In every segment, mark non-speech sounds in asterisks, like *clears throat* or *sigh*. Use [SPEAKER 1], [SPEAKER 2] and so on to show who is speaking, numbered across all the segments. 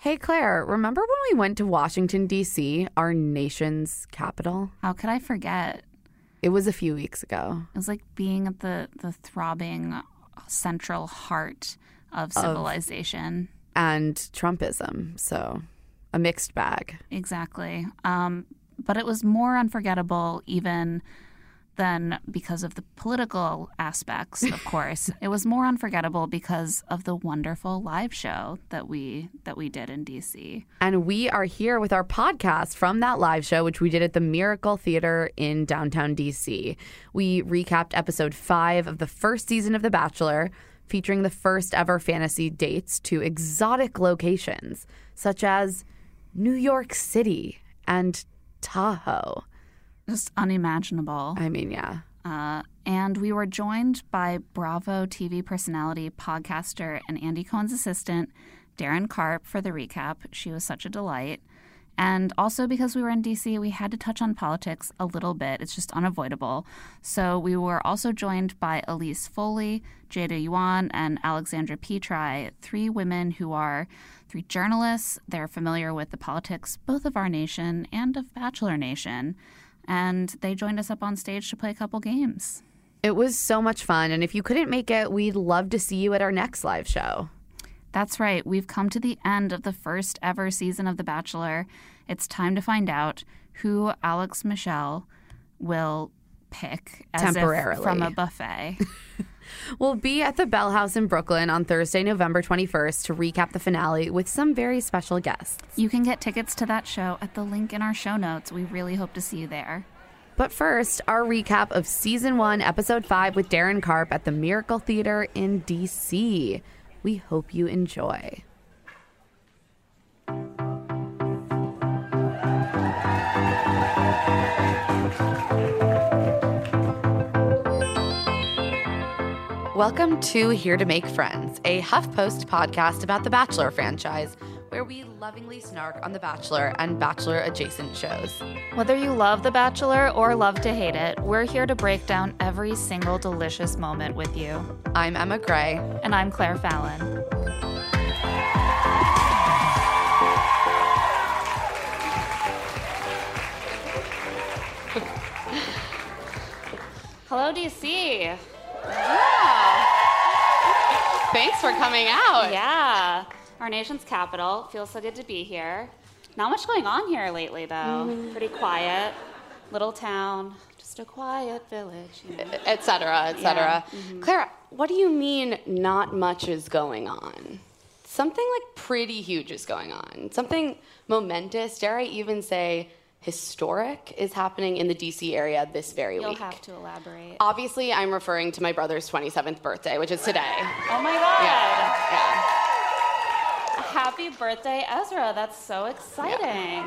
[SPEAKER 1] Hey, Claire, remember when we went to Washington, D.C., our nation's capital?
[SPEAKER 2] How could I forget?
[SPEAKER 1] It was a few weeks ago.
[SPEAKER 2] It was like being at the, the throbbing central heart of civilization.
[SPEAKER 1] And Trumpism, so a mixed bag.
[SPEAKER 2] exactly. Um, but it was more unforgettable even than because of the political
[SPEAKER 1] *laughs*
[SPEAKER 2] aspects, of course. it was more unforgettable because of the wonderful live show that we that we did in DC.
[SPEAKER 1] And we are here with our podcast from that live show, which we did at the Miracle Theater in downtown DC. We recapped episode five of the first season of The Bachelor, featuring the first ever fantasy dates to exotic locations, such as New York City and Tahoe.
[SPEAKER 2] Just unimaginable.
[SPEAKER 1] I mean, yeah.
[SPEAKER 2] Uh, and we were joined by Bravo TV personality, podcaster, and Andy Cohen's assistant, Darren Karp, for the recap. She was such a delight. And also because we were in DC, we had to touch on politics a little bit. It's just unavoidable. So we were also joined by Elise Foley, Jada Yuan, and Alexandra Petri, three women who are three journalists. They're familiar with the politics both of our nation and of Bachelor Nation and they joined us up on stage to play a couple games.
[SPEAKER 1] It was so much fun. And if you couldn't make it, we'd love to see you at our next live show.
[SPEAKER 2] That's right, we've come to the end of the first ever season of The Bachelor. It's time to find out who Alex Michelle will pick as if
[SPEAKER 1] Temporarily. *laughs*
[SPEAKER 2] from a buffet.
[SPEAKER 1] We'll be at the Bell House in Brooklyn on Thursday, November 21st to recap the finale with some very special guests.
[SPEAKER 2] you can get tickets to that show at the link in our show notes. We really hope to see you there.
[SPEAKER 1] But first, our recap of season one, episode five with Darren Karp at the Miracle Theater in DC. We hope you enjoy.
[SPEAKER 3] Welcome to Here to Make Friends, a HuffPost podcast about the Bachelor franchise, where we lovingly snark on The Bachelor and Bachelor adjacent shows.
[SPEAKER 4] Whether you love The Bachelor or love to hate it,
[SPEAKER 2] We're here to break down every single delicious moment with you.
[SPEAKER 3] I'm Emma Gray.
[SPEAKER 2] And I'm Claire Fallon.
[SPEAKER 4] hello DC.
[SPEAKER 3] Thanks for coming out.
[SPEAKER 4] Yeah, our nation's capital. Feels so good to be here. Not much going on here lately, though.
[SPEAKER 3] Mm-hmm.
[SPEAKER 4] Pretty quiet. Little town, just a quiet village. You know.
[SPEAKER 3] et cetera, et cetera.
[SPEAKER 2] Mm-hmm.
[SPEAKER 3] Clara, what do you mean not much is going on? Something like pretty huge is going on. Something momentous, dare I even say historic, is happening in the DC area this very
[SPEAKER 2] You'll
[SPEAKER 3] week.
[SPEAKER 2] have to elaborate.
[SPEAKER 3] Obviously, I'm referring to my brother's 27th birthday, which is today.
[SPEAKER 2] Oh my god!
[SPEAKER 3] Yeah.
[SPEAKER 2] Happy birthday, Ezra. That's so exciting.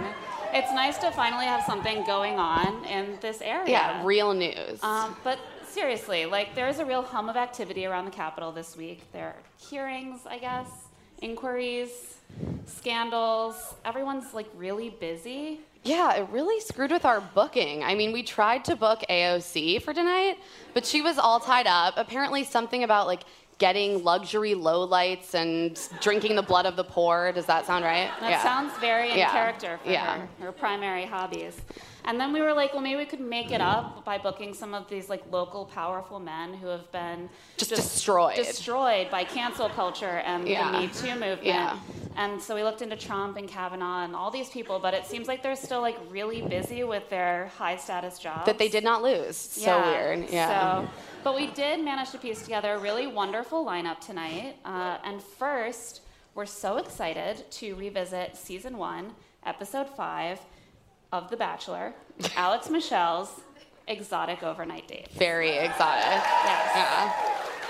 [SPEAKER 2] It's nice to finally have something going on in this area.
[SPEAKER 3] Yeah, real news.
[SPEAKER 2] Um, but seriously, like there is a real hum of activity around the Capitol this week. There are hearings, I guess, inquiries, scandals. Everyone's like really busy.
[SPEAKER 3] Yeah, it really screwed with our booking. I mean, we tried to book AOC for tonight, but she was all tied up. Apparently, something about like getting luxury lowlights and drinking the blood of the poor. Does that sound right?
[SPEAKER 2] That sounds very in
[SPEAKER 3] Yeah.
[SPEAKER 2] character for
[SPEAKER 3] Yeah.
[SPEAKER 2] her, her primary hobbies. And then we were like, well, maybe we could make
[SPEAKER 3] Mm-hmm.
[SPEAKER 2] it up by booking some of these like local powerful men who have been
[SPEAKER 3] Just destroyed.
[SPEAKER 2] destroyed by cancel culture and
[SPEAKER 3] Yeah.
[SPEAKER 2] the Me Too movement.
[SPEAKER 3] Yeah.
[SPEAKER 2] And so we looked into Trump and Kavanaugh and all these people, but it seems like they're still like really busy with their high status jobs
[SPEAKER 3] that they did not lose. So weird. Yeah.
[SPEAKER 2] So, but we did manage to piece together a really wonderful lineup tonight. Uh, and first, we're so excited to revisit season one, episode five of The Bachelor,
[SPEAKER 3] *laughs*
[SPEAKER 2] Alex Michelle's exotic overnight date.
[SPEAKER 3] Very exotic.
[SPEAKER 2] Yes.
[SPEAKER 3] Yeah.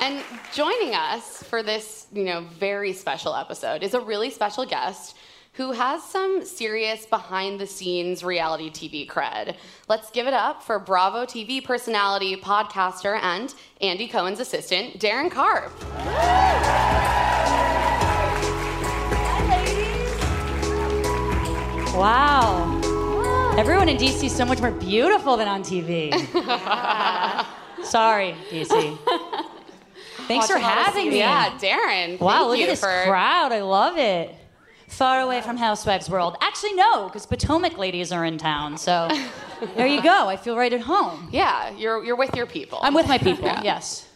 [SPEAKER 3] And joining us for this, you know, very special episode is a really special guest who has some serious behind the scenes reality TV cred. Let's give it up for Bravo TV personality, podcaster, and Andy Cohen's assistant, Darren Karp.
[SPEAKER 5] Wow. Everyone in DC is so much more beautiful than on
[SPEAKER 3] *laughs*
[SPEAKER 5] TV. Sorry, DC. Thanks for
[SPEAKER 3] Watching all this-
[SPEAKER 5] having me.
[SPEAKER 3] Yeah, Darren.
[SPEAKER 5] Wow,
[SPEAKER 3] thank
[SPEAKER 5] look
[SPEAKER 3] you
[SPEAKER 5] at this
[SPEAKER 3] for-
[SPEAKER 5] crowd. I love it. Far away from Housewives World. Actually, no, because Potomac ladies are in town.
[SPEAKER 3] *laughs*
[SPEAKER 5] So there you go. I feel right at home.
[SPEAKER 3] Yeah, you're, you're with your people.
[SPEAKER 5] I'm with my people. Yes.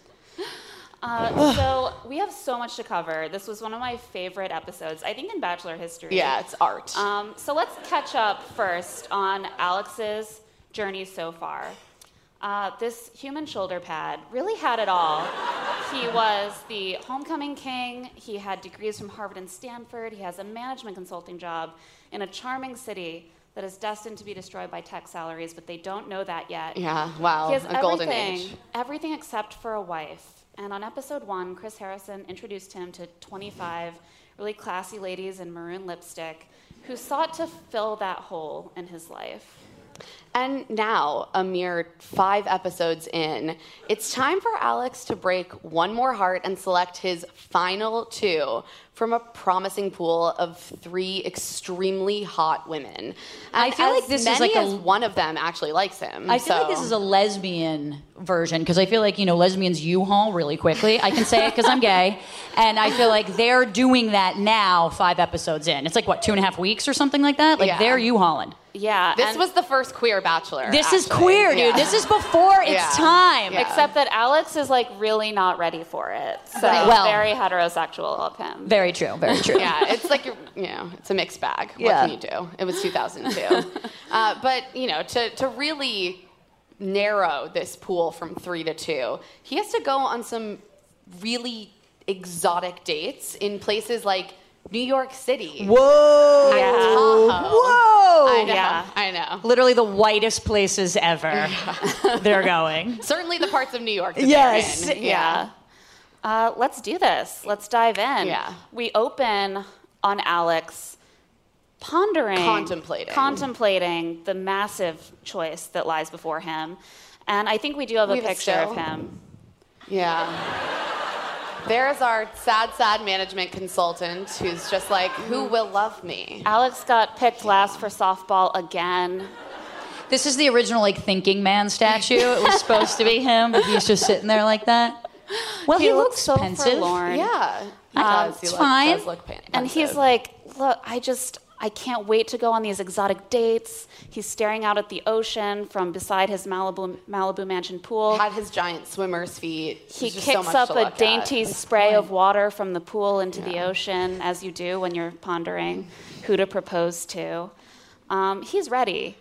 [SPEAKER 2] Uh, so we have so much to cover. This was one of my favorite episodes, I think, in Bachelor history.
[SPEAKER 3] Yeah, it's art.
[SPEAKER 2] Um, so let's catch up first on Alex's journey so far. Uh, this human shoulder pad really had it all. He was the homecoming king. He had degrees from Harvard and Stanford. He has a management consulting job in a charming city that is destined to be destroyed by tech salaries, but they don't know that yet.
[SPEAKER 3] yeah, wow.
[SPEAKER 2] He has
[SPEAKER 3] a golden
[SPEAKER 2] everything,
[SPEAKER 3] age.
[SPEAKER 2] everything except for a wife. And on episode one, Chris Harrison introduced him to 25 really classy ladies in maroon lipstick who sought to fill that hole in his life.
[SPEAKER 3] And now, a mere five episodes in, it's time for Alex to break one more heart and select his final two from a promising pool of three extremely hot women. And
[SPEAKER 5] I feel
[SPEAKER 3] as
[SPEAKER 5] like this is
[SPEAKER 3] many
[SPEAKER 5] like a-
[SPEAKER 3] as one of them actually likes him.
[SPEAKER 5] I feel like this is a lesbian version because I feel like you know lesbians U-Haul really quickly. I can say it because I'm gay, and I feel like they're doing that now. Five episodes in, it's like what two and a half weeks or something like that. Like
[SPEAKER 3] Yeah.
[SPEAKER 5] they're U-Hauling.
[SPEAKER 2] Yeah.
[SPEAKER 3] This
[SPEAKER 2] and-
[SPEAKER 3] was the first queer bachelor.
[SPEAKER 5] This is
[SPEAKER 3] actually.
[SPEAKER 5] queer, dude.
[SPEAKER 3] Yeah.
[SPEAKER 5] This is before it's
[SPEAKER 3] Yeah.
[SPEAKER 5] time.
[SPEAKER 3] Yeah.
[SPEAKER 2] Except that Alex is like really not ready for it. So
[SPEAKER 5] Right. Well-
[SPEAKER 2] very heterosexual of him.
[SPEAKER 5] Very true. Very true.
[SPEAKER 3] *laughs* yeah, it's like you know, it's a mixed bag. What
[SPEAKER 5] Yeah.
[SPEAKER 3] can you do? It
[SPEAKER 5] *laughs*
[SPEAKER 3] was 2002, uh, but you know, to to really narrow this pool from three to two, he has to go on some really exotic dates in places like New York City.
[SPEAKER 5] Whoa.
[SPEAKER 3] and Tahoe.
[SPEAKER 5] Whoa.
[SPEAKER 3] I know.
[SPEAKER 2] Yeah.
[SPEAKER 3] I know.
[SPEAKER 5] Literally the whitest places ever. *laughs* they're going.
[SPEAKER 3] Certainly the parts of New York.
[SPEAKER 5] *laughs*
[SPEAKER 3] That
[SPEAKER 5] Yes.
[SPEAKER 3] They're in.
[SPEAKER 2] Yeah. Uh, let's do this. Let's dive in.
[SPEAKER 3] Yeah.
[SPEAKER 2] We open on Alex pondering,
[SPEAKER 3] Contemplating.
[SPEAKER 2] contemplating the massive choice that lies before him. And I think we do have
[SPEAKER 3] We
[SPEAKER 2] a
[SPEAKER 3] have a
[SPEAKER 2] picture of
[SPEAKER 3] still.
[SPEAKER 2] him.
[SPEAKER 3] Yeah. There's our sad, sad management consultant who's just like, who
[SPEAKER 5] Mm-hmm.
[SPEAKER 3] will love me?
[SPEAKER 2] Alex got picked last for softball again.
[SPEAKER 5] This is the original like thinking man statue. It was supposed to be him, but he's just sitting there like that. Well, he, looks,
[SPEAKER 2] so
[SPEAKER 5] pensive.
[SPEAKER 2] forlorn.
[SPEAKER 3] Yeah, he
[SPEAKER 5] Um,
[SPEAKER 3] does. He
[SPEAKER 5] it's
[SPEAKER 3] look,
[SPEAKER 5] fine.
[SPEAKER 3] does look pan-
[SPEAKER 2] And he's
[SPEAKER 3] pensive.
[SPEAKER 2] like, look, I just, I can't wait to go on these exotic dates. He's staring out at the ocean from beside his Malibu, Malibu mansion pool.
[SPEAKER 3] had his giant swimmer's feet.
[SPEAKER 2] He
[SPEAKER 3] There's just so
[SPEAKER 2] kicks
[SPEAKER 3] much
[SPEAKER 2] up
[SPEAKER 3] to
[SPEAKER 2] a
[SPEAKER 3] look at.
[SPEAKER 2] dainty spray of water from the pool into the ocean, as you do when you're pondering who to propose to. Um, he's ready.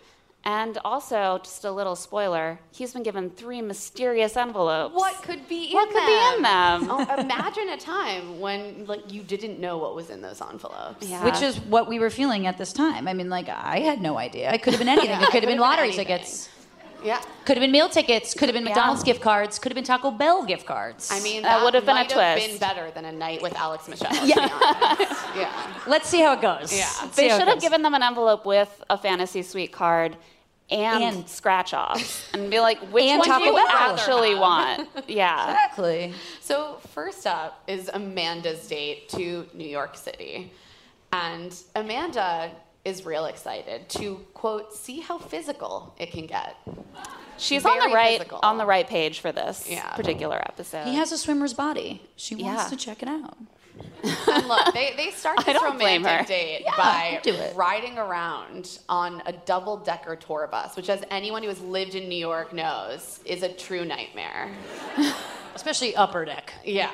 [SPEAKER 2] And also, just a little spoiler, he's been given three mysterious envelopes.
[SPEAKER 3] What could be in
[SPEAKER 2] What could be in them?
[SPEAKER 3] Oh, imagine a time when like you didn't know what was in those envelopes.
[SPEAKER 2] Yeah.
[SPEAKER 5] Which is what we were feeling at this time. I mean, like I had no idea. It could have been anything.
[SPEAKER 3] Yeah,
[SPEAKER 5] it could have been lottery
[SPEAKER 3] anything.
[SPEAKER 5] tickets.
[SPEAKER 3] Yeah.
[SPEAKER 5] Could have been meal tickets. Could have been
[SPEAKER 2] Yeah.
[SPEAKER 5] McDonald's gift cards. Could have been Taco Bell gift cards.
[SPEAKER 3] I mean,
[SPEAKER 2] That
[SPEAKER 3] that
[SPEAKER 2] would've been a
[SPEAKER 3] might have
[SPEAKER 2] twist.
[SPEAKER 3] Been better than a night with Alex Michelle.
[SPEAKER 2] *laughs*
[SPEAKER 3] Yeah. yeah.
[SPEAKER 5] let's see how it goes.
[SPEAKER 3] Yeah.
[SPEAKER 5] Let's
[SPEAKER 2] They
[SPEAKER 5] see how it
[SPEAKER 2] should have
[SPEAKER 5] goes.
[SPEAKER 2] given them an envelope with a fantasy suite card and,
[SPEAKER 5] And-
[SPEAKER 2] scratch offs and be like, which
[SPEAKER 5] And
[SPEAKER 2] one do
[SPEAKER 5] Taco
[SPEAKER 2] you
[SPEAKER 5] Bell.
[SPEAKER 2] actually
[SPEAKER 5] *laughs*
[SPEAKER 2] want? *laughs* Yeah.
[SPEAKER 5] exactly.
[SPEAKER 3] So first up is Amanda's date to New York City, and Amanda is real excited to quote see how physical it can get.
[SPEAKER 2] She's on
[SPEAKER 3] Very
[SPEAKER 2] the right
[SPEAKER 3] physical.
[SPEAKER 2] on the right page for this
[SPEAKER 3] Yeah.
[SPEAKER 2] particular episode.
[SPEAKER 5] He has a swimmer's body. She wants
[SPEAKER 2] Yeah.
[SPEAKER 5] to check it out.
[SPEAKER 3] And look, they, they start this
[SPEAKER 2] don't blame
[SPEAKER 3] romantic
[SPEAKER 2] her.
[SPEAKER 3] date
[SPEAKER 5] I'd do
[SPEAKER 3] by
[SPEAKER 5] it.
[SPEAKER 3] riding around on a double decker tour bus, which, as anyone who has lived in New York knows, is a true nightmare.
[SPEAKER 5] Especially upper deck.
[SPEAKER 3] Yeah.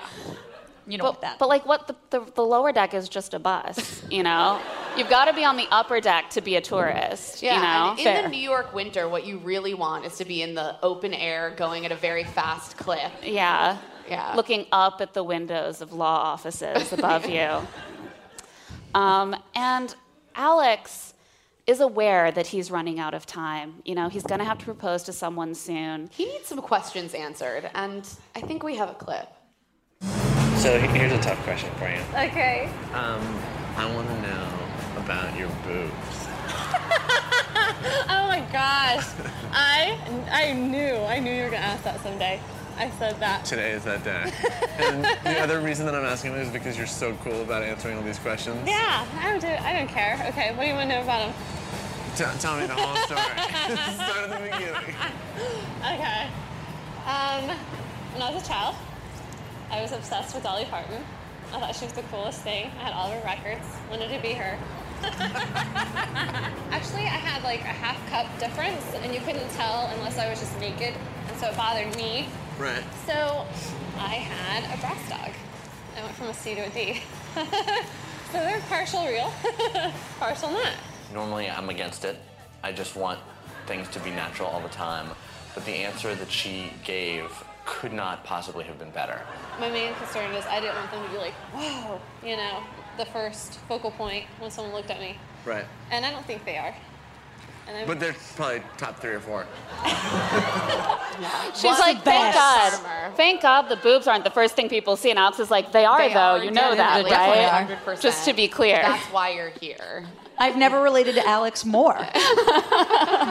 [SPEAKER 5] You know
[SPEAKER 2] But,
[SPEAKER 5] that.
[SPEAKER 2] but like what the, the, the lower deck is just a bus, you know?
[SPEAKER 5] *laughs*
[SPEAKER 2] You've got to be on the upper deck to be a tourist,
[SPEAKER 3] Yeah.
[SPEAKER 2] you know?
[SPEAKER 3] and in the New York winter, what you really want is to be in the open air going at a very fast clip.
[SPEAKER 2] Yeah.
[SPEAKER 3] Yeah.
[SPEAKER 2] Looking up at the windows of law offices
[SPEAKER 3] *laughs*
[SPEAKER 2] above you. Um, and Alex is aware that he's running out of time. You know, he's going to have to propose to someone soon.
[SPEAKER 3] He needs some questions answered, and I think we have a clip.
[SPEAKER 6] So he- here's a tough question for you.
[SPEAKER 7] Okay.
[SPEAKER 6] Um, I want to know about your boobs.
[SPEAKER 7] *laughs* Oh my gosh. I I knew. I knew you were gonna ask that someday. I said that.
[SPEAKER 6] Today is that
[SPEAKER 8] *laughs*
[SPEAKER 6] day. and the other reason that I'm asking is because you're so cool about answering all these questions.
[SPEAKER 8] *laughs*
[SPEAKER 7] Yeah. I don't. Do, I don't care. Okay. What do you want to know about him?
[SPEAKER 6] T- tell me the whole
[SPEAKER 8] *laughs*
[SPEAKER 6] story. Start at the beginning.
[SPEAKER 7] *laughs* Okay. Um, when I was a child, I was obsessed with Dolly Parton. I thought she was the coolest thing. I had all of her records. Wanted to be her. *laughs* Actually, I had like a half cup difference, and you couldn't tell unless I was just naked, and so it bothered me.
[SPEAKER 6] Right.
[SPEAKER 7] So I had a brass dog. I went from a C to a D. *laughs* so they're partial real, *laughs* partial not.
[SPEAKER 8] Normally, I'm against it. I just want things to be natural all the time. But the answer that she gave could not possibly have been better.
[SPEAKER 7] My main concern is I didn't want them to be like, whoa, you know, the first focal point when someone looked at me.
[SPEAKER 6] Right.
[SPEAKER 7] And I don't think they are. And I'm,
[SPEAKER 6] But they're probably top three or four.
[SPEAKER 2] She's like, thank God.
[SPEAKER 3] Mortimer.
[SPEAKER 2] Thank God the boobs aren't the first thing people see. And Alex is like, they are,
[SPEAKER 3] They
[SPEAKER 2] though.
[SPEAKER 3] are
[SPEAKER 2] you know that,
[SPEAKER 3] definitely
[SPEAKER 5] They
[SPEAKER 2] right?
[SPEAKER 5] are.
[SPEAKER 3] 100%.
[SPEAKER 2] Just to be clear.
[SPEAKER 3] That's why you're here.
[SPEAKER 5] I've never related to Alex more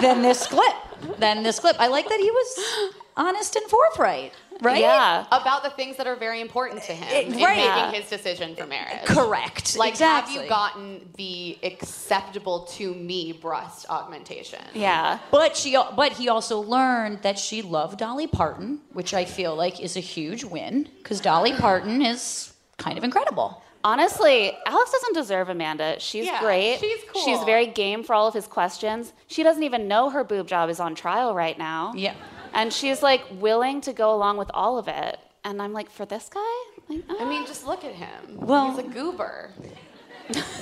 [SPEAKER 5] than this clip. Than this clip. I like that he was honest and forthright, right?
[SPEAKER 2] Yeah.
[SPEAKER 3] About the things that are very important to him in
[SPEAKER 5] right.
[SPEAKER 3] making his decision for marriage.
[SPEAKER 5] Correct.
[SPEAKER 3] Like,
[SPEAKER 5] exactly.
[SPEAKER 3] have you gotten the acceptable to me breast augmentation?
[SPEAKER 2] Yeah.
[SPEAKER 5] But she, al- but he also learned that she loved Dolly Parton, which I feel like is a huge win because Dolly Parton is kind of incredible.
[SPEAKER 2] Honestly, Alex doesn't deserve Amanda. She's
[SPEAKER 3] Yeah,
[SPEAKER 2] great.
[SPEAKER 3] she's cool.
[SPEAKER 2] She's very game for all of his questions. She doesn't even know her boob job is on trial right now.
[SPEAKER 5] Yeah.
[SPEAKER 2] And she's like willing to go along with all of it. And I'm like, for this guy? Like, uh.
[SPEAKER 3] I mean, just look at him.
[SPEAKER 5] Well-
[SPEAKER 3] he's a goober.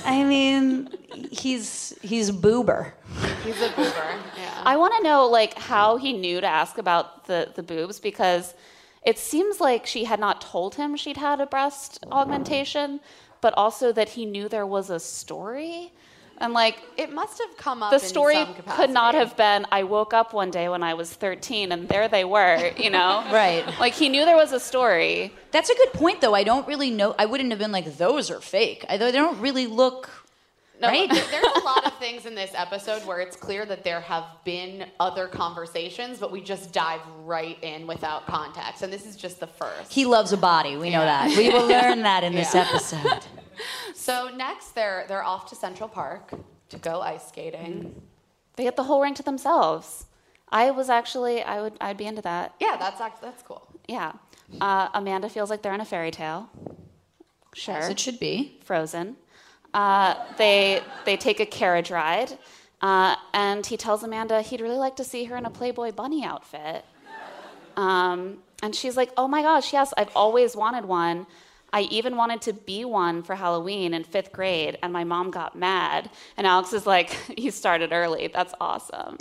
[SPEAKER 5] I mean, he's he's a boober.
[SPEAKER 3] He's a
[SPEAKER 2] *laughs*
[SPEAKER 3] goober. Yeah.
[SPEAKER 2] I want to know like how he knew to ask about the the boobs because it seems like she had not told him she'd had a breast augmentation, but also that he knew there was a story. And like
[SPEAKER 3] It must have come up.
[SPEAKER 2] the
[SPEAKER 3] in
[SPEAKER 2] story
[SPEAKER 3] some
[SPEAKER 2] could not
[SPEAKER 3] capacity.
[SPEAKER 2] have been I woke up one day when I was 13 and there they were, *laughs* you
[SPEAKER 3] *laughs*
[SPEAKER 2] know?
[SPEAKER 5] Right.
[SPEAKER 2] Like he knew there was a story.
[SPEAKER 5] That's a good point, though. I don't really know. I wouldn't have been like those are fake. I, they don't really look.
[SPEAKER 3] No,
[SPEAKER 5] Right?
[SPEAKER 3] there- there's a lot of things in this episode where it's clear that there have been other conversations, but we just dive right in without context. And this is just the first.
[SPEAKER 5] He loves a body. We know that. We will learn that in *laughs* this episode.
[SPEAKER 3] so next, they're they're off to Central Park to go ice skating.
[SPEAKER 2] They get the whole ring to themselves. I was actually I would I'd be into that.
[SPEAKER 3] Yeah, that's act- that's cool.
[SPEAKER 2] Yeah. Uh, Amanda feels like they're in a fairy tale. Sure.
[SPEAKER 5] As it should be.
[SPEAKER 2] Frozen. Uh, they they take a carriage ride, uh, and he tells Amanda he'd really like to see her in a Playboy bunny outfit. Um, and she's like, "Oh my gosh, yes, I've always wanted one. I even wanted to be one for Halloween in fifth grade, and my mom got mad." And Alex is like, *laughs* "You started early. That's
[SPEAKER 5] *laughs*
[SPEAKER 2] awesome."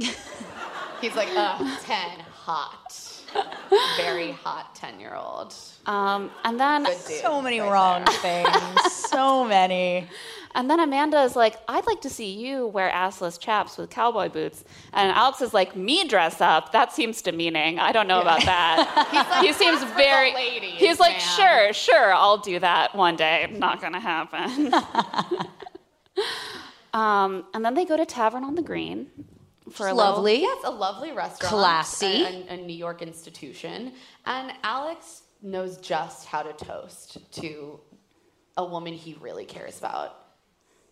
[SPEAKER 3] He's like, Ugh, ten hot, *laughs* very hot ten year old.
[SPEAKER 2] Um, and then
[SPEAKER 5] So many wrong things.
[SPEAKER 3] *laughs*
[SPEAKER 5] So many.
[SPEAKER 2] And then Amanda is like, I'd like to see you wear assless chaps with cowboy boots. And Alex is like, me dress up? That seems demeaning. I don't know about
[SPEAKER 3] *laughs*
[SPEAKER 2] that. he seems
[SPEAKER 3] "That's for the
[SPEAKER 2] very.
[SPEAKER 3] ladies,
[SPEAKER 2] he's like,
[SPEAKER 3] ma'am."
[SPEAKER 2] sure, sure, I'll do that one day. Not going to
[SPEAKER 3] *laughs*
[SPEAKER 2] happen. um, and then they go to Tavern on the Green for a little-
[SPEAKER 5] Lovely.
[SPEAKER 3] Yeah, it's a lovely restaurant,
[SPEAKER 5] Classy.
[SPEAKER 3] a, a- a New York institution, and Alex knows just how to toast to a woman he really cares about.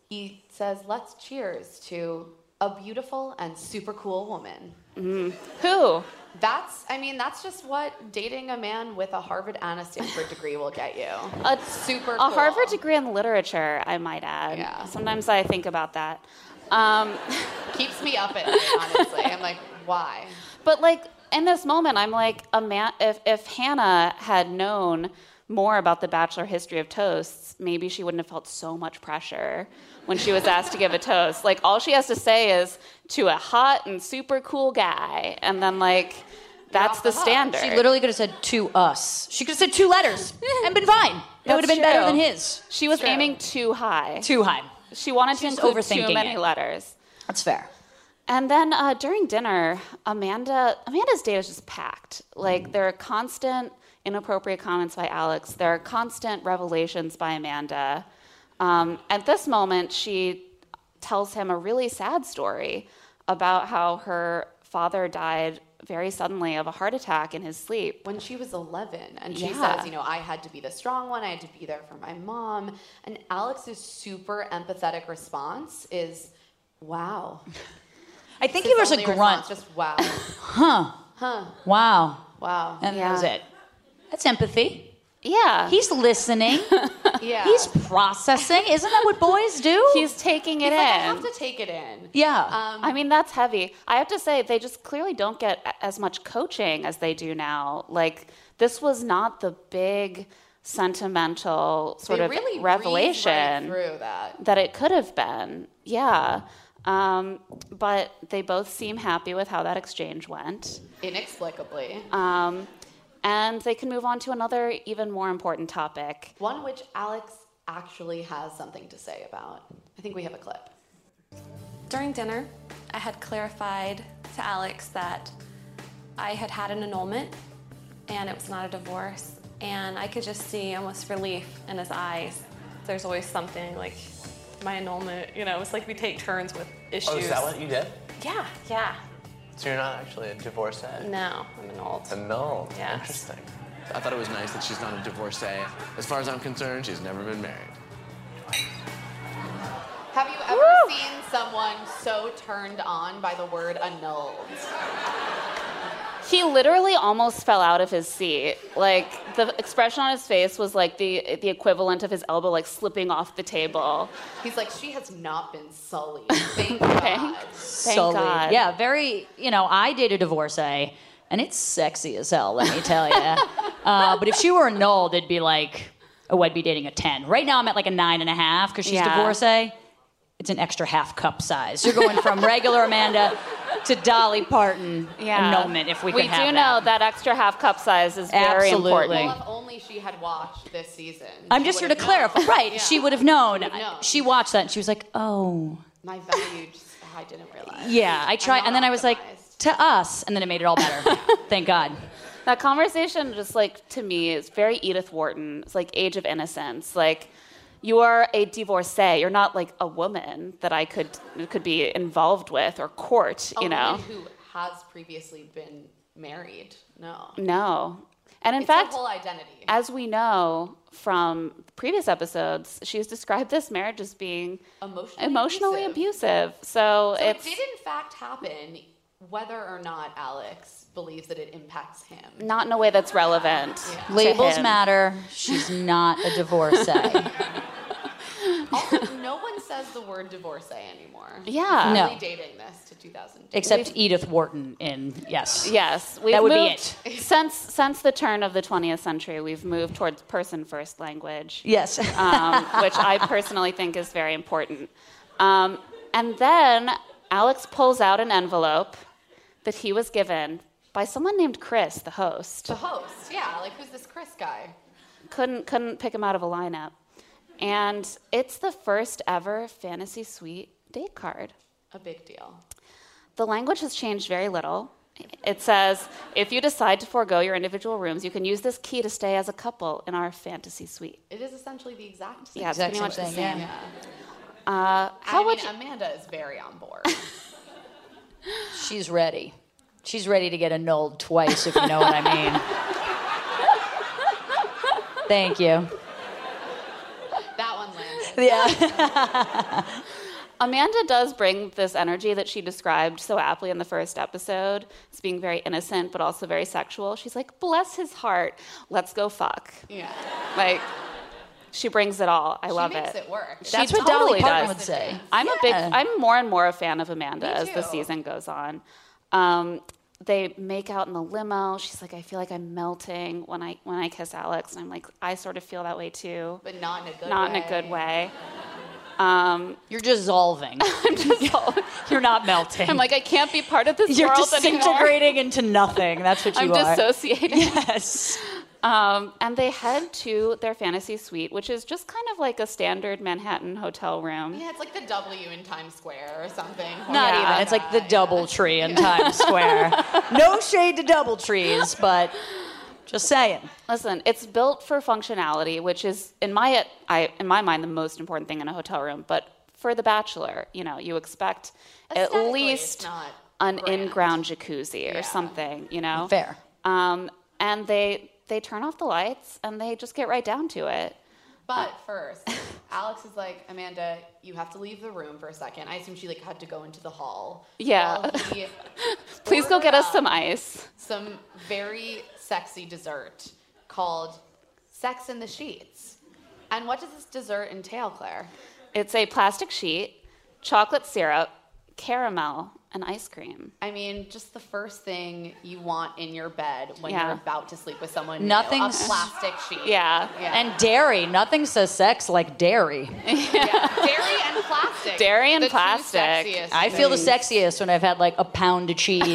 [SPEAKER 3] He says, "Let's cheers to a beautiful and super cool woman.
[SPEAKER 2] Mm-hmm. Who?
[SPEAKER 3] That's, I mean, that's just what dating a man with a Harvard and a Stanford degree will get you.
[SPEAKER 2] A
[SPEAKER 3] Super
[SPEAKER 2] A
[SPEAKER 3] cool.
[SPEAKER 2] Harvard degree in literature, I might add.
[SPEAKER 3] Yeah.
[SPEAKER 2] Sometimes I think about that. Um, *laughs*
[SPEAKER 3] Keeps me up at night, honestly. I'm like, why?
[SPEAKER 2] But like in this moment, I'm like a man. If if Hannah had known more about the bachelor history of toasts, maybe she wouldn't have felt so much pressure when she was asked to give a toast. Like all she has to say is to a hot and super cool guy, and then like that's
[SPEAKER 3] off
[SPEAKER 2] the,
[SPEAKER 3] the hook.
[SPEAKER 2] standard.
[SPEAKER 5] She literally could have said to us. She could have said two
[SPEAKER 2] *laughs*
[SPEAKER 5] letters and been fine. That would have been
[SPEAKER 2] That's
[SPEAKER 5] better
[SPEAKER 2] true.
[SPEAKER 5] than his.
[SPEAKER 2] She was aiming too high.
[SPEAKER 5] Too high.
[SPEAKER 2] She wanted to
[SPEAKER 5] She's
[SPEAKER 2] include too
[SPEAKER 5] overthinking
[SPEAKER 2] many
[SPEAKER 5] it.
[SPEAKER 2] letters.
[SPEAKER 5] That's fair.
[SPEAKER 2] And then uh, during dinner, Amanda Amanda's day was just packed.
[SPEAKER 3] Mm.
[SPEAKER 2] Like there are constant inappropriate comments by Alex. There are constant revelations by Amanda. Um, at this moment, she tells him a really sad story about how her father died very suddenly of a heart attack in his sleep.
[SPEAKER 3] When she was 11, and she
[SPEAKER 2] Yeah.
[SPEAKER 3] says, you know, I had to be the strong one, I had to be there for my mom. And Alex's super empathetic response is, wow.
[SPEAKER 5] I think
[SPEAKER 3] His
[SPEAKER 5] he was a
[SPEAKER 3] only
[SPEAKER 5] grunt.
[SPEAKER 3] response, Just wow. *laughs*
[SPEAKER 5] wow.
[SPEAKER 3] Wow.
[SPEAKER 5] And that was
[SPEAKER 2] Yeah.
[SPEAKER 5] it. That's empathy.
[SPEAKER 2] Yeah,
[SPEAKER 5] He's
[SPEAKER 3] *laughs*
[SPEAKER 5] listening.
[SPEAKER 3] yeah.
[SPEAKER 5] He's processing. Isn't that what boys do?
[SPEAKER 2] he's taking it
[SPEAKER 3] He's
[SPEAKER 2] in.
[SPEAKER 3] like, I have to take it in.
[SPEAKER 5] yeah.
[SPEAKER 3] Um,
[SPEAKER 2] I mean, that's heavy. I have to say, they just clearly don't get a- as much coaching as they do now. Like, this was not the big sentimental sort
[SPEAKER 3] They
[SPEAKER 2] of
[SPEAKER 3] really breeze right
[SPEAKER 2] revelation
[SPEAKER 3] through that.
[SPEAKER 2] that it could have been. Yeah. Um, but they both seem happy with how that exchange went.
[SPEAKER 3] Inexplicably.
[SPEAKER 2] Um, and they can move on to another, even more important topic.
[SPEAKER 3] One which Alex actually has something to say about. I think we have a clip.
[SPEAKER 9] During dinner, I had clarified to Alex that I had had an annulment and it was not a divorce. And I could just see almost relief in his eyes. There's always something like my annulment, you know, it's like we take turns with issues.
[SPEAKER 8] Oh, is that what you did?
[SPEAKER 9] Yeah, yeah.
[SPEAKER 8] So you're not actually a divorcee?
[SPEAKER 9] No, I'm annulled.
[SPEAKER 8] No.
[SPEAKER 9] Yes.
[SPEAKER 8] Interesting. I thought it was nice that she's not a divorcee. As far as I'm concerned, she's never been married.
[SPEAKER 3] Have you ever seen someone so turned on by the word annulled?
[SPEAKER 2] He literally almost fell out of his seat. Like the expression on his face was like the the equivalent of his elbow like slipping off the table.
[SPEAKER 3] He's like, she has not
[SPEAKER 5] *laughs*
[SPEAKER 3] been sullied. Thank God.
[SPEAKER 2] Thank
[SPEAKER 5] Sully.
[SPEAKER 2] God.
[SPEAKER 5] Yeah, very. You know, I dated a divorcee, and it's sexy as hell. Let me tell you.
[SPEAKER 3] *laughs*
[SPEAKER 5] uh, but if she were annulled, it'd be like, oh, I'd be dating a ten. Right now, I'm at like a nine and a half because she's
[SPEAKER 2] Yeah.
[SPEAKER 5] divorcee. It's an extra half cup size. You're
[SPEAKER 3] *laughs*
[SPEAKER 5] going from *laughs* regular Amanda to Dolly Parton annulment. If we could
[SPEAKER 2] do
[SPEAKER 5] have
[SPEAKER 2] know that extra half cup size is very
[SPEAKER 5] Absolutely.
[SPEAKER 2] important.
[SPEAKER 3] Well, if only she had watched this season.
[SPEAKER 5] I'm
[SPEAKER 3] she
[SPEAKER 5] just here to
[SPEAKER 3] would've known.
[SPEAKER 5] clarify. Right,
[SPEAKER 3] Yeah.
[SPEAKER 5] she would have known.
[SPEAKER 3] She would've known.
[SPEAKER 5] She watched that and she was like, "Oh,
[SPEAKER 3] My value, just, I didn't realize.
[SPEAKER 5] yeah." I tried,
[SPEAKER 3] not
[SPEAKER 5] and then I was like,
[SPEAKER 3] optimized.
[SPEAKER 5] "To us," and then it made it all
[SPEAKER 3] *laughs*
[SPEAKER 5] better. Thank God.
[SPEAKER 2] That conversation just like to me is very Edith Wharton. It's like age of innocence. Like you are a divorcee. You're not like a woman that I could could be involved with or court,
[SPEAKER 3] A
[SPEAKER 5] Oh,
[SPEAKER 2] you know.
[SPEAKER 3] woman who has previously been married. No.
[SPEAKER 2] no. And in
[SPEAKER 3] it's
[SPEAKER 2] fact,
[SPEAKER 3] her whole identity.
[SPEAKER 2] as we know from previous episodes, she's described this marriage as being
[SPEAKER 3] Emotionally
[SPEAKER 2] emotionally
[SPEAKER 3] abusive.
[SPEAKER 2] abusive. So,
[SPEAKER 3] So it
[SPEAKER 2] it's
[SPEAKER 3] did in fact happen, whether or not Alex believes that it impacts him.
[SPEAKER 2] not in a way that's relevant. to
[SPEAKER 5] Labels
[SPEAKER 2] him.
[SPEAKER 5] matter. She's not a
[SPEAKER 2] *laughs*
[SPEAKER 5] divorcee.
[SPEAKER 3] Also, no one says the word divorcee anymore.
[SPEAKER 2] Yeah.
[SPEAKER 3] We're
[SPEAKER 5] No.
[SPEAKER 3] really dating this to 2002.
[SPEAKER 5] Except e- Edith Wharton in yes.
[SPEAKER 2] Yes, we've
[SPEAKER 5] would be
[SPEAKER 2] moved, it. *laughs* Since since the turn of the 20th century, we've moved towards person-first language,
[SPEAKER 5] Yes.
[SPEAKER 2] um, which I personally think is very important. Um, and then Alex pulls out an envelope that he was given by someone named Chris, the host.
[SPEAKER 3] the host. Yeah. Like, who's this Chris guy?
[SPEAKER 2] Couldn't couldn't pick him out of a lineup, and it's the first ever fantasy suite date card.
[SPEAKER 3] A big deal.
[SPEAKER 2] The language has changed very little. It says, if you decide to forego your individual rooms, you can use this key to stay as a couple in our fantasy suite.
[SPEAKER 3] It is essentially the exact same.
[SPEAKER 2] Yeah, it's pretty
[SPEAKER 5] Exact
[SPEAKER 2] much
[SPEAKER 5] same
[SPEAKER 2] the
[SPEAKER 5] thing,
[SPEAKER 2] same.
[SPEAKER 5] yeah.
[SPEAKER 2] Uh, how
[SPEAKER 3] I mean,
[SPEAKER 2] would you-
[SPEAKER 3] Amanda is very
[SPEAKER 2] *laughs*
[SPEAKER 3] on board.
[SPEAKER 5] She's ready. She's ready to get annulled twice, if you know what I
[SPEAKER 2] *laughs*
[SPEAKER 5] mean. Thank you.
[SPEAKER 3] that one landed.
[SPEAKER 5] Yeah.
[SPEAKER 2] *laughs* Amanda does bring this energy that she described so aptly in the first episode as being very innocent but also very sexual. She's like, bless his heart, let's go fuck.
[SPEAKER 3] Yeah.
[SPEAKER 2] Like, she brings it all. I love
[SPEAKER 3] makes
[SPEAKER 2] it.
[SPEAKER 3] it work. She-
[SPEAKER 5] That's
[SPEAKER 2] That's
[SPEAKER 5] what Dolly
[SPEAKER 2] totally
[SPEAKER 5] Parton
[SPEAKER 2] does.
[SPEAKER 5] would say.
[SPEAKER 2] I'm a big.
[SPEAKER 5] Yeah.
[SPEAKER 2] I'm more and more a fan of Amanda as the
[SPEAKER 3] too.
[SPEAKER 2] season goes on. Um, they make out in the limo. She's like, I feel like I'm melting when I when I kiss Alex, and I'm like, I sort of feel that way too,
[SPEAKER 3] But not in a good
[SPEAKER 2] not
[SPEAKER 3] way.
[SPEAKER 2] in a good way. Um,
[SPEAKER 5] You're dissolving.
[SPEAKER 2] *laughs* I'm just all,
[SPEAKER 5] You're not melting.
[SPEAKER 2] I'm like, I can't be part of this
[SPEAKER 5] You're
[SPEAKER 2] world anymore. *laughs*
[SPEAKER 5] disintegrating into nothing. That's what
[SPEAKER 2] I'm
[SPEAKER 5] you are.
[SPEAKER 2] dissociating.
[SPEAKER 5] yes.
[SPEAKER 2] *laughs* Um, and they head to their fantasy suite, which is just kind of like a standard Manhattan hotel room.
[SPEAKER 3] Yeah, it's like the W in Times Square or something.
[SPEAKER 5] Not
[SPEAKER 3] Yeah.
[SPEAKER 5] even. It's like the double tree in Times Square.
[SPEAKER 2] *laughs*
[SPEAKER 5] no shade to double trees, but just saying.
[SPEAKER 2] Listen, it's built for functionality, which is in my I, in my mind the most important thing in a hotel room. But for the bachelor, you know, you expect at
[SPEAKER 3] Aesthetically, it's
[SPEAKER 2] least
[SPEAKER 3] not
[SPEAKER 2] an
[SPEAKER 3] grand.
[SPEAKER 2] in-ground jacuzzi or something, you know.
[SPEAKER 5] Fair.
[SPEAKER 2] Um, and they they turn off the lights and they just get right down to it.
[SPEAKER 3] But first, Alex is like, Amanda, you have to leave the room for a second. I assume she like had to go into the hall.
[SPEAKER 2] Yeah.
[SPEAKER 3] while *laughs* he
[SPEAKER 2] Please go get us
[SPEAKER 3] ordered
[SPEAKER 2] some
[SPEAKER 3] up
[SPEAKER 2] ice.
[SPEAKER 3] some very sexy dessert called Sex in the Sheets. And what does this dessert entail, Claire?
[SPEAKER 2] It's a plastic sheet, chocolate syrup, caramel, and ice cream.
[SPEAKER 3] I mean, just the first thing you want in your bed when
[SPEAKER 2] Yeah.
[SPEAKER 3] you're about to sleep with someone. new, a
[SPEAKER 5] Nothing's-
[SPEAKER 3] plastic sheet.
[SPEAKER 2] Yeah.
[SPEAKER 5] And dairy. Nothing says sex like
[SPEAKER 2] *laughs*
[SPEAKER 5] dairy.
[SPEAKER 3] dairy and plastic.
[SPEAKER 2] Dairy and
[SPEAKER 3] The two
[SPEAKER 2] plastic.
[SPEAKER 3] sexiest
[SPEAKER 5] I feel the
[SPEAKER 3] things.
[SPEAKER 5] sexiest when I've had like a pound of cheese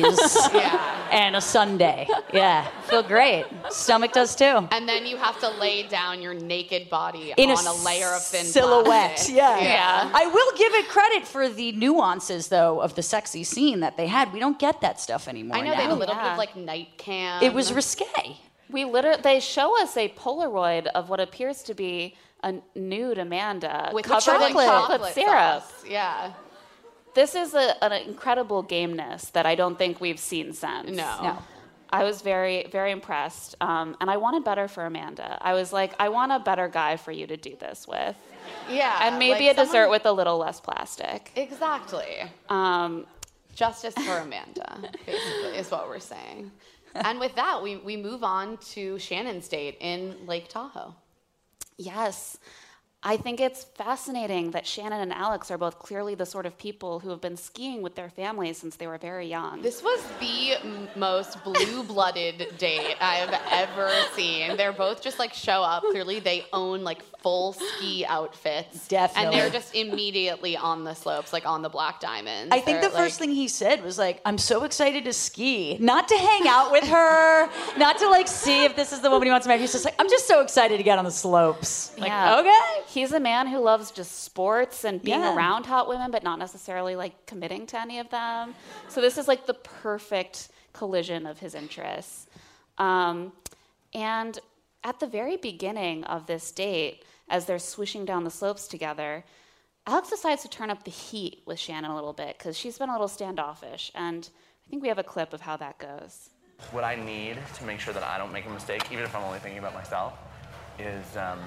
[SPEAKER 3] *laughs* Yeah.
[SPEAKER 5] and a sundae. Yeah, feel great. Stomach does too.
[SPEAKER 3] And then you have to lay down your naked body
[SPEAKER 5] In
[SPEAKER 3] on a, layer of thin
[SPEAKER 5] silhouette.
[SPEAKER 3] plastic.
[SPEAKER 5] Yeah.
[SPEAKER 2] Yeah.
[SPEAKER 5] I will give it credit for the nuances though of the sexy scene that they had. We don't get that stuff anymore.
[SPEAKER 3] I know they had
[SPEAKER 5] now.
[SPEAKER 3] a little bit
[SPEAKER 2] yeah.
[SPEAKER 3] of like um, night cam.
[SPEAKER 5] It was risque.
[SPEAKER 2] We literally they show us a Polaroid of what appears to be a nude Amanda
[SPEAKER 3] with
[SPEAKER 2] covered
[SPEAKER 3] chocolate,
[SPEAKER 2] in chocolate, syrup.
[SPEAKER 3] sauce. Yeah.
[SPEAKER 2] This is a, an incredible gameness that I don't think we've seen since.
[SPEAKER 3] No.
[SPEAKER 5] No.
[SPEAKER 2] I was very very impressed, um, and I wanted better for Amanda. I was like, I want a better guy for you to do this with,
[SPEAKER 3] Yeah.
[SPEAKER 2] and maybe
[SPEAKER 3] like
[SPEAKER 2] a dessert
[SPEAKER 3] someone-
[SPEAKER 2] with a little less plastic.
[SPEAKER 3] Exactly.
[SPEAKER 2] Um,
[SPEAKER 3] Justice for Amanda, basically, is what we're saying. And with that, we, we move on to Shannon's date in Lake Tahoe.
[SPEAKER 2] Yes. I think it's fascinating that Shannon and Alex are both clearly the sort of people who have been skiing with their families since they were very young.
[SPEAKER 3] This was the m- most blue blooded date I've ever seen. They're both just like show up. Clearly, they own like full ski outfits.
[SPEAKER 5] Definitely.
[SPEAKER 3] And they're just immediately on the slopes, like on the Black Diamonds.
[SPEAKER 5] I think the
[SPEAKER 3] They're,
[SPEAKER 5] first
[SPEAKER 3] like-
[SPEAKER 5] thing he said was like, "I'm so excited to ski, not to hang out with
[SPEAKER 3] *laughs*
[SPEAKER 5] her, not to like see if this is the woman he wants to marry." He's just like, "I'm just so excited to get on the slopes." Like,
[SPEAKER 2] Yeah.
[SPEAKER 5] okay,
[SPEAKER 2] He's a man who loves just sports and being
[SPEAKER 5] Yeah.
[SPEAKER 2] around hot women, but not necessarily like committing to any of them. So this is like the perfect collision of his interests. Um, and at the very beginning of this date, as they're swishing down the slopes together, Alex decides to turn up the heat with Shannon a little bit because she's been a little standoffish. And I think we have a clip of how that goes.
[SPEAKER 8] What I need to make sure that I don't make a mistake, even if I'm only thinking about myself, is um,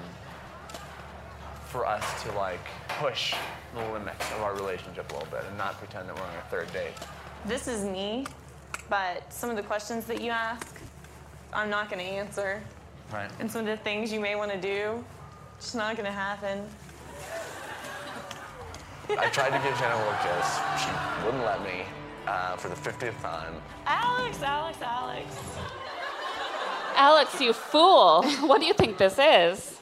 [SPEAKER 8] for us to like push the limits of our relationship a little bit and not pretend that we're on a third date.
[SPEAKER 7] This is me, but some of the questions that you ask, I'm not going to answer.
[SPEAKER 8] Right.
[SPEAKER 7] And some of the things you may want to do, it's not going to happen.
[SPEAKER 8] *laughs* I tried to give Shannon a little kiss. She wouldn't let me uh, for the 50th time.
[SPEAKER 7] Alex, Alex, Alex.
[SPEAKER 2] Alex, you fool. What do you think this is?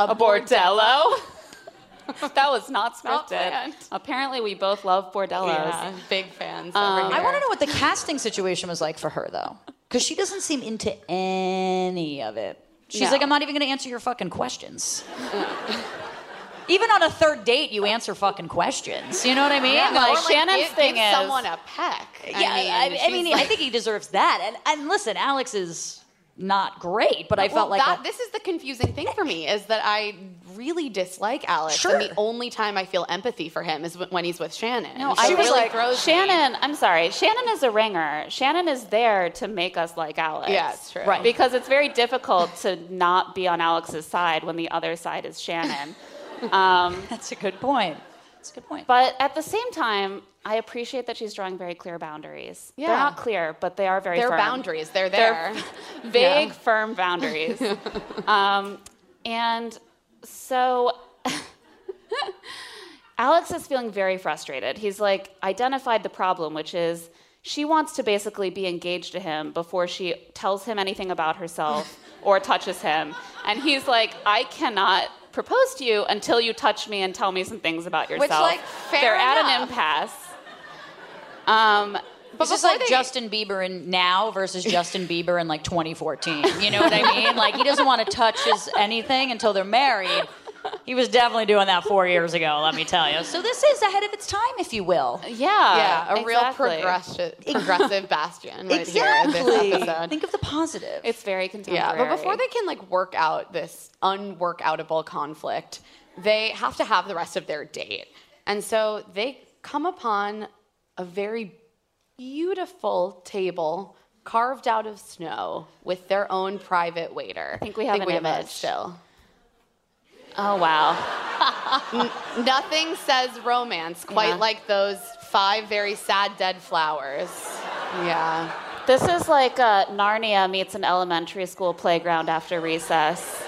[SPEAKER 2] A, bordello? *laughs* that was not
[SPEAKER 3] Not
[SPEAKER 2] scripted.
[SPEAKER 3] planned.
[SPEAKER 2] Apparently, we both love bordellos. Um,
[SPEAKER 3] Yeah, big fans. over
[SPEAKER 5] Um, I
[SPEAKER 3] here.
[SPEAKER 5] want to know what the casting situation was like for her though, because she doesn't seem into any of it. She's
[SPEAKER 2] No.
[SPEAKER 5] like, I'm not even going to answer your fucking questions. even on a third date, you answer fucking questions. You know what I mean?
[SPEAKER 2] Yeah,
[SPEAKER 5] like,
[SPEAKER 2] or like, Shannon's
[SPEAKER 3] give,
[SPEAKER 2] thing
[SPEAKER 3] give
[SPEAKER 2] is-
[SPEAKER 3] someone a peck. I
[SPEAKER 5] yeah, I
[SPEAKER 3] mean,
[SPEAKER 5] I, mean,
[SPEAKER 3] she's
[SPEAKER 5] I think he deserves that. And, and listen, Alex is not great, but I felt
[SPEAKER 3] well,
[SPEAKER 5] like
[SPEAKER 3] that,
[SPEAKER 5] a-
[SPEAKER 3] this is the confusing thing for me is that I really dislike Alex,
[SPEAKER 5] Sure.
[SPEAKER 3] and the only time I feel empathy for him is wh- when he's with Shannon.
[SPEAKER 2] No,
[SPEAKER 3] She
[SPEAKER 2] I was
[SPEAKER 3] really
[SPEAKER 2] like,
[SPEAKER 3] throws me.
[SPEAKER 2] Shannon, I'm sorry. Shannon is a ringer. Shannon is there to make us like Alex.
[SPEAKER 3] Yeah, it's true.
[SPEAKER 5] Right.
[SPEAKER 2] Because it's very difficult to not
[SPEAKER 3] *laughs*
[SPEAKER 2] be on Alex's side when the other side is Shannon. Um,
[SPEAKER 5] that's a good point. That's a good point.
[SPEAKER 2] But at the same time, I appreciate that she's drawing very clear boundaries.
[SPEAKER 3] Yeah.
[SPEAKER 2] They're not clear, but they are very
[SPEAKER 3] They're
[SPEAKER 2] firm.
[SPEAKER 3] boundaries. They're there.
[SPEAKER 2] *laughs* vague, firm
[SPEAKER 3] *laughs*
[SPEAKER 2] boundaries. um, and so Alex is feeling very frustrated. He's like identified the problem, which is she wants to basically be engaged to him before she tells him anything about
[SPEAKER 3] *laughs*
[SPEAKER 2] herself or touches him. And he's like, I cannot propose to you until you touch me and tell me some things about yourself.
[SPEAKER 3] like, fair
[SPEAKER 2] They're at an
[SPEAKER 3] enough.
[SPEAKER 2] impasse. Um,
[SPEAKER 5] This is like Justin Bieber in now versus Justin Bieber in like 2014. You know what I mean? Like he doesn't want to touch his anything until they're married. He was definitely doing that four years ago, let me tell you. So this is ahead of its time, if you will.
[SPEAKER 2] Uh, yeah.
[SPEAKER 3] yeah, a real
[SPEAKER 2] exactly.
[SPEAKER 3] progressive,
[SPEAKER 5] *laughs*
[SPEAKER 3] progressive bastion right here in this episode.
[SPEAKER 5] Think of the positive.
[SPEAKER 2] It's very contemporary.
[SPEAKER 3] Yeah, but before they can like work out this unworkoutable conflict, they have to have the rest of their date. And so they come upon a very beautiful table carved out of snow with their own private waiter. I
[SPEAKER 2] think we have an
[SPEAKER 3] it
[SPEAKER 2] image.
[SPEAKER 3] still.
[SPEAKER 2] Oh wow.
[SPEAKER 3] Nothing says romance quite
[SPEAKER 2] Yeah.
[SPEAKER 3] like those five very sad dead flowers. Yeah.
[SPEAKER 2] This is like uh, Narnia meets an elementary school playground after recess.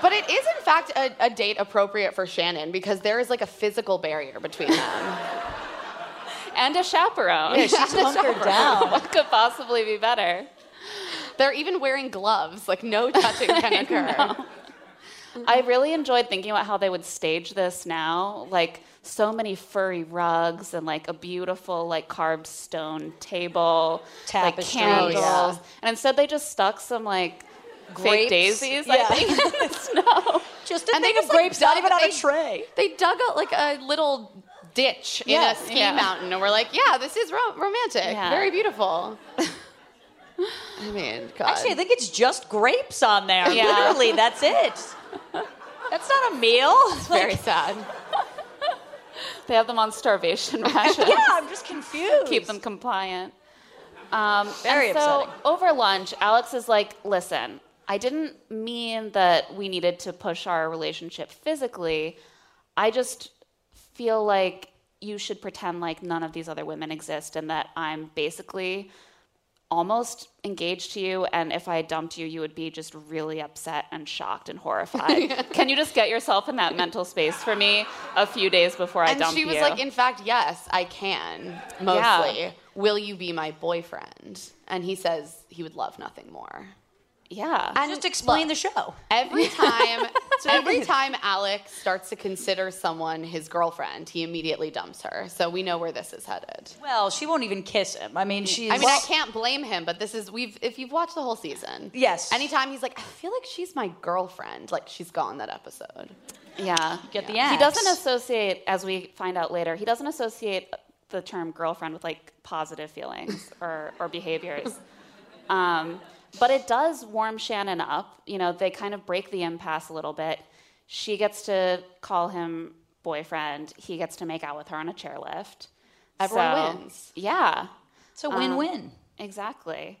[SPEAKER 3] But it is, in fact, a, a date appropriate for Shannon because there is like a physical barrier
[SPEAKER 2] *laughs*
[SPEAKER 3] between them.
[SPEAKER 2] And a chaperone. *laughs*
[SPEAKER 5] Yeah, she's hunkered down.
[SPEAKER 2] what could possibly be better?
[SPEAKER 3] They're even wearing gloves, like no
[SPEAKER 2] *laughs*
[SPEAKER 3] touching can occur.
[SPEAKER 2] I really enjoyed thinking about how they would stage this now. Like so many furry rugs and like a beautiful like carved stone table,
[SPEAKER 5] Tapestries.
[SPEAKER 2] like candles.
[SPEAKER 5] Oh, yeah.
[SPEAKER 2] And instead they just stuck some like fake
[SPEAKER 5] Grapes.
[SPEAKER 2] daisies,
[SPEAKER 5] Yeah.
[SPEAKER 2] I think, in the snow.
[SPEAKER 5] Just a
[SPEAKER 3] And they
[SPEAKER 5] thing of
[SPEAKER 3] just, like,
[SPEAKER 5] grapes, not
[SPEAKER 3] dug-
[SPEAKER 5] even on a
[SPEAKER 3] they-
[SPEAKER 5] tray.
[SPEAKER 3] They dug out like a little ditch in
[SPEAKER 5] Yeah,
[SPEAKER 3] a ski
[SPEAKER 5] yeah.
[SPEAKER 3] mountain, and we're like, yeah, this is ro- romantic,
[SPEAKER 2] Yeah.
[SPEAKER 3] very beautiful. I mean, God.
[SPEAKER 5] Actually, I think it's just grapes on there.
[SPEAKER 2] Yeah.
[SPEAKER 5] Literally, that's it. That's not a meal. *laughs* It's
[SPEAKER 3] very sad.
[SPEAKER 2] *laughs* They have them on starvation *laughs* rations.
[SPEAKER 5] yeah, I'm just confused.
[SPEAKER 2] keep them compliant. Um,
[SPEAKER 5] Very
[SPEAKER 2] and so
[SPEAKER 5] upsetting.
[SPEAKER 2] over lunch, Alex is like, "Listen, I didn't mean that we needed to push our relationship physically. I just feel like you should pretend like none of these other women exist and that I'm basically almost engaged to you and if I dumped you you would be just really upset and shocked and horrified.
[SPEAKER 3] *laughs*
[SPEAKER 2] Can you just get yourself in that mental space for me a few days before I
[SPEAKER 3] And
[SPEAKER 2] dump you?"
[SPEAKER 3] she was like, in fact, yes, I can, mostly. Will you be my boyfriend? And he says he would love nothing more.
[SPEAKER 2] "Yeah."
[SPEAKER 3] And
[SPEAKER 5] Just explain the show.
[SPEAKER 3] Every
[SPEAKER 2] *laughs*
[SPEAKER 3] *laughs* time, every time Alex starts to consider someone his girlfriend, he immediately dumps her. So we know where this is headed.
[SPEAKER 5] Well, she won't even kiss him. I mean, she's.
[SPEAKER 3] I mean, I can't blame him, but this is we've if you've watched the whole season.
[SPEAKER 5] Yes.
[SPEAKER 3] Anytime he's like, I feel like she's my girlfriend. Like she's gone that episode.
[SPEAKER 2] Yeah.
[SPEAKER 5] Get the
[SPEAKER 2] He
[SPEAKER 5] axe.
[SPEAKER 3] *laughs*
[SPEAKER 2] doesn't associate, as we find out later, he doesn't associate the term girlfriend with like positive feelings or, or behaviors. Um, but it does warm Shannon up. You know, they kind of break the impasse a little bit. She gets to call him boyfriend. He gets to make out with her on a chairlift.
[SPEAKER 3] Everyone
[SPEAKER 2] So,
[SPEAKER 3] wins.
[SPEAKER 2] Yeah, Um,
[SPEAKER 5] It's a win-win.
[SPEAKER 2] exactly.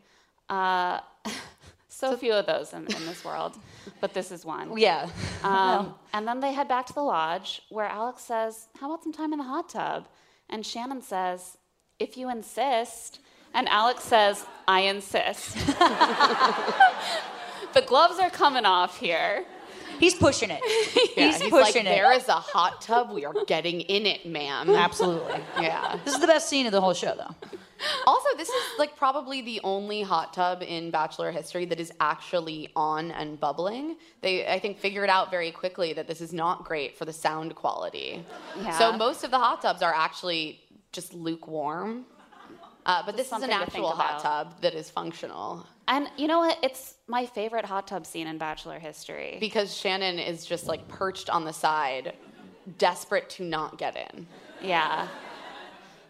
[SPEAKER 2] Uh, *laughs* so few of those in, in this world, but this is one.
[SPEAKER 5] yeah.
[SPEAKER 2] *laughs* Um, And then they head back to the lodge where Alex says, How about some time in the hot tub? And Shannon says, If you insist. And Alex says, I
[SPEAKER 3] *laughs*
[SPEAKER 2] insist. the gloves are coming off here.
[SPEAKER 5] He's pushing
[SPEAKER 2] *laughs*
[SPEAKER 5] it. he's,
[SPEAKER 3] he's like,
[SPEAKER 5] pushing
[SPEAKER 3] there
[SPEAKER 5] it.
[SPEAKER 3] is a hot tub. We are getting in it, ma'am.
[SPEAKER 5] Absolutely.
[SPEAKER 3] Yeah.
[SPEAKER 5] This is the best scene of the whole show, though.
[SPEAKER 3] Also, this is like probably the only hot tub in Bachelor history that is actually on and bubbling. They, I think, figured out very quickly that this is not great for the sound quality.
[SPEAKER 2] Yeah.
[SPEAKER 3] So most of the hot tubs are actually just lukewarm. Uh, but this is an
[SPEAKER 2] something to think
[SPEAKER 3] actual hot
[SPEAKER 2] about.
[SPEAKER 3] tub that is functional
[SPEAKER 2] And you know what? It's my favorite hot tub scene in Bachelor history.
[SPEAKER 3] because Shannon is just like perched on the side, desperate to not get in.
[SPEAKER 2] Yeah.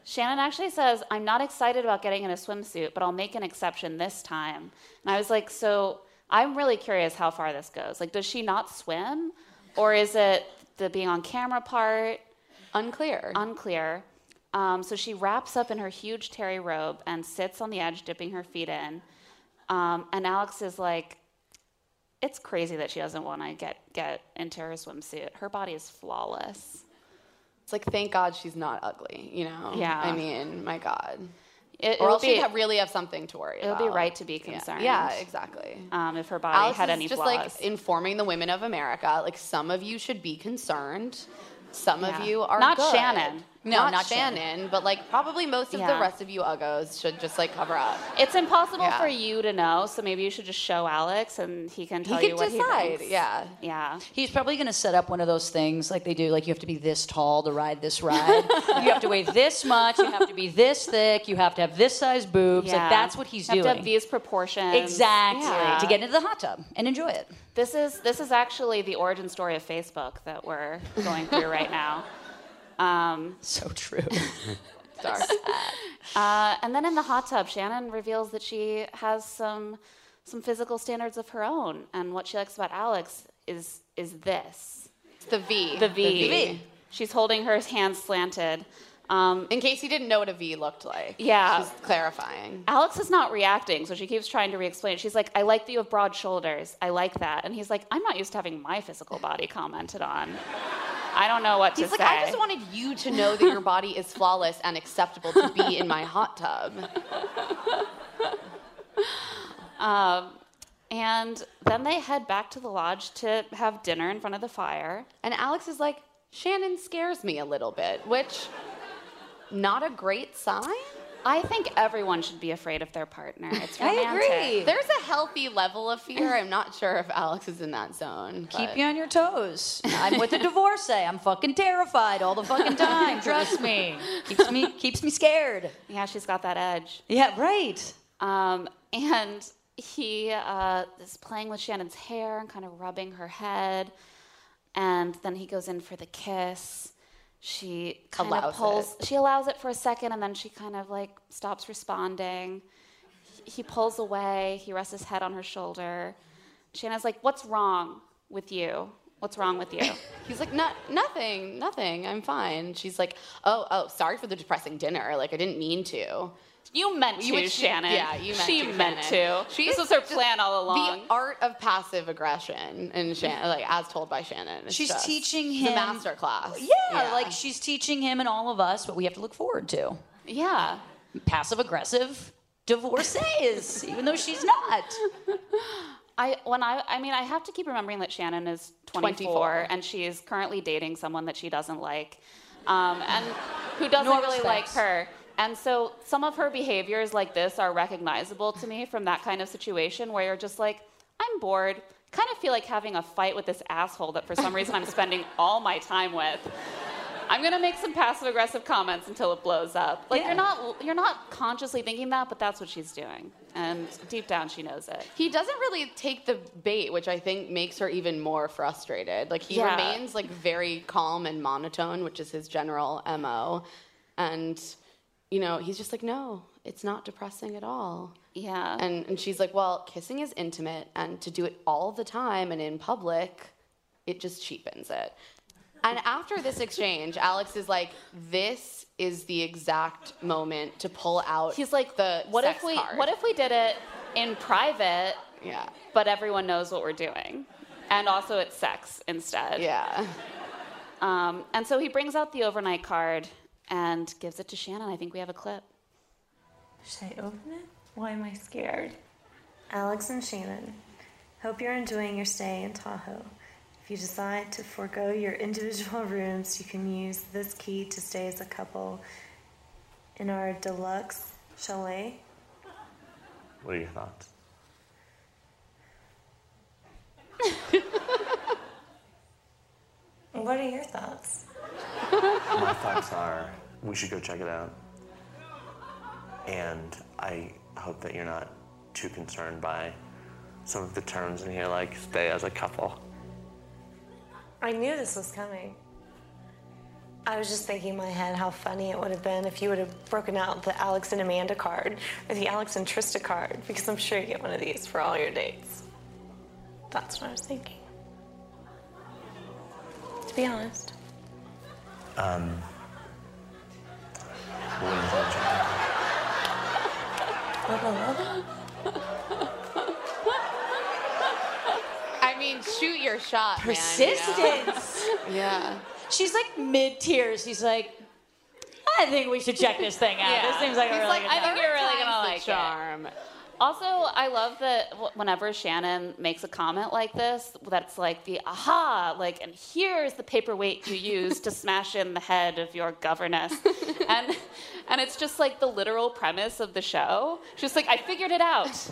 [SPEAKER 2] Shannon actually says, I'm not excited about getting in a swimsuit, but I'll make an exception this time. And I was like, so I'm really curious how far this goes. Like, does she not swim? Or is it the being on camera part?
[SPEAKER 3] Unclear.
[SPEAKER 2] Unclear. Um, so she wraps up in her huge terry robe and sits on the edge, dipping her feet in. Um, and Alex is like, it's crazy that she doesn't want to get, get into her swimsuit. Her body is flawless.
[SPEAKER 3] It's like thank God she's not ugly, you know?
[SPEAKER 2] Yeah.
[SPEAKER 3] I mean, my God.
[SPEAKER 2] It,
[SPEAKER 3] or
[SPEAKER 2] it'll
[SPEAKER 3] else she'd
[SPEAKER 2] be-
[SPEAKER 3] ha- really have something to worry
[SPEAKER 2] It'll
[SPEAKER 3] about.
[SPEAKER 2] be right to be
[SPEAKER 3] Yeah.
[SPEAKER 2] concerned.
[SPEAKER 3] Yeah, exactly.
[SPEAKER 2] Um, if her body
[SPEAKER 3] Alex
[SPEAKER 2] had
[SPEAKER 3] is
[SPEAKER 2] any
[SPEAKER 3] just
[SPEAKER 2] flaws.
[SPEAKER 3] like informing the women of America, like some of you should be concerned. Some
[SPEAKER 2] Yeah.
[SPEAKER 3] of you are
[SPEAKER 2] Not
[SPEAKER 3] good.
[SPEAKER 2] Shannon.
[SPEAKER 5] No,
[SPEAKER 3] not,
[SPEAKER 5] not Shannon.
[SPEAKER 3] Shannon, but like probably most of
[SPEAKER 2] Yeah.
[SPEAKER 3] the rest of you uggos should just like cover up.
[SPEAKER 2] it's impossible
[SPEAKER 3] Yeah.
[SPEAKER 2] for you to know, so maybe you should just show Alex, and he can
[SPEAKER 3] He
[SPEAKER 2] tell you
[SPEAKER 3] could
[SPEAKER 2] what he
[SPEAKER 3] decide.
[SPEAKER 2] thinks.
[SPEAKER 3] yeah.
[SPEAKER 2] Yeah.
[SPEAKER 5] He's probably going to set up one of those things like they do, like you have to be this tall to ride this ride. you have to weigh this much. You have to be this thick. You have to have this size boobs.
[SPEAKER 2] Yeah.
[SPEAKER 5] Like that's what he's
[SPEAKER 2] You have
[SPEAKER 5] doing.
[SPEAKER 2] To have these proportions.
[SPEAKER 5] exactly
[SPEAKER 2] Yeah.
[SPEAKER 5] to get into the hot tub and enjoy it.
[SPEAKER 2] This is this is actually the origin story of Facebook that we're going through right now. *laughs* Um,
[SPEAKER 5] *laughs* So true.
[SPEAKER 3] Dark.
[SPEAKER 2] *laughs* uh, and then in the hot tub, Shannon reveals that she has some some physical standards of her own, and what she likes about Alex is is this
[SPEAKER 3] It's the V.
[SPEAKER 2] the V. She's holding her hands slanted. Um,
[SPEAKER 3] In case you didn't know what a V looked like.
[SPEAKER 2] Yeah.
[SPEAKER 3] She's clarifying.
[SPEAKER 2] Alex is not reacting, so she keeps trying to re-explain. it. She's like, "I like that you have broad shoulders. I like that," and he's like, "I'm not used to having my physical body commented on. I don't know what
[SPEAKER 3] He's
[SPEAKER 2] to
[SPEAKER 3] like,
[SPEAKER 2] say."
[SPEAKER 3] I just wanted you to know that your
[SPEAKER 2] *laughs*
[SPEAKER 3] body is flawless and acceptable to be in my hot tub.
[SPEAKER 2] *laughs* Um, and then they head back to the lodge to have dinner in front of the fire.
[SPEAKER 3] And Alex is like, Shannon scares me a little bit, which not a great sign.
[SPEAKER 2] I think everyone should be afraid of their partner. It's
[SPEAKER 5] I
[SPEAKER 2] romantic.
[SPEAKER 5] agree.
[SPEAKER 3] There's a healthy level of fear. I'm not sure if Alex is in that zone.
[SPEAKER 5] *laughs* Keep
[SPEAKER 3] but-
[SPEAKER 5] you on your toes. I'm with a divorcee. I'm fucking terrified all the fucking time. Trust me. Keeps me keeps me scared.
[SPEAKER 2] Yeah, she's got that edge.
[SPEAKER 5] Yeah, right.
[SPEAKER 2] Um, and he uh, is playing with Shannon's hair and kind of rubbing her head. And then he goes in for the kiss. She kind
[SPEAKER 3] Allows
[SPEAKER 2] of pulls. She allows it for a second, and then she kind of like stops responding. He- He pulls away. He rests his head on her shoulder. Shannon's like, "What's wrong with you? What's wrong with
[SPEAKER 3] *laughs*
[SPEAKER 2] you?"
[SPEAKER 3] He's like, not nothing, nothing. I'm fine. She's like, oh, oh, sorry for the depressing dinner. Like I didn't mean to.
[SPEAKER 2] You meant
[SPEAKER 3] You
[SPEAKER 2] to,
[SPEAKER 3] would- she-
[SPEAKER 2] Shannon.
[SPEAKER 3] yeah, you meant
[SPEAKER 2] she
[SPEAKER 3] to,
[SPEAKER 2] meant
[SPEAKER 3] Shannon.
[SPEAKER 2] to.
[SPEAKER 3] She
[SPEAKER 2] this
[SPEAKER 3] is
[SPEAKER 2] was her
[SPEAKER 3] just
[SPEAKER 2] plan all along.
[SPEAKER 3] The art of passive aggression, and Shannon, like as told by Shannon, it's
[SPEAKER 5] She's
[SPEAKER 3] just-
[SPEAKER 5] teaching
[SPEAKER 3] it's
[SPEAKER 5] him-
[SPEAKER 3] a master class.
[SPEAKER 5] Yeah, like she's teaching him and all of us what we have to look forward to.
[SPEAKER 2] yeah.
[SPEAKER 5] Passive aggressive divorcees, even though she's not.
[SPEAKER 2] I when I I mean I have to keep remembering that Shannon is 24,
[SPEAKER 3] 24.
[SPEAKER 2] and she is currently dating someone that she doesn't like, um, and who doesn't
[SPEAKER 5] Nor
[SPEAKER 2] really like
[SPEAKER 5] respects.
[SPEAKER 2] her. And so some of her behaviors like this are recognizable to me from that kind of situation where you're just like, I'm bored. Kind of feel like having a fight with this asshole that for some reason I'm spending all my time with. I'm gonna make some passive aggressive comments until it blows up. Like you're not you're not consciously thinking that, but that's what she's doing. And deep down she knows it.
[SPEAKER 3] He doesn't really take the bait, which I think makes her even more frustrated. Like he
[SPEAKER 2] Yeah.
[SPEAKER 3] remains like very calm and monotone, which is his general MO. And you know, he's just like, "No, it's not depressing at all."
[SPEAKER 2] Yeah.
[SPEAKER 3] And and she's like, "Well, kissing is intimate and to do it all the time and in public, it just cheapens it." And after this exchange, Alex is like, "This is the exact moment to pull out."
[SPEAKER 2] He's like,
[SPEAKER 3] "The
[SPEAKER 2] what
[SPEAKER 3] sex
[SPEAKER 2] if we
[SPEAKER 3] card."
[SPEAKER 2] what if we did it in private,
[SPEAKER 3] yeah,
[SPEAKER 2] but everyone knows what we're doing, and also it's sex instead.
[SPEAKER 3] yeah."
[SPEAKER 2] Um, and so he brings out the overnight card and gives it to Shannon. I think we have a clip.
[SPEAKER 10] Should I open it? Why am I scared? Alex and Shannon, hope you're enjoying your stay in Tahoe. If you decide to forego your individual *laughs* rooms, you can use this key to stay as a couple in our deluxe chalet.
[SPEAKER 8] What are your thoughts?
[SPEAKER 10] What are your thoughts?
[SPEAKER 8] My thoughts are we should go check it out. And I hope that you're not too concerned by some of the terms in here, like stay as a couple.
[SPEAKER 10] I knew this was coming. I was just thinking in my head how funny it would have been if you would have broken out the Alex and Amanda card or the Alex and Trista card, because I'm sure you get one of these for all your dates. That's what I was thinking. To be honest.
[SPEAKER 8] Um, What do you think, Shannon?
[SPEAKER 3] I mean, shoot your shot, man, you know?
[SPEAKER 5] Persistence.
[SPEAKER 2] *laughs*
[SPEAKER 3] Yeah.
[SPEAKER 5] she's like mid tears. She's like, I think we should check this thing out.
[SPEAKER 2] Yeah.
[SPEAKER 5] This seems like a
[SPEAKER 2] He's
[SPEAKER 5] really
[SPEAKER 2] like,
[SPEAKER 5] good
[SPEAKER 2] I
[SPEAKER 5] time."
[SPEAKER 2] think you're really gonna like
[SPEAKER 3] charm.
[SPEAKER 2] Also, I love that wh- whenever Shannon makes a comment like this, that's like the aha, like, and here's the paperweight you used to smash in the head of your governess, *laughs* and and it's just like the literal premise of the show. She's just like, I figured it out.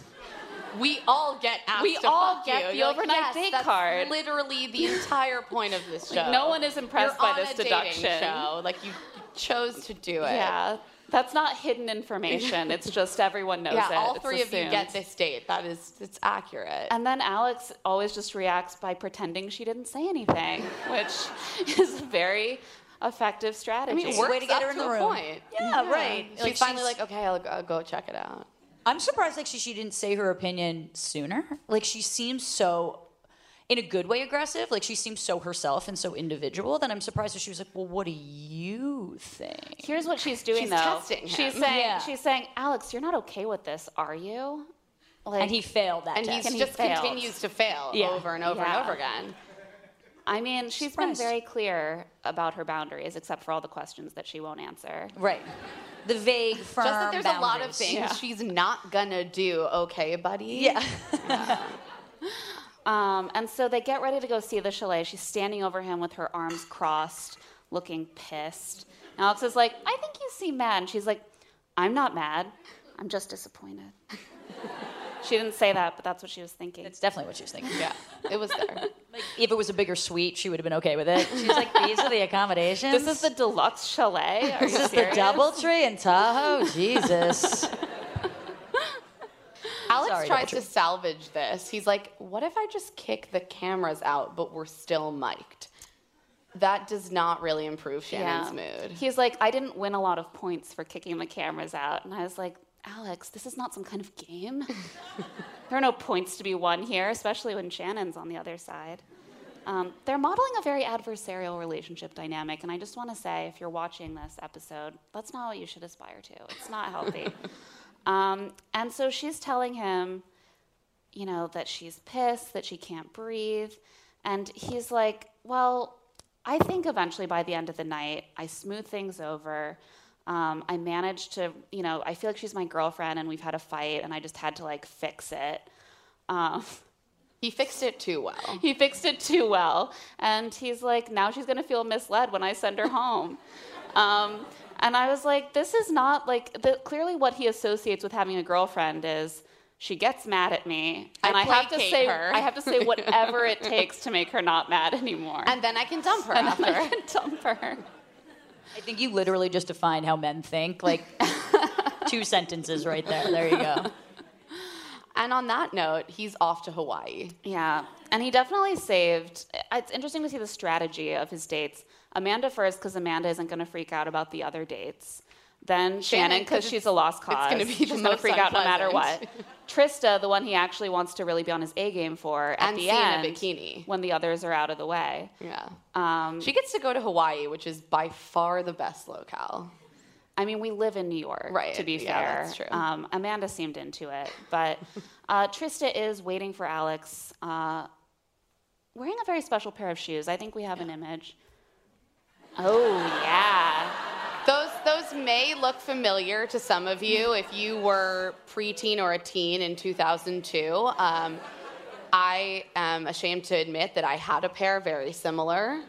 [SPEAKER 3] We all get asked.
[SPEAKER 2] We
[SPEAKER 3] to
[SPEAKER 2] all
[SPEAKER 3] fuck
[SPEAKER 2] get
[SPEAKER 3] you.
[SPEAKER 2] the
[SPEAKER 3] You're like,
[SPEAKER 2] overnight
[SPEAKER 3] yes,
[SPEAKER 2] date
[SPEAKER 3] that's
[SPEAKER 2] card.
[SPEAKER 3] Literally the entire point of this
[SPEAKER 2] *laughs* Like,
[SPEAKER 3] show.
[SPEAKER 2] no one is impressed
[SPEAKER 3] You're
[SPEAKER 2] by
[SPEAKER 3] on
[SPEAKER 2] this
[SPEAKER 3] a dating
[SPEAKER 2] deduction.
[SPEAKER 3] Show like you chose to do it. *laughs*
[SPEAKER 2] Yeah, that's not hidden *laughs* information. it's just everyone knows
[SPEAKER 3] yeah.
[SPEAKER 2] it.
[SPEAKER 3] All
[SPEAKER 2] It's
[SPEAKER 3] three of you get
[SPEAKER 2] assumed.
[SPEAKER 3] this date. That is, it's accurate.
[SPEAKER 2] And then Alex always just reacts by pretending she didn't say
[SPEAKER 3] *laughs*
[SPEAKER 2] anything, which is a very effective
[SPEAKER 3] I
[SPEAKER 2] strategy.
[SPEAKER 3] mean, it works up to a point.
[SPEAKER 5] Yeah, right.
[SPEAKER 3] She's
[SPEAKER 5] Like,
[SPEAKER 3] finally
[SPEAKER 5] she's-
[SPEAKER 3] like, okay, I'll, I'll go check it out.
[SPEAKER 5] I'm surprised like she, she didn't say her opinion sooner. Like she seems so in a good way aggressive. Like she seems so herself and so individual that I'm surprised that she was like, Well, what do you think?
[SPEAKER 2] Here's what she's doing
[SPEAKER 5] She's
[SPEAKER 2] though.
[SPEAKER 5] testing
[SPEAKER 2] She's
[SPEAKER 5] him.
[SPEAKER 2] saying,
[SPEAKER 5] Yeah.
[SPEAKER 2] she's saying, Alex, you're not okay with this, are you?
[SPEAKER 5] And he failed that
[SPEAKER 2] and
[SPEAKER 5] test.
[SPEAKER 2] He,
[SPEAKER 5] And
[SPEAKER 2] he
[SPEAKER 5] he
[SPEAKER 2] just
[SPEAKER 5] failed.
[SPEAKER 2] continues to fail
[SPEAKER 5] Yeah.
[SPEAKER 2] over and over
[SPEAKER 5] Yeah.
[SPEAKER 2] and over again. I mean, she's
[SPEAKER 5] Surprised.
[SPEAKER 2] been very clear about her boundaries, except for all the questions that she won't answer.
[SPEAKER 5] Right. The vague, firm
[SPEAKER 3] Just that there's a lot of
[SPEAKER 5] boundaries.
[SPEAKER 3] things
[SPEAKER 5] Yeah.
[SPEAKER 3] she's not gonna do. Okay, buddy.
[SPEAKER 5] Yeah.
[SPEAKER 2] Um, and so they get ready to go see the chalet. She's standing over him with her arms crossed, looking pissed. And Alex is like, I think you seem mad. And she's like, I'm not mad. I'm just disappointed. *laughs* she didn't say that, but that's what she was thinking. It's
[SPEAKER 5] definitely what she was thinking.
[SPEAKER 3] Yeah, it was there.
[SPEAKER 5] If it was a bigger suite, she would have been okay with it. She's like, These are the accommodations.
[SPEAKER 2] This is the deluxe chalet. Are
[SPEAKER 5] This
[SPEAKER 2] you
[SPEAKER 5] is the
[SPEAKER 2] serious?
[SPEAKER 5] double tree in Tahoe. Jesus.
[SPEAKER 3] Alex
[SPEAKER 5] Sorry,
[SPEAKER 3] tries
[SPEAKER 5] Dodger.
[SPEAKER 3] to salvage this. He's like, what if I just kick the cameras out, but we're still mic'd? That does not really improve Shannon's mood.
[SPEAKER 2] He's like, I didn't win a lot of points for kicking the cameras out. And I was like, Alex, this is not some kind of game. *laughs* there are no points to be won here, especially when Shannon's on the other side. Um, they're modeling a very adversarial relationship dynamic. And I just want to say, if you're watching this episode, that's not what you should aspire to. It's not healthy. um, and so she's telling him, you know, that she's pissed, that she can't breathe. And he's like, Well, I think eventually by the end of the night, I smooth things over. Um, I managed to, you know, I feel like she's my girlfriend and we've had a fight and I just had to like fix it. Um,
[SPEAKER 3] he fixed it too well.
[SPEAKER 2] He fixed it too well. And he's like, Now she's going to feel misled when I send her home. Um, and I was like, This is not like, the, clearly what he associates with having a girlfriend is. She gets mad at me,
[SPEAKER 3] I
[SPEAKER 2] and I, have to
[SPEAKER 3] placate
[SPEAKER 2] say
[SPEAKER 3] her.
[SPEAKER 2] I have to say whatever it takes to make her not mad anymore.
[SPEAKER 3] And then I can dump her
[SPEAKER 2] And
[SPEAKER 3] after.
[SPEAKER 11] *laughs*
[SPEAKER 2] then I can dump her.
[SPEAKER 5] I think you literally just defined how men think.
[SPEAKER 2] *laughs*
[SPEAKER 5] Like two sentences right there. There you go.
[SPEAKER 3] And on that note, he's off to Hawaii.
[SPEAKER 2] Yeah, and he definitely saved. It's interesting to see the strategy of his dates. Amanda first, because Amanda isn't going to freak out about the other dates. Then Shannon,
[SPEAKER 3] Shannon, 'cause
[SPEAKER 2] because she's
[SPEAKER 3] it's-
[SPEAKER 2] a lost
[SPEAKER 3] it's
[SPEAKER 2] cause.
[SPEAKER 3] gonna be the
[SPEAKER 2] she's gonna
[SPEAKER 3] most
[SPEAKER 2] freak out no matter what.
[SPEAKER 3] *laughs* unpleasant.
[SPEAKER 2] Trista, the one he actually wants to really be on his A game for at
[SPEAKER 3] And
[SPEAKER 2] the
[SPEAKER 3] see in a
[SPEAKER 2] end,
[SPEAKER 3] bikini.
[SPEAKER 2] when the others are out of the way.
[SPEAKER 3] Yeah.
[SPEAKER 2] Um,
[SPEAKER 3] She gets to go to Hawaii, which is by far the best locale.
[SPEAKER 2] I mean, we live in New York,
[SPEAKER 3] Right,
[SPEAKER 2] to be fair.
[SPEAKER 3] yeah, that's true.
[SPEAKER 2] Um, Amanda seemed into it,
[SPEAKER 3] *laughs*
[SPEAKER 2] but uh, Trista is waiting for Alex, uh, wearing a very special pair of shoes. I think we have an image. Oh yeah,
[SPEAKER 3] Those those may look familiar to some of you if you were preteen or a teen in 2002. Um, I am ashamed to admit that I had a pair very similar.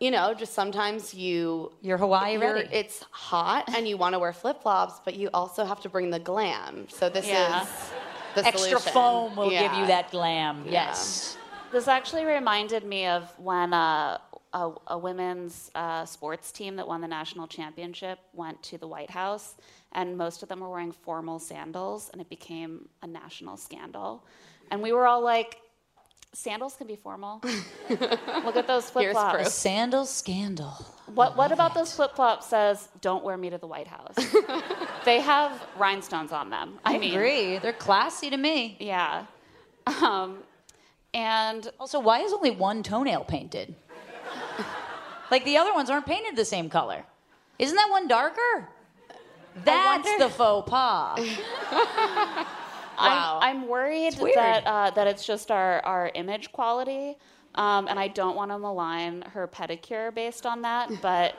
[SPEAKER 3] You know, just sometimes you
[SPEAKER 5] You're Hawaii
[SPEAKER 3] you're-
[SPEAKER 5] ready.
[SPEAKER 3] It's hot and you want to wear flip flops, but you also have to bring the glam. So this
[SPEAKER 2] Yeah.
[SPEAKER 3] is the
[SPEAKER 5] Extra
[SPEAKER 3] solution.
[SPEAKER 5] foam will give
[SPEAKER 3] Yeah.
[SPEAKER 5] you that glam.
[SPEAKER 3] Yeah.
[SPEAKER 5] Yes.
[SPEAKER 2] this actually reminded me of when uh, a, a women's uh, sports team that won the national championship went to the White House, and most of them were wearing formal sandals, and it became a national scandal. And we were all like, "Sandals can be formal. Look at those flip flops."
[SPEAKER 5] A sandal scandal.
[SPEAKER 2] What What about those flip flops? Says, "Don't wear me to the White House." they have rhinestones on them. I,
[SPEAKER 5] I
[SPEAKER 2] mean,
[SPEAKER 5] agree. They're classy to me.
[SPEAKER 2] yeah. Um, and
[SPEAKER 5] Also, why is only one toenail
[SPEAKER 2] *laughs*
[SPEAKER 5] painted? like the other ones aren't painted the same color. Isn't that one darker? That's
[SPEAKER 2] wonder-
[SPEAKER 5] the faux
[SPEAKER 2] *laughs*
[SPEAKER 5] pas.
[SPEAKER 2] I'm, I'm worried
[SPEAKER 5] weird.
[SPEAKER 2] that uh, that it's just our, our image quality. Um, and I don't want to malign her pedicure based
[SPEAKER 5] *laughs*
[SPEAKER 2] on that, but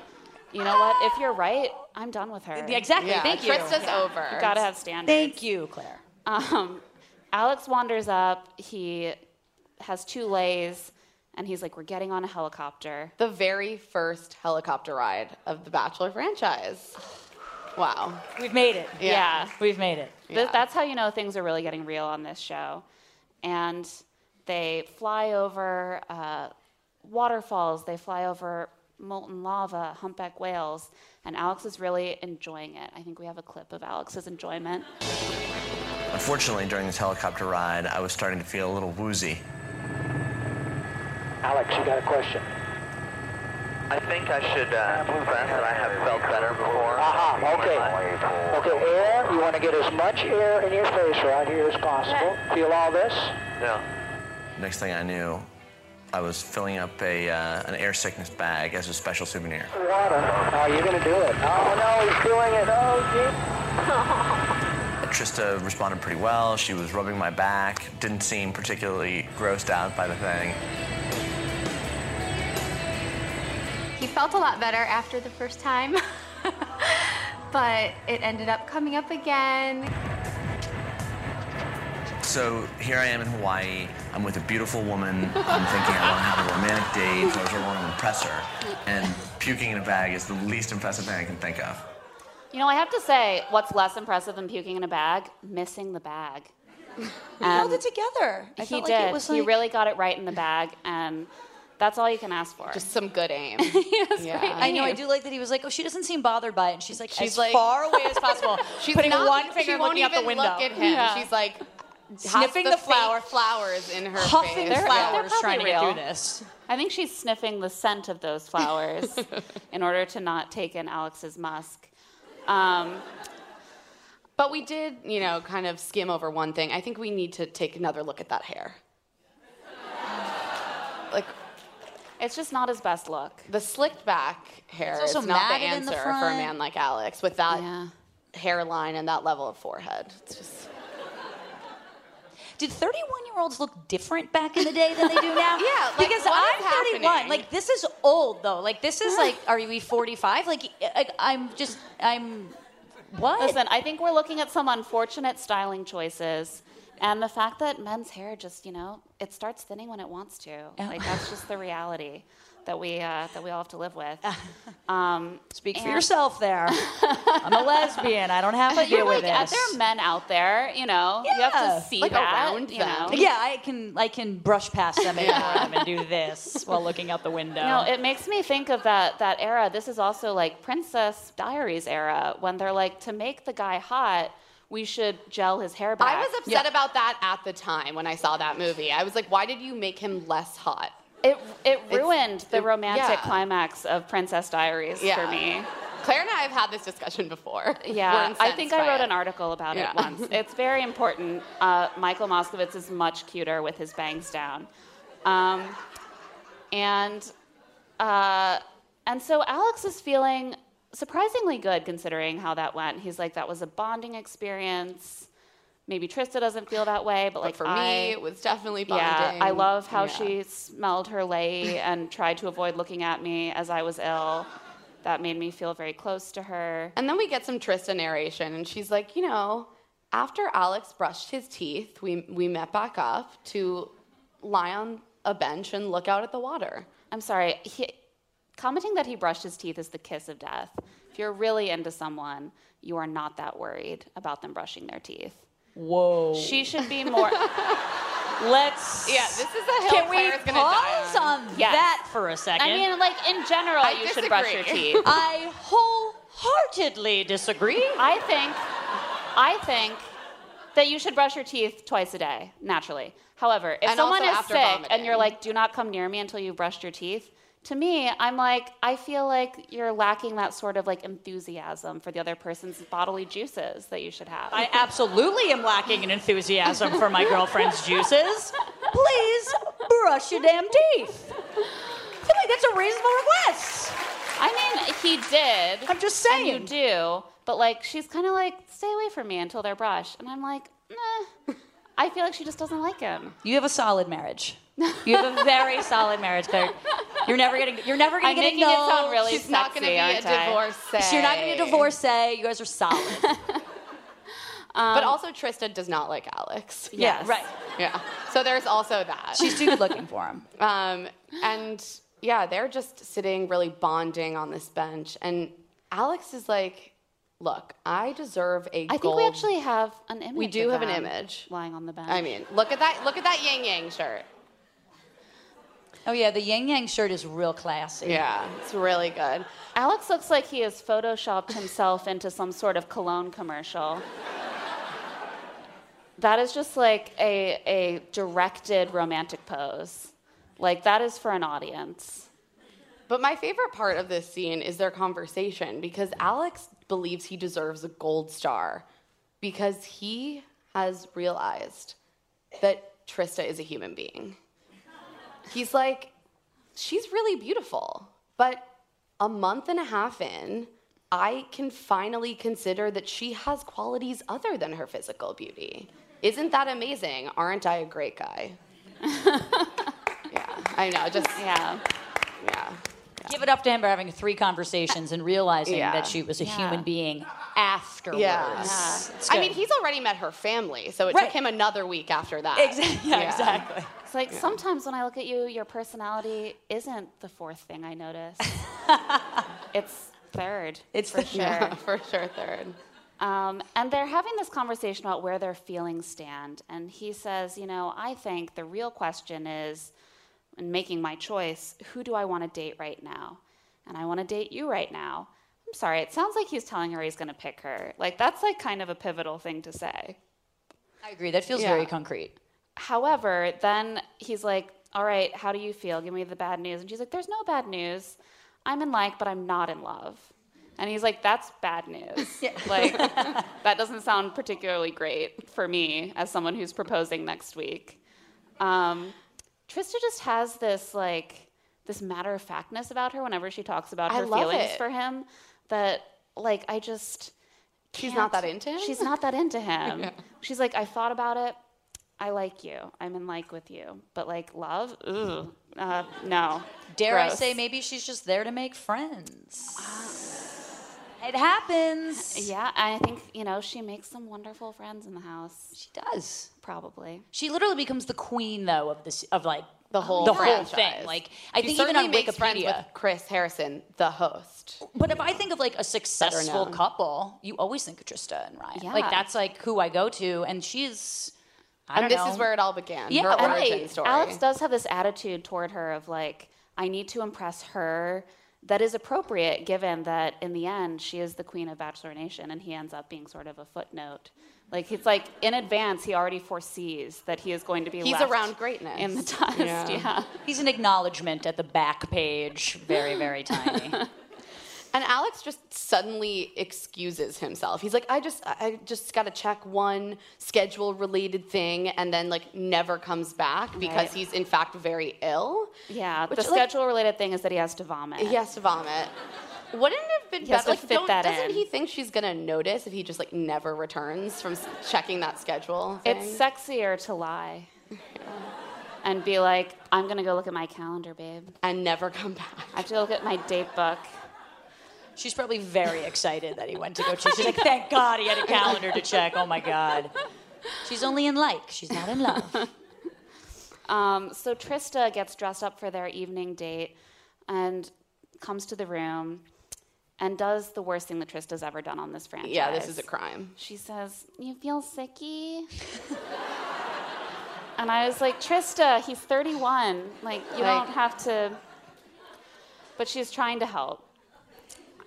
[SPEAKER 2] you know what? If you're right, I'm done with her.
[SPEAKER 5] Yeah, exactly. Yeah, Thank you. Krista's
[SPEAKER 2] Yeah.
[SPEAKER 5] over.
[SPEAKER 2] You gotta have standards.
[SPEAKER 5] Thank you, Claire.
[SPEAKER 2] Um, Alex wanders up. He has two lays, and he's like, "We're getting on a helicopter."
[SPEAKER 3] The very first helicopter ride of the Bachelor franchise. Wow.
[SPEAKER 5] We've made it.
[SPEAKER 3] Yeah.
[SPEAKER 5] We've made it.
[SPEAKER 2] Th- that's how you know things are really getting real on this show. And they fly over uh, waterfalls, they fly over molten lava, humpback whales, and Alex is really enjoying it. I think we have a clip of Alex's enjoyment.
[SPEAKER 8] Unfortunately, during this helicopter ride, I was starting to feel a little woozy.
[SPEAKER 12] Alex, you got a question?
[SPEAKER 8] I think I should uh, confess that I have felt better before.
[SPEAKER 12] Aha, Uh-huh, okay. Okay, air, you want to get as much air in your face right here as possible. Feel all this?
[SPEAKER 8] No. Next thing I knew, I was filling up a uh, an air sickness bag as a special souvenir.
[SPEAKER 12] Water. Oh, you're going to do it. Oh, no, he's doing it. Oh, gee.
[SPEAKER 8] Trista responded pretty well. She was rubbing my back, didn't seem particularly grossed out by the thing.
[SPEAKER 11] He felt a lot better after the first time, *laughs* but it ended up coming up again.
[SPEAKER 8] So here I am in Hawaii. I'm with a beautiful woman. I'm thinking I want to have a romantic date. I want to impress her. And puking in a bag is the least impressive thing I can think of.
[SPEAKER 2] You know, I have to say, what's less impressive than puking in a bag? Missing the bag.
[SPEAKER 13] He held it together. I
[SPEAKER 2] he
[SPEAKER 13] felt
[SPEAKER 2] did.
[SPEAKER 13] Like it was
[SPEAKER 2] He
[SPEAKER 13] like-
[SPEAKER 2] really got it right in the bag, and that's all you can ask for. Just
[SPEAKER 3] some
[SPEAKER 2] *laughs*
[SPEAKER 3] good aim.
[SPEAKER 2] yeah.
[SPEAKER 5] I know. I do like that he was like, oh, she doesn't seem bothered by it. And she's like,
[SPEAKER 3] She's
[SPEAKER 5] as
[SPEAKER 3] like-
[SPEAKER 5] far away as *laughs* possible.
[SPEAKER 3] *laughs* She's
[SPEAKER 5] putting
[SPEAKER 3] not-
[SPEAKER 5] one finger
[SPEAKER 3] she
[SPEAKER 5] and
[SPEAKER 3] won't
[SPEAKER 5] looking out the
[SPEAKER 3] even
[SPEAKER 5] window.
[SPEAKER 3] look at him. She's like
[SPEAKER 5] sniffing the,
[SPEAKER 3] the
[SPEAKER 5] flower,
[SPEAKER 3] fake flowers in her
[SPEAKER 5] huffing
[SPEAKER 3] face.
[SPEAKER 5] the
[SPEAKER 3] They're-
[SPEAKER 2] They're
[SPEAKER 5] flowers,
[SPEAKER 2] probably
[SPEAKER 5] trying to
[SPEAKER 2] real.
[SPEAKER 5] get through this.
[SPEAKER 2] I think she's sniffing the scent of those *laughs* flowers in order to not take in Alex's musk. Um,
[SPEAKER 3] But we did, you know, kind of skim over one thing. I think we need to take another look at that hair. Like,
[SPEAKER 2] it's just not his best look.
[SPEAKER 3] The slicked back hair
[SPEAKER 2] It's also
[SPEAKER 3] is not the
[SPEAKER 2] matted in
[SPEAKER 3] answer
[SPEAKER 2] the
[SPEAKER 3] for a
[SPEAKER 2] front.
[SPEAKER 3] man like Alex with that hairline and that level of forehead. It's just.
[SPEAKER 5] Did 31 year olds look different back in the day than they do now? *laughs* yeah,
[SPEAKER 3] like,
[SPEAKER 5] because
[SPEAKER 3] what
[SPEAKER 5] I'm
[SPEAKER 3] is
[SPEAKER 5] 31. Like this is old though. Like this is *laughs* like, are you 45? Like, like I'm just, I'm. What?
[SPEAKER 2] Listen, I think we're looking at some unfortunate styling choices. And the fact that men's hair just, you know, it starts thinning when it wants to. Like, that's just the reality that we, uh, that we all have to live *laughs* with. Um,
[SPEAKER 5] Speak for
[SPEAKER 2] and-
[SPEAKER 5] yourself *laughs* there. I'm a lesbian. I don't have to
[SPEAKER 2] But you're
[SPEAKER 5] deal
[SPEAKER 2] like,
[SPEAKER 5] with
[SPEAKER 2] uh,
[SPEAKER 5] this.
[SPEAKER 2] there are men out there, you know. You have to see that, you know.
[SPEAKER 5] Yeah, I can I can brush past them and ignore them and do this while looking out the window.
[SPEAKER 2] No, it makes me think of that that era. This is also like Princess Diaries era when they're like to make the guy hot, we should gel his hair back.
[SPEAKER 3] I was upset about that at the time when I saw that movie. I was like, why did you make him less hot?
[SPEAKER 2] It it ruined the romantic
[SPEAKER 3] yeah.
[SPEAKER 2] climax of Princess Diaries
[SPEAKER 3] Yeah.
[SPEAKER 2] for me.
[SPEAKER 3] Claire and I have had this discussion *laughs* before. We're
[SPEAKER 2] Yeah, I
[SPEAKER 3] incensed
[SPEAKER 2] think
[SPEAKER 3] by
[SPEAKER 2] I wrote
[SPEAKER 3] it.
[SPEAKER 2] an article about
[SPEAKER 3] Yeah.
[SPEAKER 2] it
[SPEAKER 3] *laughs*
[SPEAKER 2] once. It's very important. Uh, Michael Moskowitz is much cuter with his bangs down, um, and uh, and so Alex is feeling surprisingly good considering how that went. He's like, that was a bonding experience. Maybe Trista doesn't feel that way, but
[SPEAKER 3] But
[SPEAKER 2] like
[SPEAKER 3] for
[SPEAKER 2] I-
[SPEAKER 3] me, it was definitely
[SPEAKER 2] Yeah, I
[SPEAKER 3] bonding.
[SPEAKER 2] love how
[SPEAKER 3] Yeah.
[SPEAKER 2] she smelled her lay and tried to avoid looking at me as I was ill. That made me feel very close to her.
[SPEAKER 3] And then we get some Trista narration, and she's like, you know, after Alex brushed his teeth, we, we met back up to lie on a bench and look out at the water.
[SPEAKER 2] I'm sorry. He, commenting that he brushed his teeth is the kiss of death. If you're really into someone, you are not that worried about them brushing their teeth.
[SPEAKER 5] Whoa.
[SPEAKER 2] She should
[SPEAKER 3] *laughs*
[SPEAKER 2] be *laughs* more.
[SPEAKER 5] Let's.
[SPEAKER 2] Yeah, this is a hill
[SPEAKER 5] Can we
[SPEAKER 2] Claire's gonna die
[SPEAKER 5] pause on,
[SPEAKER 2] on. Yes.
[SPEAKER 5] that for a second?
[SPEAKER 2] I mean, like in general,
[SPEAKER 5] I
[SPEAKER 2] you should brush your
[SPEAKER 5] disagree.
[SPEAKER 2] teeth.
[SPEAKER 5] I wholeheartedly disagree.
[SPEAKER 2] I think, I think that you should brush your teeth twice a day, naturally. However, if
[SPEAKER 3] And
[SPEAKER 2] someone
[SPEAKER 3] also
[SPEAKER 2] is
[SPEAKER 3] after
[SPEAKER 2] sick and
[SPEAKER 3] vomiting.
[SPEAKER 2] you're like, "Do not come near me until you've brushed your teeth," to me, I'm like, I feel like you're lacking that sort of like enthusiasm for the other person's bodily juices that you should have.
[SPEAKER 5] I absolutely am lacking in enthusiasm for my girlfriend's juices. Please brush your damn teeth. I feel like that's a reasonable request.
[SPEAKER 2] I mean, he did.
[SPEAKER 5] I'm just
[SPEAKER 2] saying. And you do, but like, she's kind of like, "Stay away from me until they're brushed," and I'm like, nah. I feel like she just doesn't
[SPEAKER 5] *laughs*
[SPEAKER 2] like him.
[SPEAKER 5] You have a solid marriage. You have a
[SPEAKER 2] *laughs*
[SPEAKER 5] very solid marriage, Claire. You're never gonna. You're never gonna
[SPEAKER 2] I'm
[SPEAKER 5] get
[SPEAKER 2] making it
[SPEAKER 5] annulled.
[SPEAKER 2] sound really She's not gonna sexy, be a aren't I? divorcee.
[SPEAKER 5] You're not gonna be a divorcee. You guys are solid.
[SPEAKER 2] *laughs* Um,
[SPEAKER 3] but also, Trista does not like Alex.
[SPEAKER 5] Yeah, Um, right.
[SPEAKER 3] Yeah. So there's also that.
[SPEAKER 5] She's too good looking for him.
[SPEAKER 3] *laughs* Um, and yeah, they're just sitting really bonding on this bench. And Alex is like, look, I deserve a
[SPEAKER 2] I think we actually have an image.
[SPEAKER 3] We do
[SPEAKER 2] of
[SPEAKER 3] have an
[SPEAKER 2] them
[SPEAKER 3] image.
[SPEAKER 2] lying on the bench.
[SPEAKER 3] I mean, look at that. Look at that Yang Yang shirt.
[SPEAKER 5] Oh yeah, the Yang Yang shirt is real classy.
[SPEAKER 3] Yeah, it's really good.
[SPEAKER 2] Alex looks like he has photoshopped himself into some sort of cologne commercial. That is just like a, a directed romantic pose. Like, that is for an audience.
[SPEAKER 3] But my favorite part of this scene is their conversation because Alex believes he deserves a gold star because he has realized that Trista is a human being. He's like, she's really beautiful, but a month and a half in, I can finally consider that she has qualities other than her physical beauty. Isn't that amazing? Aren't I a great guy? yeah, I know. Just
[SPEAKER 2] yeah,
[SPEAKER 3] yeah.
[SPEAKER 5] Give it up to him for having three conversations and realizing
[SPEAKER 3] Yeah.
[SPEAKER 5] that she was a
[SPEAKER 3] Yeah.
[SPEAKER 5] human being afterwards.
[SPEAKER 3] Yeah.
[SPEAKER 5] Uh-huh. It's
[SPEAKER 3] I
[SPEAKER 5] good.
[SPEAKER 3] mean, he's already met her family, so it
[SPEAKER 5] Right.
[SPEAKER 3] took him another week after that.
[SPEAKER 5] Exact- *laughs* yeah, exactly.
[SPEAKER 2] It's like sometimes when I look at you, your personality isn't the fourth thing I
[SPEAKER 3] *laughs*
[SPEAKER 2] notice. it's third.
[SPEAKER 5] It's
[SPEAKER 2] for
[SPEAKER 5] the-
[SPEAKER 2] sure.
[SPEAKER 3] Yeah, for sure, third.
[SPEAKER 2] Um, and they're having this conversation about where their feelings stand. And he says, You know, I think the real question is, in making my choice, who do I want to date right now? And I want to date you right now. I'm sorry, it sounds like he's telling her he's going to pick her. Like, that's like kind of a pivotal thing to say.
[SPEAKER 5] I agree. That feels
[SPEAKER 2] Yeah.
[SPEAKER 5] very concrete.
[SPEAKER 2] However, then he's like, All right, how do you feel? Give me the bad news. And she's like, There's no bad news. I'm in like, but I'm not in love. And he's like, That's bad news.
[SPEAKER 3] *laughs*
[SPEAKER 2] Like, that doesn't sound particularly great for me as someone who's proposing next week. Um, Trista just has this, like, this matter of factness about her whenever she talks about
[SPEAKER 3] I
[SPEAKER 2] her
[SPEAKER 3] love
[SPEAKER 2] feelings
[SPEAKER 3] it.
[SPEAKER 2] for him that, like, I just.
[SPEAKER 3] She's not
[SPEAKER 2] can't-
[SPEAKER 3] that into him?
[SPEAKER 2] She's not that
[SPEAKER 13] *laughs*
[SPEAKER 2] into him.
[SPEAKER 3] Yeah.
[SPEAKER 2] Um, She's like, I thought about it. I like you. I'm in like with you. But like love, Ugh. Uh, no.
[SPEAKER 5] Dare I
[SPEAKER 2] Gross.
[SPEAKER 5] say, maybe she's just there to make friends. It happens.
[SPEAKER 2] Yeah, I think you know she makes some wonderful friends in the house.
[SPEAKER 5] She does
[SPEAKER 2] probably.
[SPEAKER 5] She literally becomes the queen, though, of this of like
[SPEAKER 3] The whole
[SPEAKER 5] the
[SPEAKER 3] franchise.
[SPEAKER 5] whole thing. Like I
[SPEAKER 3] She
[SPEAKER 5] think even
[SPEAKER 3] certainly
[SPEAKER 5] on
[SPEAKER 3] makes friends with
[SPEAKER 5] Wikipedia.
[SPEAKER 3] Chris Harrison, the host.
[SPEAKER 5] But if I think of like a successful
[SPEAKER 3] known.
[SPEAKER 5] couple, you always think of Trista and Ryan.
[SPEAKER 3] Yeah.
[SPEAKER 5] Like that's like who I go to, and she's. I
[SPEAKER 3] and
[SPEAKER 5] don't
[SPEAKER 3] this
[SPEAKER 5] know.
[SPEAKER 3] is where it all began.
[SPEAKER 5] Yeah,
[SPEAKER 3] her
[SPEAKER 5] and
[SPEAKER 3] origin
[SPEAKER 5] they-
[SPEAKER 3] story.
[SPEAKER 2] Alex does have this attitude toward her of like, I need to impress her. That is appropriate given that in the end she is the queen of Bachelor Nation and he ends up being sort of a footnote. Like it's like in advance he already foresees that he is going to be
[SPEAKER 3] He's
[SPEAKER 2] left
[SPEAKER 3] around greatness.
[SPEAKER 2] in the dust. *laughs*
[SPEAKER 3] Yeah.
[SPEAKER 2] yeah.
[SPEAKER 5] He's an acknowledgement at the back page, very
[SPEAKER 3] *laughs*
[SPEAKER 5] very tiny.
[SPEAKER 3] And Alex just suddenly excuses himself. He's like, I just I I just gotta check one schedule related thing and then like never comes back because
[SPEAKER 2] Right.
[SPEAKER 3] he's in fact very ill.
[SPEAKER 2] Yeah,
[SPEAKER 3] Which,
[SPEAKER 2] the
[SPEAKER 3] like-
[SPEAKER 2] schedule related thing is that he has to vomit.
[SPEAKER 3] He has to vomit. Wouldn't it have been
[SPEAKER 2] He has
[SPEAKER 3] better?
[SPEAKER 2] to
[SPEAKER 3] Like,
[SPEAKER 2] fit
[SPEAKER 3] don't-
[SPEAKER 2] that
[SPEAKER 3] doesn't
[SPEAKER 2] in.
[SPEAKER 3] he think she's gonna notice if he just like never returns from s- checking that schedule?
[SPEAKER 2] It's sexier to lie and be like, I'm gonna go look at my calendar, babe.
[SPEAKER 3] And never come back.
[SPEAKER 2] I have to go look at my date book.
[SPEAKER 5] She's probably very excited that he went to go check. She's like, thank God he had a calendar to check. Oh my God. She's only in like. She's not in love.
[SPEAKER 2] *laughs* Um, so Trista gets dressed up for their evening date and comes to the room and does the worst thing that Trista's ever done on this franchise.
[SPEAKER 3] Yeah, this is a crime.
[SPEAKER 2] She says, You feel sicky? and I was like, Trista, he's 31. Like, you
[SPEAKER 5] Like-
[SPEAKER 2] don't have to. But she's trying to help.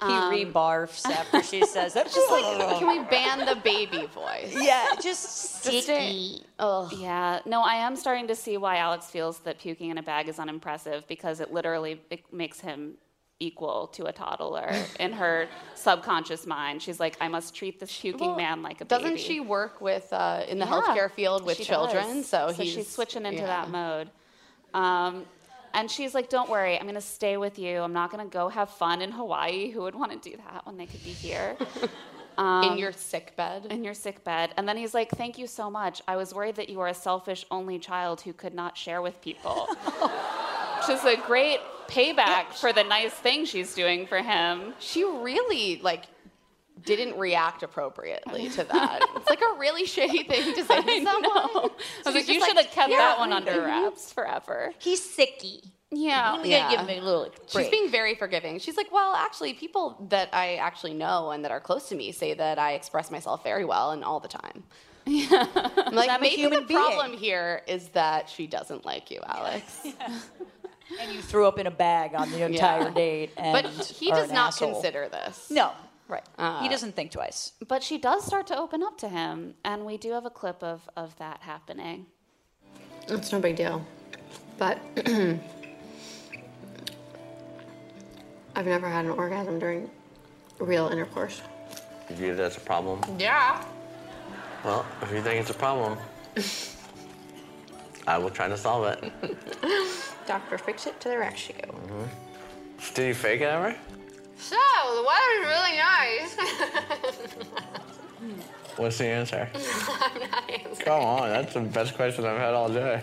[SPEAKER 5] He rebarfs after
[SPEAKER 3] *laughs*
[SPEAKER 5] she says that.
[SPEAKER 3] Just like, Um, can we ban the baby *laughs* voice?
[SPEAKER 5] Yeah, just
[SPEAKER 2] sticky.
[SPEAKER 3] Oh
[SPEAKER 2] yeah. No, I am starting to see why Alex feels that puking in a bag is unimpressive because it literally it makes him equal to a toddler in her subconscious mind. She's like, I must treat this puking
[SPEAKER 3] Well,
[SPEAKER 2] man like a baby.
[SPEAKER 3] Doesn't she work with uh, in the
[SPEAKER 2] Yeah,
[SPEAKER 3] healthcare field with
[SPEAKER 2] she
[SPEAKER 3] children?
[SPEAKER 2] does.
[SPEAKER 3] So, he's,
[SPEAKER 2] she's switching into
[SPEAKER 3] yeah.
[SPEAKER 2] that mode. Um, and she's like, "Don't worry, I'm gonna
[SPEAKER 3] *laughs*
[SPEAKER 2] stay with you. I'm not gonna go have fun in Hawaii. Who would want to do that when they could be here?" Um,
[SPEAKER 3] In your sick bed.
[SPEAKER 2] In your sick bed. And then he's like, Thank you so much. I was worried that you were a selfish only child who could not share with
[SPEAKER 3] *laughs*
[SPEAKER 2] people. Which is a great payback for the nice thing she's doing for him.
[SPEAKER 3] She really like didn't react appropriately to that. it's like a really shitty thing to
[SPEAKER 2] *laughs*
[SPEAKER 3] say to *laughs* someone.
[SPEAKER 2] I was
[SPEAKER 3] She's
[SPEAKER 2] like, you
[SPEAKER 3] just
[SPEAKER 2] should have kept
[SPEAKER 3] "Yeah,
[SPEAKER 2] that one
[SPEAKER 3] mhm."
[SPEAKER 2] under wraps forever.
[SPEAKER 13] He's sicky.
[SPEAKER 2] Yeah.
[SPEAKER 3] You gotta give him a
[SPEAKER 13] little
[SPEAKER 3] She's being very forgiving. She's like, well, actually, people that I actually know and that are close to me say that I express myself very well and all the time. *laughs* Yeah. I'm like,
[SPEAKER 5] I'm a
[SPEAKER 3] maybe
[SPEAKER 5] human
[SPEAKER 3] the
[SPEAKER 5] being."
[SPEAKER 3] problem here is that she doesn't like you, *laughs* Alex.
[SPEAKER 5] and you threw up in a bag on the entire
[SPEAKER 3] Yeah.
[SPEAKER 5] date. And
[SPEAKER 3] But he
[SPEAKER 5] are
[SPEAKER 3] does
[SPEAKER 5] an
[SPEAKER 3] not
[SPEAKER 5] asshole.
[SPEAKER 3] consider this.
[SPEAKER 5] No, right.
[SPEAKER 3] Uh,
[SPEAKER 5] he doesn't think twice.
[SPEAKER 2] But she does start to open up to him, and we do have a clip of, of that happening.
[SPEAKER 14] It's no big deal. But *clears throat* I've never had an orgasm during real
[SPEAKER 10] *laughs*
[SPEAKER 14] intercourse.
[SPEAKER 8] You view that's a problem?
[SPEAKER 14] Yeah.
[SPEAKER 8] Well, if you think it's a problem, *laughs* I will try to solve it.
[SPEAKER 14] Doctor, fix it to the rack she goes.
[SPEAKER 8] hmm Did you fake it ever?
[SPEAKER 14] So, the weather's really nice. *laughs*
[SPEAKER 8] What's the answer?
[SPEAKER 14] I'm not answering.
[SPEAKER 8] Come on, that's the best question I've had all day.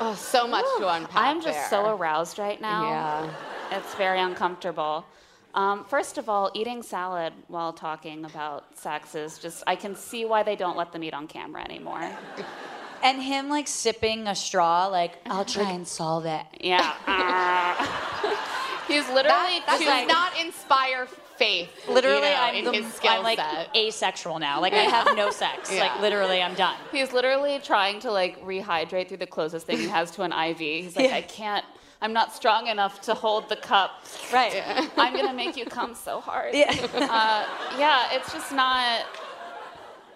[SPEAKER 3] Oh, *laughs* so much to unpack.
[SPEAKER 2] I'm just so
[SPEAKER 3] there.
[SPEAKER 2] aroused right now.
[SPEAKER 3] Yeah.
[SPEAKER 2] It's very uncomfortable. Um, first of all, eating salad while talking about sex is just, I can see why they don't let them eat on camera anymore.
[SPEAKER 5] And him like sipping a straw, like I'll try and solve it.
[SPEAKER 2] Yeah. He's literally
[SPEAKER 3] that
[SPEAKER 5] too-
[SPEAKER 3] does not inspire faith.
[SPEAKER 5] *laughs* Literally,
[SPEAKER 3] you know,
[SPEAKER 5] I'm,
[SPEAKER 3] in
[SPEAKER 5] the-
[SPEAKER 3] his skill
[SPEAKER 5] I'm like
[SPEAKER 3] set.
[SPEAKER 5] asexual now. Like I have no
[SPEAKER 3] *laughs*
[SPEAKER 5] sex.
[SPEAKER 2] Yeah.
[SPEAKER 5] Like literally, *laughs* I'm done.
[SPEAKER 2] He's literally trying to like rehydrate through the closest thing he has to an IV. He's like,
[SPEAKER 5] Yeah.
[SPEAKER 2] I can't. I'm not strong enough to hold the cup.
[SPEAKER 5] Right.
[SPEAKER 2] *laughs* I'm gonna make you come so hard.
[SPEAKER 5] *laughs* Yeah. *laughs*
[SPEAKER 2] Uh, yeah. It's just not.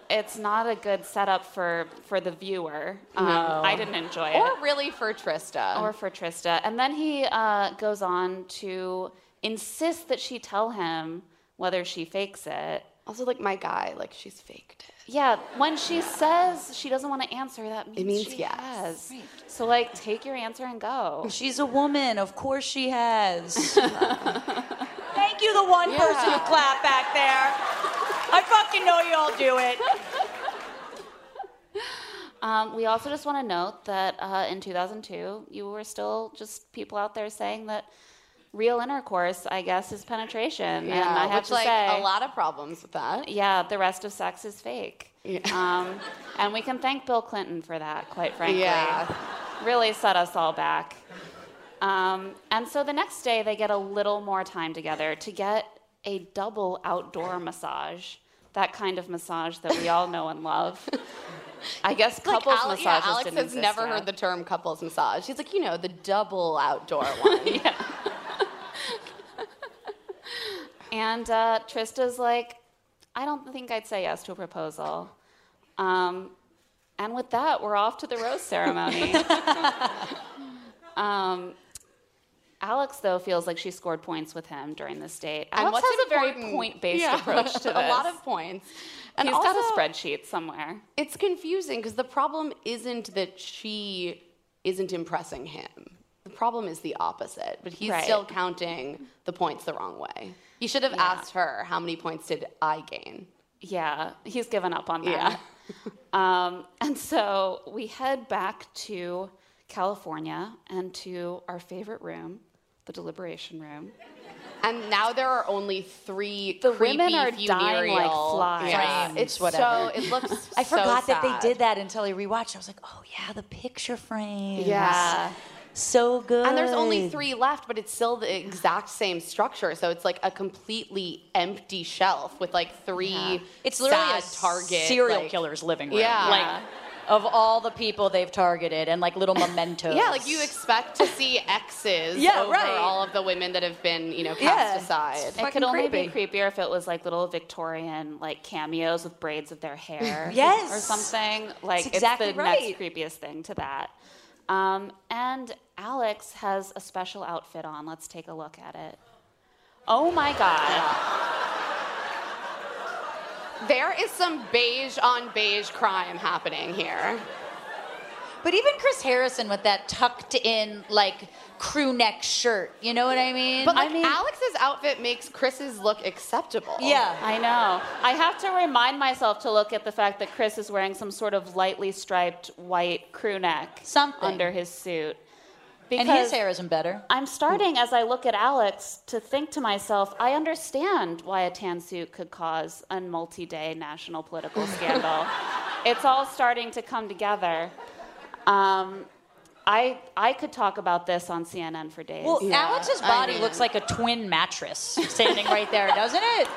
[SPEAKER 2] It's not a good setup for for the viewer. Um,
[SPEAKER 3] No.
[SPEAKER 2] I didn't enjoy it.
[SPEAKER 3] Or really for Trista.
[SPEAKER 2] Or for Trista. And then he uh, goes on to insist that she tell him whether she fakes it.
[SPEAKER 3] Also, like my guy, like she's faked it.
[SPEAKER 2] Yeah, when she says she doesn't want to answer, that means,
[SPEAKER 3] means
[SPEAKER 2] she
[SPEAKER 3] yes.
[SPEAKER 2] has. So like, take your answer and go.
[SPEAKER 5] She's a woman. Of course she has.
[SPEAKER 3] *laughs*
[SPEAKER 5] Thank you, the one person who clapped back there. I fucking know you all do it.
[SPEAKER 2] Um, we also just want to note that uh, in 2002, you were still just people out there saying that real intercourse, I guess, is penetration. and I have
[SPEAKER 3] which
[SPEAKER 2] to
[SPEAKER 3] like
[SPEAKER 2] say,
[SPEAKER 3] a lot of problems with that.
[SPEAKER 2] yeah, the rest of sex is fake. Um, and we can thank Bill Clinton for that, quite frankly.
[SPEAKER 3] Yeah.
[SPEAKER 2] Really set us all back. Um, and so the next day, they get a little more time together to get a double outdoor massage. That kind of massage that we all know and love.
[SPEAKER 3] *laughs*
[SPEAKER 2] I guess
[SPEAKER 3] *laughs* Like,
[SPEAKER 2] couples
[SPEAKER 3] Ale-
[SPEAKER 2] massages
[SPEAKER 3] yeah, Alex
[SPEAKER 2] didn't
[SPEAKER 3] has
[SPEAKER 2] exist
[SPEAKER 3] never
[SPEAKER 2] yet.
[SPEAKER 3] heard the term couples massage. He's like, you know, the
[SPEAKER 2] *laughs*
[SPEAKER 3] double outdoor one.
[SPEAKER 2] *laughs* And uh, Trista's like, I don't think I'd say yes to a proposal. Um, and with that, we're off to the rose
[SPEAKER 3] *laughs*
[SPEAKER 2] ceremony. um, Alex, though, feels like she scored points with him during this date. Alex
[SPEAKER 3] and what's
[SPEAKER 2] has a very
[SPEAKER 3] important-
[SPEAKER 2] point based
[SPEAKER 3] *laughs*
[SPEAKER 2] *laughs*
[SPEAKER 3] Yeah.
[SPEAKER 2] approach to this.
[SPEAKER 3] a lot of points. And
[SPEAKER 2] He's
[SPEAKER 3] also,
[SPEAKER 2] got a spreadsheet somewhere.
[SPEAKER 3] It's confusing because the problem isn't that she isn't impressing him. The problem is the opposite. But he's
[SPEAKER 2] Right.
[SPEAKER 3] still counting the points the wrong way. He should have asked her, how many points did I gain?
[SPEAKER 2] Yeah, he's given up on that. *laughs* um, and so we head back to California and to our favorite room, the deliberation room.
[SPEAKER 3] And now there are only three.
[SPEAKER 2] The
[SPEAKER 3] creepy,
[SPEAKER 2] women are dying
[SPEAKER 3] funereal
[SPEAKER 2] like flies.
[SPEAKER 3] Yeah,
[SPEAKER 5] Frames,
[SPEAKER 3] it's
[SPEAKER 5] whatever.
[SPEAKER 3] so. It *laughs* looks.
[SPEAKER 5] *laughs* I
[SPEAKER 3] so
[SPEAKER 5] forgot that
[SPEAKER 3] sad.
[SPEAKER 5] they did that until I rewatched. I was like, oh yeah, the picture frames.
[SPEAKER 3] Yeah.
[SPEAKER 5] So good.
[SPEAKER 3] And there's only three left, but it's still the exact same structure. So it's like a completely empty shelf with like three.
[SPEAKER 5] It's literally
[SPEAKER 3] sad
[SPEAKER 5] a
[SPEAKER 3] target
[SPEAKER 5] serial
[SPEAKER 3] like-
[SPEAKER 5] killer's living room.
[SPEAKER 3] Yeah.
[SPEAKER 5] Like of all the people they've targeted and like *laughs* little mementos.
[SPEAKER 3] Yeah, like you expect to see
[SPEAKER 5] *laughs*
[SPEAKER 3] X's
[SPEAKER 5] Yeah,
[SPEAKER 3] over
[SPEAKER 5] right.
[SPEAKER 3] all of the women that have been, you know, cast
[SPEAKER 5] Yeah.
[SPEAKER 3] aside.
[SPEAKER 2] It could only be creepier if it was like little Victorian like cameos with braids of their *laughs* hair,
[SPEAKER 5] Yes.
[SPEAKER 2] or something. Like
[SPEAKER 5] That's exactly
[SPEAKER 2] it's the
[SPEAKER 5] right.
[SPEAKER 2] next creepiest thing to that. Um, and Alex has a special outfit on. Let's take a look at it. Oh my god!
[SPEAKER 3] There is some beige on beige crime happening here.
[SPEAKER 5] But even Chris Harrison with that tucked in like crew neck shirt, you know what I mean?
[SPEAKER 3] But like
[SPEAKER 5] I mean,
[SPEAKER 3] Alex's outfit makes Chris's look acceptable.
[SPEAKER 2] I know. I have to remind myself to look at the fact that Chris is wearing some sort of lightly striped white crew neck Something. under his suit.
[SPEAKER 5] and his hair isn't better.
[SPEAKER 2] I'm starting as I look at Alex to think to myself, I understand why a tan suit could cause a multi day national political scandal. it's all starting to come together. Um, I, I could talk about this on CNN for days.
[SPEAKER 5] Well, Alex's body looks like a twin mattress *laughs* standing right there, doesn't it?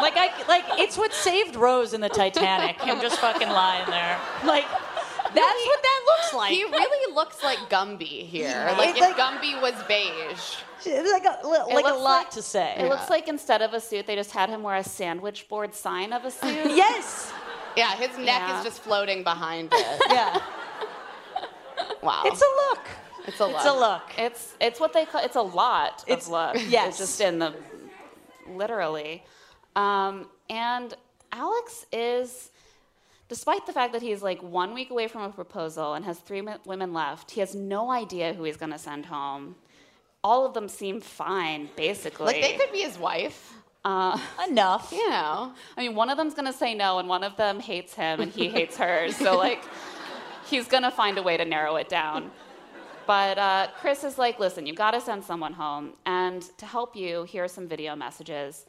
[SPEAKER 5] Like I like it's what saved Rose in the Titanic. Him just fucking lying there. Like that's what that looks like.
[SPEAKER 3] He really looks like Gumby here.
[SPEAKER 5] Yeah.
[SPEAKER 3] Like
[SPEAKER 5] It's like-
[SPEAKER 3] if Gumby was beige.
[SPEAKER 5] like a,
[SPEAKER 2] It
[SPEAKER 5] like a
[SPEAKER 2] looks
[SPEAKER 5] lot to say.
[SPEAKER 2] It looks like instead of a suit, they just had him wear a sandwich board sign of a suit.
[SPEAKER 5] *laughs* yes.
[SPEAKER 3] Yeah, his neck
[SPEAKER 2] Yeah.
[SPEAKER 3] is just floating behind it.
[SPEAKER 5] *laughs* yeah.
[SPEAKER 3] Wow.
[SPEAKER 5] It's a look.
[SPEAKER 3] It's a look.
[SPEAKER 2] It's a look. It's it's what they call it's a lot
[SPEAKER 5] It's-
[SPEAKER 2] of look.
[SPEAKER 5] yes.
[SPEAKER 2] It's just in the literally. Um, and Alex is despite the fact that he's like one week away from a proposal and has three mi- women left, he has no idea who he's going to send home. All of them seem fine, basically.
[SPEAKER 3] Like they could be his wife.
[SPEAKER 2] Uh,
[SPEAKER 5] Enough.
[SPEAKER 2] *laughs*
[SPEAKER 3] You know.
[SPEAKER 2] I mean, one of them's going to say no, and one of them hates him, and he hates
[SPEAKER 5] *laughs*
[SPEAKER 2] her. So, like, he's going to find a way to narrow it down. But uh, Chris is like, listen, you got to send someone home. And to help you, here are some video messages.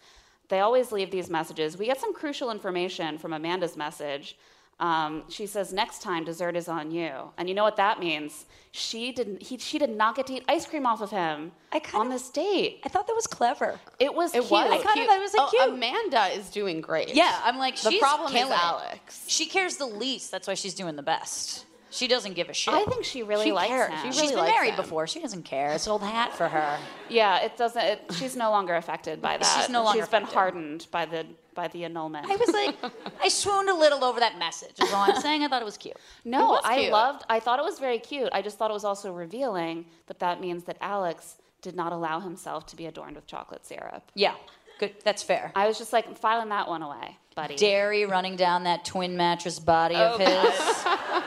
[SPEAKER 2] They always leave these messages. We get some crucial information from Amanda's message. Um, she says, next time, dessert is on you. And you know what that means? She, didn't, he, she did not get to eat ice cream off of him on this date.
[SPEAKER 5] I thought that was clever.
[SPEAKER 2] It was
[SPEAKER 3] It
[SPEAKER 2] cute.
[SPEAKER 3] was. cute. oh,
[SPEAKER 2] cute.
[SPEAKER 3] Amanda is doing great.
[SPEAKER 5] Yeah, I'm like
[SPEAKER 3] the
[SPEAKER 5] she's
[SPEAKER 3] problem
[SPEAKER 5] killing
[SPEAKER 3] is
[SPEAKER 5] it.
[SPEAKER 3] Alex.
[SPEAKER 5] She cares the least. That's why she's doing the best. She doesn't give a shit.
[SPEAKER 2] I think she really
[SPEAKER 5] she
[SPEAKER 2] likes
[SPEAKER 5] cares.
[SPEAKER 2] him.
[SPEAKER 5] She
[SPEAKER 2] She
[SPEAKER 5] has
[SPEAKER 2] really
[SPEAKER 5] been
[SPEAKER 2] likes
[SPEAKER 5] married
[SPEAKER 2] him.
[SPEAKER 5] before. She doesn't care. It's old hat for her.
[SPEAKER 2] Yeah, it doesn't. It, she's no longer affected by that.
[SPEAKER 5] She's no longer
[SPEAKER 2] She's been hardened by the by the annulment.
[SPEAKER 5] I was like, I swooned a little over that message. Is all I'm saying. I thought it was cute.
[SPEAKER 2] no, I loved. I thought it was very cute. I just thought it was also revealing that that means that Alex did not allow himself to be adorned with chocolate syrup.
[SPEAKER 5] Yeah, good. That's fair.
[SPEAKER 2] I was just like I'm filing that one away, *laughs* buddy.
[SPEAKER 5] Dairy running down that twin mattress body of
[SPEAKER 2] Oh,
[SPEAKER 5] his.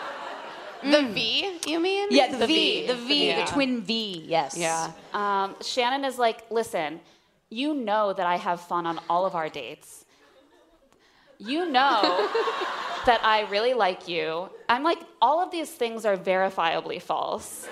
[SPEAKER 3] The V, you mean?
[SPEAKER 5] Yeah, the, V, the V, the twin V. Yes.
[SPEAKER 2] Yeah. Um, Shannon is like, listen, you know that I have fun on all of our dates. You know that I really like you. I'm like, all of these things are verifiably false.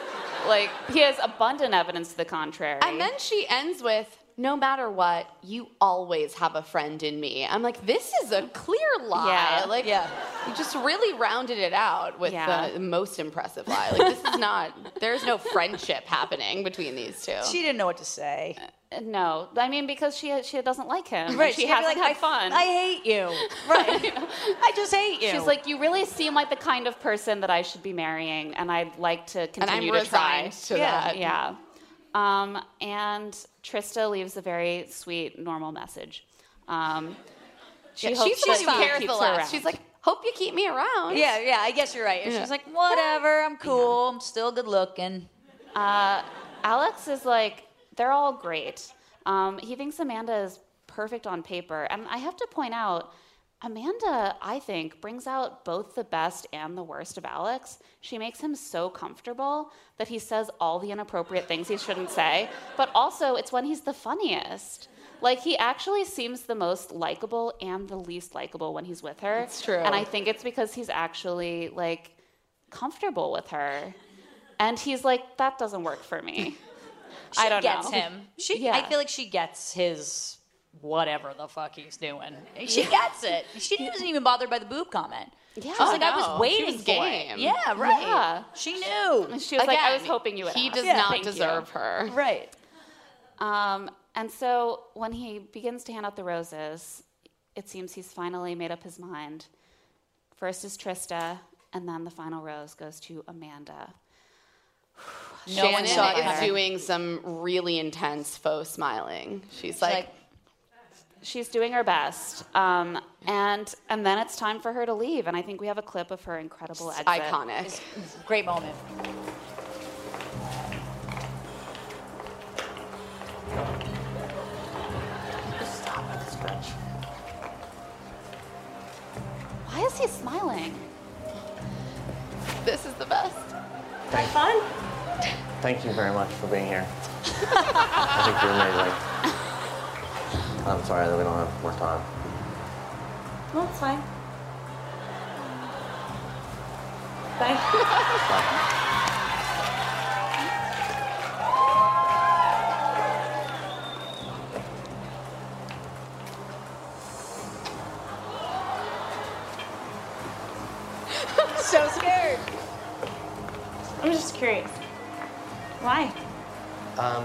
[SPEAKER 2] Like, he has abundant evidence to the contrary.
[SPEAKER 3] And then she ends with, no matter what, you always have a friend in me. I'm like, this is a clear lie.
[SPEAKER 2] Yeah,
[SPEAKER 3] Like,
[SPEAKER 2] yeah.
[SPEAKER 3] you just really rounded it out with
[SPEAKER 2] Yeah.
[SPEAKER 3] the most impressive lie. Like, this is not, there's no friendship happening between these two.
[SPEAKER 5] She didn't know what to say.
[SPEAKER 2] Uh, no, I mean because she she doesn't like him. and
[SPEAKER 5] Right,
[SPEAKER 2] she
[SPEAKER 5] she's gonna be like, "I-
[SPEAKER 2] hasn't had fun.
[SPEAKER 5] I hate
[SPEAKER 2] *laughs*
[SPEAKER 5] you. Right. I just hate you.
[SPEAKER 2] She's like, you really seem like the kind of person that I should be marrying, and I'd like to continue
[SPEAKER 3] I'm
[SPEAKER 2] to try.
[SPEAKER 3] resigned to
[SPEAKER 2] yeah,
[SPEAKER 3] that.
[SPEAKER 2] yeah. Um, and Trista leaves a very sweet, normal message. Um, she
[SPEAKER 3] Yeah,
[SPEAKER 2] hopes
[SPEAKER 3] she's the one
[SPEAKER 2] that
[SPEAKER 3] who
[SPEAKER 2] she
[SPEAKER 3] cares
[SPEAKER 2] keeps her
[SPEAKER 3] the last.
[SPEAKER 2] around.
[SPEAKER 3] She's like, hope you keep me
[SPEAKER 2] Oh.
[SPEAKER 3] around.
[SPEAKER 5] Yeah, yeah, I guess you're right. And
[SPEAKER 3] Yeah.
[SPEAKER 5] She's like, whatever, I'm cool, I'm still good looking.
[SPEAKER 2] Uh, Alex is like, they're all great. Um, he thinks Amanda is perfect on paper. And I have to point out, Amanda, I think, brings out both the best and the worst of Alex. She makes him so comfortable that he says all the inappropriate things he shouldn't say, but also it's when he's the funniest. Like, he actually seems the most likable and the least likable when he's with her.
[SPEAKER 3] That's true.
[SPEAKER 2] And I think it's because he's actually, like, comfortable with her. And he's like, that doesn't work
[SPEAKER 5] *laughs*
[SPEAKER 2] for me. I don't
[SPEAKER 5] gets
[SPEAKER 2] know.
[SPEAKER 5] him. She,
[SPEAKER 2] Yeah.
[SPEAKER 5] I feel like she gets his whatever the fuck he's doing. *laughs* She gets it. She wasn't even bothered by the boob comment. Yeah, she was
[SPEAKER 3] Oh,
[SPEAKER 5] like, I
[SPEAKER 3] no. She
[SPEAKER 5] was waiting
[SPEAKER 3] was
[SPEAKER 5] for
[SPEAKER 3] game.
[SPEAKER 5] it. Yeah, right.
[SPEAKER 3] Yeah.
[SPEAKER 5] She knew.
[SPEAKER 2] She was like, I was
[SPEAKER 3] Again,
[SPEAKER 2] hoping you would.
[SPEAKER 3] he
[SPEAKER 2] ask.
[SPEAKER 3] does not
[SPEAKER 2] Thank you.
[SPEAKER 3] deserve her.
[SPEAKER 5] Right.
[SPEAKER 2] Um, and so when he begins to hand out the roses, it seems he's finally made up his mind. First is Trista, and then the final rose goes to Amanda.
[SPEAKER 5] No
[SPEAKER 3] Shannon
[SPEAKER 5] one saw it
[SPEAKER 3] is
[SPEAKER 5] coming.
[SPEAKER 3] doing some really intense faux smiling. She's like,
[SPEAKER 2] She's doing her best, um, and and then it's time for her to leave. And I think we have a clip of her incredible exit.
[SPEAKER 3] iconic.
[SPEAKER 5] Great moment.
[SPEAKER 12] Stop at this bench.
[SPEAKER 2] Why is he smiling?
[SPEAKER 3] This is the best.
[SPEAKER 10] Have fun.
[SPEAKER 8] Thank you very much for being here. I think you're amazing. I'm sorry that we don't have more time.
[SPEAKER 10] Well, it's fine. Bye.
[SPEAKER 13] so scared.
[SPEAKER 10] I'm just curious. Why?
[SPEAKER 7] *laughs*
[SPEAKER 8] Um.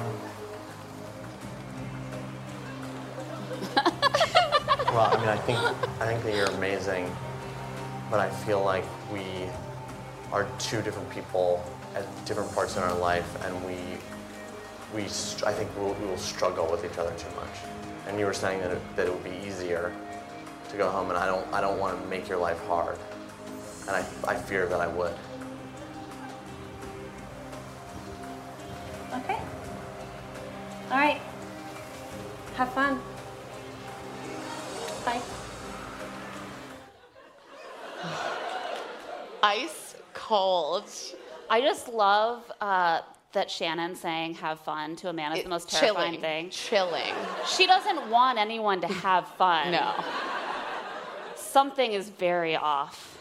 [SPEAKER 8] well, I mean, I think I think that you're amazing, but I feel like we are two different people at different parts in our life, and we we str- I think we'll, we will struggle with each other too much. And you were saying that it, that it would be easier to go home, and I don't I don't want to make your life hard, and I I fear that I would.
[SPEAKER 10] Okay. All right. Have fun. Bye.
[SPEAKER 2] Ice cold. I just love uh, that Shannon saying "have fun" to a man is the most terrifying
[SPEAKER 3] chilling,
[SPEAKER 2] thing.
[SPEAKER 3] Chilling.
[SPEAKER 2] She doesn't want anyone to have fun.
[SPEAKER 3] No.
[SPEAKER 2] Something is very off.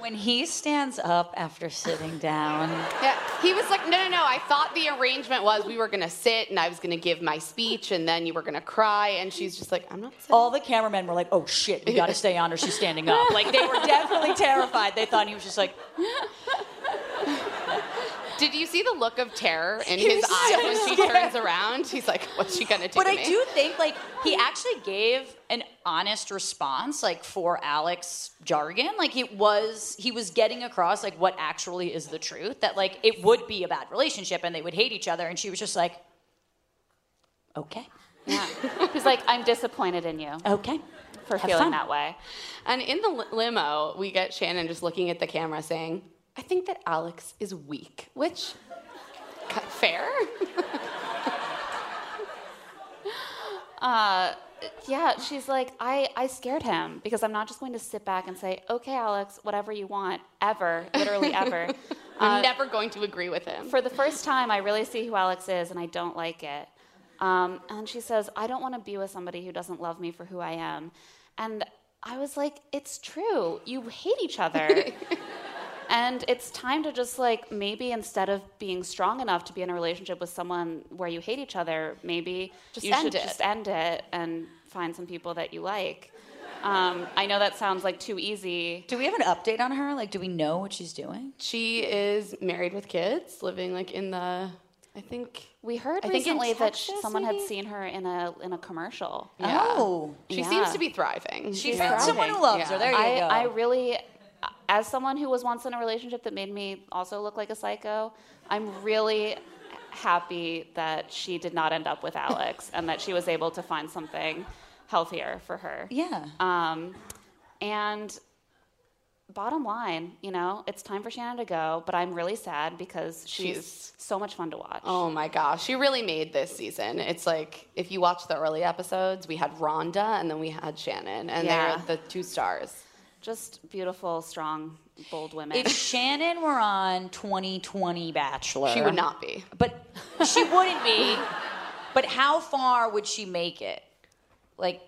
[SPEAKER 5] When he stands up after sitting down,
[SPEAKER 3] Yeah, he was like, no, no, no. I thought the arrangement was we were gonna sit and I was gonna give my speech and then you were gonna cry. And she's just like, I'm not.
[SPEAKER 5] all the cameramen were like, "Oh shit, we got to stay on her. She's standing
[SPEAKER 3] *laughs*
[SPEAKER 5] up." Like they were definitely terrified. They thought he was just like,
[SPEAKER 3] Did you see the look of terror in
[SPEAKER 5] He
[SPEAKER 3] his
[SPEAKER 5] was
[SPEAKER 3] eyes
[SPEAKER 5] so
[SPEAKER 3] when she
[SPEAKER 5] scared.
[SPEAKER 3] turns around? He's like, what's she gonna do?
[SPEAKER 5] But
[SPEAKER 3] to
[SPEAKER 5] I
[SPEAKER 3] me?
[SPEAKER 5] do think like he actually gave an honest response, like for Alex jargon. Like it was he was getting across like what actually is the truth. That like it would be a bad relationship and they would hate each other. And she was just like, Okay. *laughs*
[SPEAKER 2] He's like, I'm disappointed in you.
[SPEAKER 5] Okay.
[SPEAKER 2] For
[SPEAKER 3] Have
[SPEAKER 2] feeling
[SPEAKER 3] fun.
[SPEAKER 2] that way.
[SPEAKER 3] And in the li- limo, we get Shannon just looking at the camera saying, I think that Alex is weak, which, *laughs* ca- fair.
[SPEAKER 2] Uh, yeah, she's like, I, I scared him because I'm not just going to sit back and say, okay, Alex, whatever you want, ever, literally ever. Uh,
[SPEAKER 3] I'm never going to agree with him.
[SPEAKER 2] For the first time, I really see who Alex is and I don't like it. Um, and she says, I don't want to be with somebody who doesn't love me for who I am. And I was like, it's true. You hate each
[SPEAKER 3] *laughs*
[SPEAKER 2] other. and it's time to just like maybe instead of being strong enough to be in a relationship with someone where you hate each other, maybe
[SPEAKER 3] Just
[SPEAKER 2] you
[SPEAKER 3] end
[SPEAKER 2] should
[SPEAKER 3] it.
[SPEAKER 2] just end it and find some people that you like. Um, I know that sounds like too easy.
[SPEAKER 5] Do we have an update on her? Like, do we know what she's doing?
[SPEAKER 3] She is married with kids, living like in the, I think.
[SPEAKER 2] We heard
[SPEAKER 3] I think in
[SPEAKER 2] recently that sh-
[SPEAKER 3] Texas,
[SPEAKER 2] someone
[SPEAKER 3] maybe?
[SPEAKER 2] had seen her in a in a commercial.
[SPEAKER 3] Yeah. Oh. She seems
[SPEAKER 2] Yeah.
[SPEAKER 3] to be thriving.
[SPEAKER 2] She's
[SPEAKER 3] Yeah.
[SPEAKER 2] someone who loves
[SPEAKER 3] Yeah.
[SPEAKER 2] her. There you go. I really, as someone who was once in a relationship that made me also look like a psycho, I'm really happy that she did not end up with
[SPEAKER 3] *laughs*
[SPEAKER 2] Alex and that she was able to find something healthier for her.
[SPEAKER 5] Yeah.
[SPEAKER 2] Um, and bottom line, you know, it's time for Shannon to go, but I'm really sad because she's,
[SPEAKER 3] She's-
[SPEAKER 2] so much fun to watch.
[SPEAKER 3] Oh my gosh, she really made this season. It's like if you watch the early episodes, we had Rhonda and then we had Shannon, and
[SPEAKER 2] Yeah.
[SPEAKER 3] they're the two stars.
[SPEAKER 2] Just beautiful, strong, bold women.
[SPEAKER 5] If Shannon were on 2020 Bachelor,
[SPEAKER 3] She would not be.
[SPEAKER 5] But she wouldn't be. But how far would she make it? Like,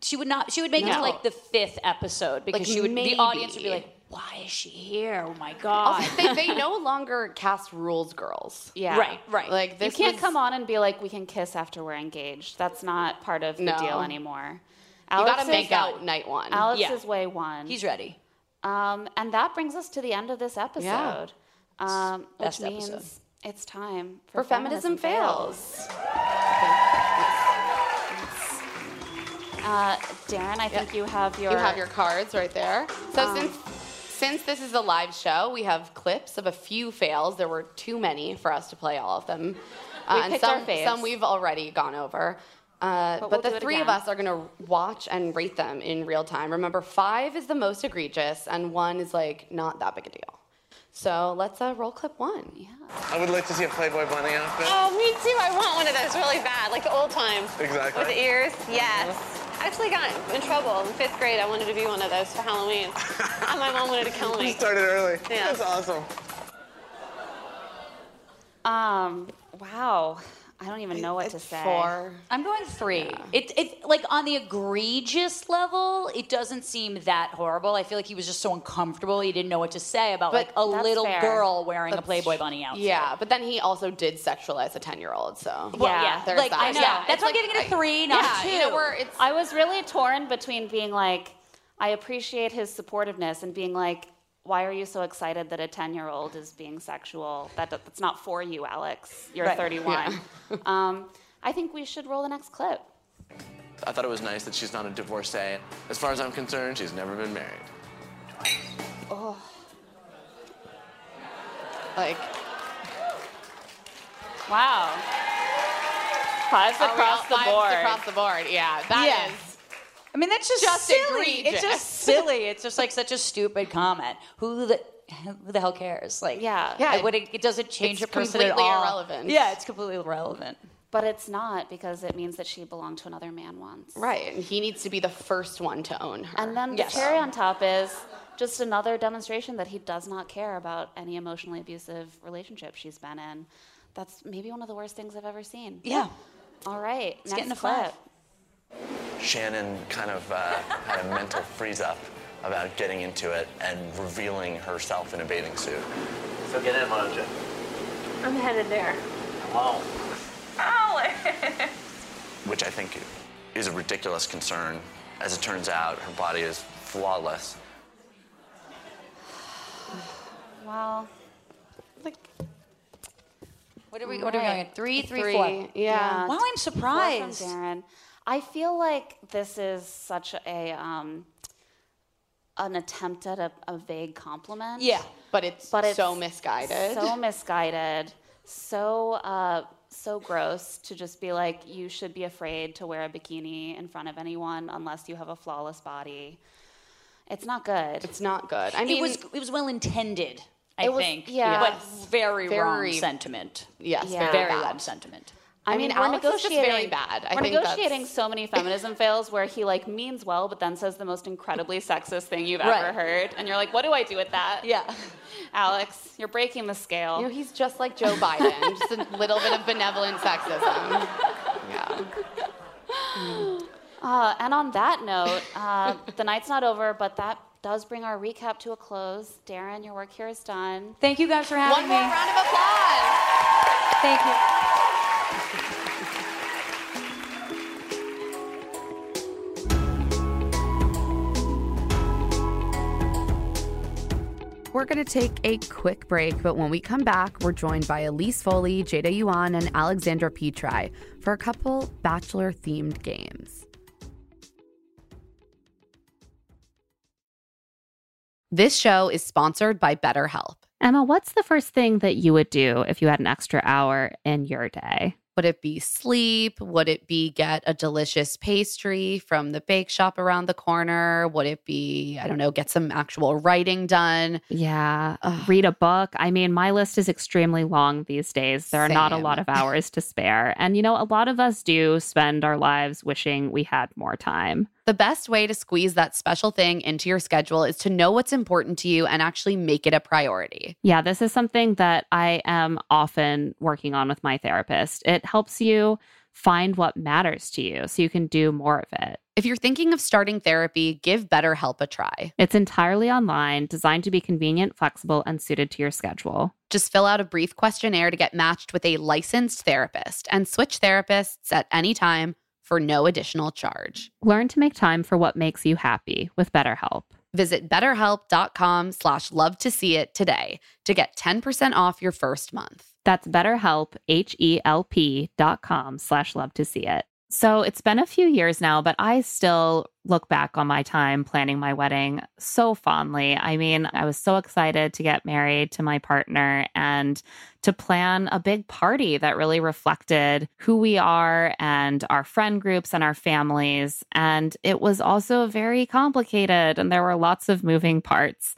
[SPEAKER 5] she would not. She would make it to
[SPEAKER 3] No.
[SPEAKER 5] like the fifth episode because
[SPEAKER 3] Like,
[SPEAKER 5] she would.
[SPEAKER 3] maybe.
[SPEAKER 5] The audience would be like, "Why is she here? Oh my god!"
[SPEAKER 3] Also,
[SPEAKER 5] *laughs*
[SPEAKER 3] they, they no longer cast rules girls.
[SPEAKER 2] Yeah.
[SPEAKER 5] Right, right.
[SPEAKER 3] Like
[SPEAKER 2] you
[SPEAKER 3] this
[SPEAKER 2] can't
[SPEAKER 3] was-
[SPEAKER 2] come on and be like, we can kiss after we're engaged. That's not part of the
[SPEAKER 3] No.
[SPEAKER 2] deal anymore.
[SPEAKER 3] You gotta
[SPEAKER 2] Alex's-
[SPEAKER 3] make out night one.
[SPEAKER 2] Alex
[SPEAKER 3] Yeah.
[SPEAKER 2] is way one.
[SPEAKER 5] He's ready.
[SPEAKER 2] Um, and that brings us to the end of this episode. Um,
[SPEAKER 3] Best
[SPEAKER 2] which means
[SPEAKER 3] episode.
[SPEAKER 2] it's time for,
[SPEAKER 3] For Feminism Fails.
[SPEAKER 2] Uh, Darren, I think you have your
[SPEAKER 3] You have your cards right there. So
[SPEAKER 2] Um,
[SPEAKER 3] since since this is a live show, we have clips of a few fails. There were too many for us to play all of them. Uh,
[SPEAKER 2] We
[SPEAKER 3] and
[SPEAKER 2] picked our
[SPEAKER 3] some
[SPEAKER 2] faves.
[SPEAKER 3] some we've already gone over. Uh,
[SPEAKER 2] But
[SPEAKER 3] but
[SPEAKER 2] we'll do
[SPEAKER 3] the
[SPEAKER 2] it
[SPEAKER 3] three of
[SPEAKER 2] again.
[SPEAKER 3] us are going to watch and rate them in real time. Remember, five is the most egregious, and one is like not that big a deal. So let's uh, roll clip one. Yeah.
[SPEAKER 6] I would like to see a Playboy bunny outfit.
[SPEAKER 7] Oh, me too. I want one of those really bad, like the old times.
[SPEAKER 6] Exactly.
[SPEAKER 7] With the ears. Yes. I actually got in trouble in fifth grade. I wanted to be one of those for Halloween. and my mom wanted to kill me.
[SPEAKER 6] You started early.
[SPEAKER 7] Yeah.
[SPEAKER 6] That's awesome.
[SPEAKER 2] Um, wow. I don't even know what to say.
[SPEAKER 5] four. I'm going three. It, it like on the egregious level, it doesn't seem that horrible. I feel like he was just so uncomfortable, he didn't know what to say about
[SPEAKER 3] But
[SPEAKER 5] like a
[SPEAKER 3] that's
[SPEAKER 5] little
[SPEAKER 3] fair.
[SPEAKER 5] girl wearing a
[SPEAKER 3] That's-
[SPEAKER 5] Playboy bunny outfit.
[SPEAKER 3] Yeah, but then he also did sexualize a ten-year-old. So
[SPEAKER 5] Well, yeah.
[SPEAKER 3] there's
[SPEAKER 5] Like,
[SPEAKER 3] that.
[SPEAKER 5] I know.
[SPEAKER 3] Yeah,
[SPEAKER 5] That's
[SPEAKER 3] it's
[SPEAKER 5] why I'm
[SPEAKER 3] like-
[SPEAKER 5] giving it a three, not
[SPEAKER 3] yeah,
[SPEAKER 5] a two.
[SPEAKER 3] you know, we're-
[SPEAKER 2] I was really torn between being like, I appreciate his supportiveness and being like, why are you so excited that a 10 year old is being sexual? That, that's not for you, Alex. You're
[SPEAKER 8] Right.
[SPEAKER 2] 31. um, I think we should roll the next clip.
[SPEAKER 6] I thought it was nice that she's not a divorcee. As far as I'm concerned, she's never been married.
[SPEAKER 2] Oh.
[SPEAKER 3] Like,
[SPEAKER 2] wow. Fives
[SPEAKER 3] Are we
[SPEAKER 2] across
[SPEAKER 3] all-
[SPEAKER 2] the
[SPEAKER 3] fives
[SPEAKER 2] board.
[SPEAKER 3] across the board. Yeah, that is.
[SPEAKER 5] Yeah. I mean, that's just,
[SPEAKER 3] Just
[SPEAKER 5] silly.
[SPEAKER 3] egregious.
[SPEAKER 5] It's just silly. It's just like such a stupid comment. Who the who the hell cares? Like, yeah,
[SPEAKER 2] Yeah.
[SPEAKER 5] It, would, it doesn't change
[SPEAKER 2] It's
[SPEAKER 5] a person at
[SPEAKER 2] completely
[SPEAKER 5] all.
[SPEAKER 2] irrelevant.
[SPEAKER 5] Yeah, it's completely irrelevant.
[SPEAKER 2] But it's not because it means that she belonged to another man once.
[SPEAKER 3] Right, and he needs to be the first one to own her.
[SPEAKER 2] And then the cherry on top is just another demonstration that he does not care about any emotionally abusive relationship she's been in. That's maybe one of the worst things I've ever seen.
[SPEAKER 5] Yeah.
[SPEAKER 2] All right.
[SPEAKER 5] It's
[SPEAKER 2] next
[SPEAKER 5] getting a
[SPEAKER 2] clip.
[SPEAKER 5] five.
[SPEAKER 8] Shannon kind of uh, had a mental freeze up about getting into it and revealing herself in a bathing suit. So get in, Moja.
[SPEAKER 13] I'm headed there.
[SPEAKER 8] Wow.
[SPEAKER 15] *laughs*
[SPEAKER 13] Alex!
[SPEAKER 8] Which I think is a ridiculous concern. As it turns out, her body is flawless.
[SPEAKER 2] Well,
[SPEAKER 5] What are we? What are we going at? Three, three, four. Wow, I'm
[SPEAKER 2] Four from
[SPEAKER 5] surprised.
[SPEAKER 2] Darren. I feel like this is such a um, an attempt at a, a vague compliment.
[SPEAKER 3] Yeah, but it's so misguided.
[SPEAKER 2] So misguided. So uh, so gross to just be like, you should be afraid to wear a bikini in front of anyone unless you have a flawless body. It's not good.
[SPEAKER 3] It's not good. I mean,
[SPEAKER 5] it was it was well intended. I
[SPEAKER 2] It was-
[SPEAKER 5] think.
[SPEAKER 2] yeah.
[SPEAKER 5] But very, wrong
[SPEAKER 2] Very-
[SPEAKER 5] sentiment.
[SPEAKER 3] Yes,
[SPEAKER 2] Yeah.
[SPEAKER 5] very
[SPEAKER 2] very bad.
[SPEAKER 5] wrong sentiment.
[SPEAKER 3] I mean, Alex was just very bad. I
[SPEAKER 2] we're
[SPEAKER 3] think that's-
[SPEAKER 2] negotiating so many feminism fails where he like means well, but then says the most incredibly sexist thing you've
[SPEAKER 3] Right.
[SPEAKER 2] ever heard, and you're like, what do I do with that?
[SPEAKER 5] Yeah,
[SPEAKER 2] Alex, you're breaking the scale.
[SPEAKER 3] You know, he's just like Joe *laughs* Biden, just a little bit of benevolent sexism. Yeah.
[SPEAKER 2] *laughs* Uh, and on that note, uh, the night's not over, but that does bring our recap to a close. Darren, your work here is done.
[SPEAKER 5] Thank you guys for having
[SPEAKER 2] One
[SPEAKER 5] me.
[SPEAKER 2] more round of applause.
[SPEAKER 5] Thank you.
[SPEAKER 16] We're going to take a quick break, but when we come back, we're joined by Elise Foley, Jada Yuan, and Alexandra Petri for a couple Bachelor themed games. This show is sponsored by BetterHelp.
[SPEAKER 2] Emma, what's the first thing that you would do if you had an extra hour in your day?
[SPEAKER 16] Would it be sleep? Would it be get a delicious pastry from the bake shop around the corner? Would it be, I don't know, get some actual writing done?
[SPEAKER 2] Yeah,
[SPEAKER 17] read a book. I mean, my list is extremely long these days.
[SPEAKER 16] There are not a
[SPEAKER 17] lot of hours to spare. And, you know, a lot of us do spend our lives wishing we had more time.
[SPEAKER 16] The best way to squeeze that special thing into your schedule is to know what's important to you and actually make it a priority.
[SPEAKER 17] Yeah, this is something that I am often working on with my therapist. It helps you find what matters to you so you can do more of it.
[SPEAKER 16] If you're thinking of starting therapy, give BetterHelp a try.
[SPEAKER 17] It's entirely online, designed to be convenient, flexible, and suited to your schedule.
[SPEAKER 16] Just fill out a brief questionnaire to get matched with a licensed therapist and switch therapists at any time for no additional charge.
[SPEAKER 17] Learn to make time for what makes you happy with BetterHelp.
[SPEAKER 16] Visit betterhelp.com slash love to see it today to get 10% off your first month.
[SPEAKER 17] That's BetterHelp, H-E-L-P dot com slash love to see it. So it's been a few years now, but I still look back on my time planning my wedding so fondly. I mean, I was so excited to get married to my partner and to plan a big party that really reflected who we are and our friend groups and our families. And it was also very complicated and there were lots of moving parts.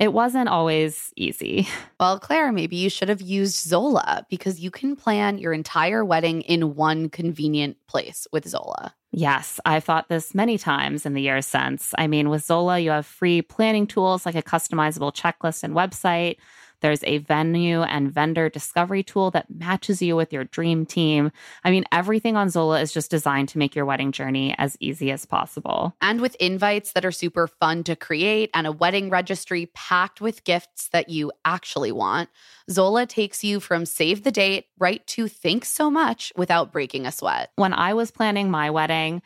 [SPEAKER 2] It wasn't always
[SPEAKER 17] *laughs*
[SPEAKER 2] easy.
[SPEAKER 3] Well, Claire, maybe you should have used Zola because you can plan your entire wedding in one convenient place with Zola.
[SPEAKER 2] Yes, I've thought this many times in the years since. I mean, with Zola, you have free planning tools like a customizable checklist and website. There's a venue and vendor discovery tool that matches you with your dream team. I mean, everything on Zola is just designed to make your wedding journey as easy as possible.
[SPEAKER 3] And with invites that are super fun to create and a wedding registry packed with gifts that you actually want, Zola takes you from save the date right to thanks so much without breaking a sweat.
[SPEAKER 2] When I was planning my wedding,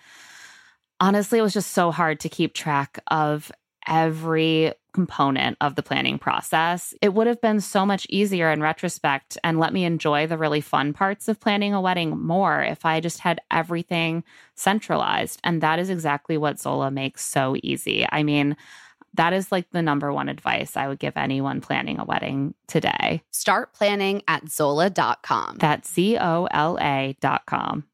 [SPEAKER 2] honestly, it was just so hard to keep track of every component of the planning process. It would have been so much easier in retrospect and let me enjoy the really fun parts of planning a wedding more if I just had everything centralized. And that is exactly what Zola makes so easy. I mean, that is like the number one advice I would give anyone planning a wedding today.
[SPEAKER 3] Start planning at zola.com.
[SPEAKER 2] That's Z O L A dot com.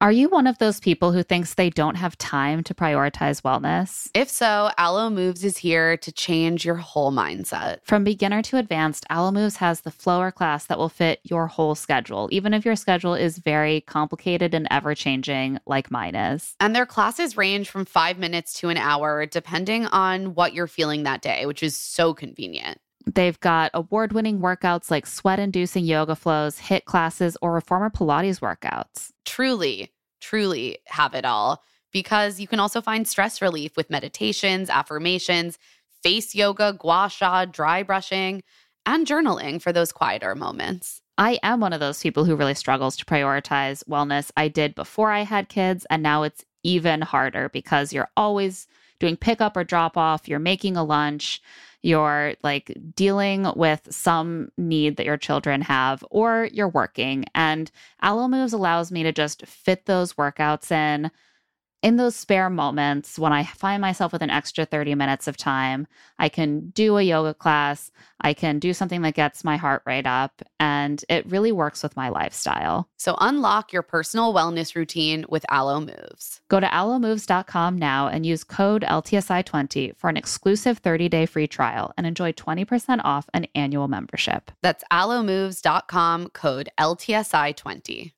[SPEAKER 2] Are you one of those people who thinks they don't have time to prioritize wellness?
[SPEAKER 3] If so, Allo Moves is here to change your whole mindset.
[SPEAKER 2] From beginner to advanced, Allo Moves has the flower class that will fit your whole schedule, even if your schedule is very complicated and ever changing, like mine is.
[SPEAKER 3] And their classes range from five minutes to an hour, depending on what you're feeling that day, which is so convenient.
[SPEAKER 2] They've got award winning workouts like sweat inducing yoga flows, HIT classes, or reformer Pilates workouts.
[SPEAKER 3] Truly, truly have it all because you can also find stress relief with meditations, affirmations, face yoga, gua sha, dry brushing, and journaling for those quieter moments.
[SPEAKER 2] I am one of those people who really struggles to prioritize wellness. I did before I had kids, and now it's even harder because you're always doing pickup or drop off, you're making a lunch you're like dealing with some need that your children have or you're working and allo moves allows me to just fit those workouts in in those spare moments when i find myself with an extra 30 minutes of time i can do a yoga class i can do something that gets my heart rate up and it really works with my lifestyle
[SPEAKER 3] so unlock your personal wellness routine with allo moves
[SPEAKER 2] Go to allomoves.com now and use code LTSI20 for an exclusive 30-day free trial and enjoy 20% off an annual membership.
[SPEAKER 3] that's allomoves.com code ltsi20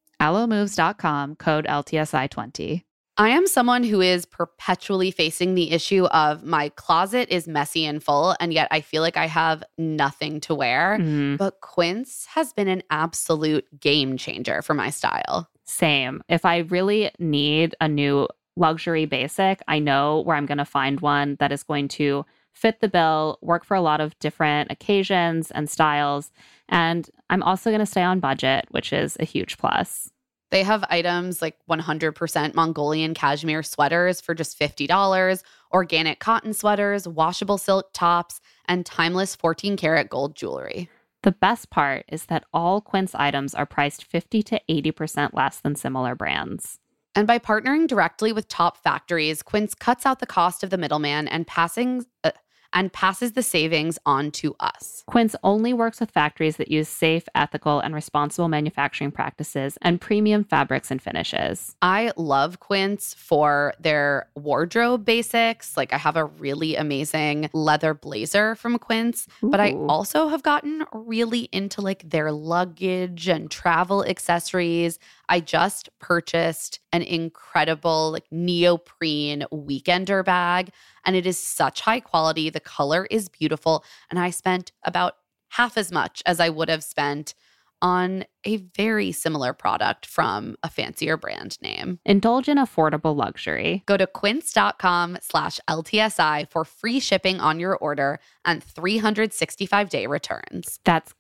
[SPEAKER 2] Allomoves.com, code LTSI20.
[SPEAKER 3] I am someone who is perpetually facing the issue of my closet is messy and full, and yet I feel like I have nothing to wear.
[SPEAKER 2] Mhm.
[SPEAKER 3] But Quince has been an absolute game changer for my style.
[SPEAKER 2] Same. If I really need a new luxury basic, I know where I'm going to find one that is going to fit the bill, work for a lot of different occasions and styles, and I'm also going to stay on budget, which is a huge plus.
[SPEAKER 3] They have items like 100% Mongolian cashmere sweaters for just $50, organic cotton sweaters, washable silk tops, and timeless 14 karat gold jewelry.
[SPEAKER 2] The best part is that all Quince items are priced 50 to 80% less than similar brands.
[SPEAKER 3] And by partnering directly with top factories, Quince cuts out the cost of the middleman and passing uh, and passes the savings on to us.
[SPEAKER 2] Quince only works with factories that use safe, ethical, and responsible manufacturing practices and premium fabrics and finishes.
[SPEAKER 3] I love Quince for their wardrobe basics. Like I have a really amazing leather blazer from Quince, but I
[SPEAKER 15] Ooh.
[SPEAKER 3] also have gotten really into like their luggage and travel accessories. I just purchased an incredible like neoprene weekender bag and it is such high quality. The color is beautiful and I spent about half as much as I would have spent on a very similar product from a fancier brand name.
[SPEAKER 2] Indulge in affordable luxury.
[SPEAKER 3] Go to quince.com slash LTSI for free shipping on your order and 365 day returns.
[SPEAKER 2] That's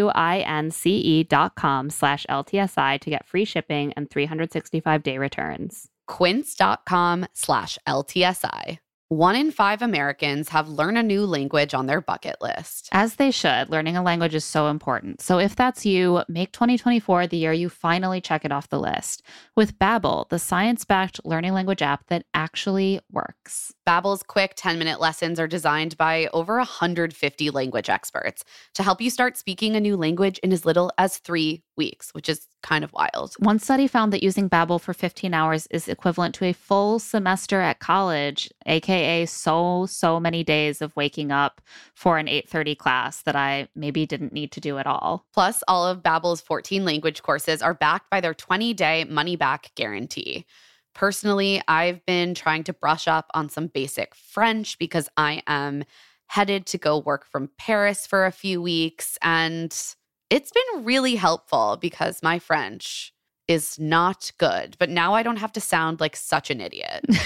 [SPEAKER 2] Q-U-I-N-C-E E dot com slash LTSI to get free shipping and 365-day returns.
[SPEAKER 3] Quince.com slash LTSI. One in five Americans have learn a new language on their bucket list.
[SPEAKER 2] As they should, learning a language is so important. So if that's you, make 2024 the year you finally check it off the list with Babbel, the science-backed learning language app that actually works.
[SPEAKER 3] Babbel's quick 10-minute lessons are designed by over 150 language experts to help you start speaking a new language in as little as 3 weeks, which is kind of wild.
[SPEAKER 17] One study found that using Babbel for 15 hours is equivalent to a full semester at college, aka so so many days of waking up for an 8:30 class that I maybe didn't need to do at all.
[SPEAKER 3] Plus, all of Babbel's 14 language courses are backed by their 20-day money-back guarantee. Personally, I've been trying to brush up on some basic French because I am headed to go work from Paris for a few weeks and it's been really helpful because my French is not good, but now I don't have to sound like such an idiot.
[SPEAKER 17] *laughs*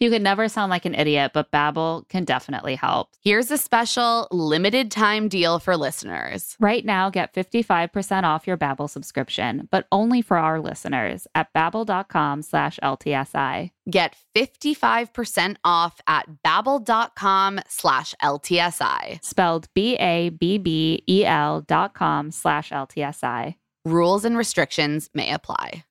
[SPEAKER 17] You could never sound like an idiot, but Babbel can definitely help.
[SPEAKER 3] Here's a special limited time deal for listeners.
[SPEAKER 17] Right now, get 55% off your Babbel subscription, but only for our listeners at babbel.com slash LTSI.
[SPEAKER 3] Get 55% off at babbel.com slash LTSI.
[SPEAKER 17] Spelled B-A-B-B-E-L E dot com slash LTSI.
[SPEAKER 3] Rules and restrictions may apply.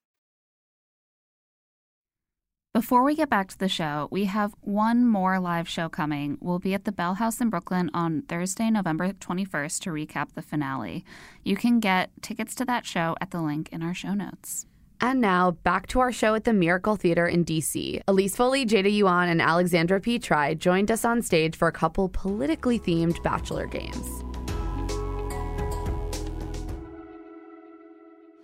[SPEAKER 17] Before we get back to the show, we have one more live show coming. We'll be at the Bell House in Brooklyn on Thursday, November 21st to recap the finale. You can get tickets to that show at the link in our show notes.
[SPEAKER 16] And now back to our show at the Miracle Theater in DC. Elise Foley, Jada Yuan, and Alexandra Petri joined us on stage for a couple politically themed Bachelor games.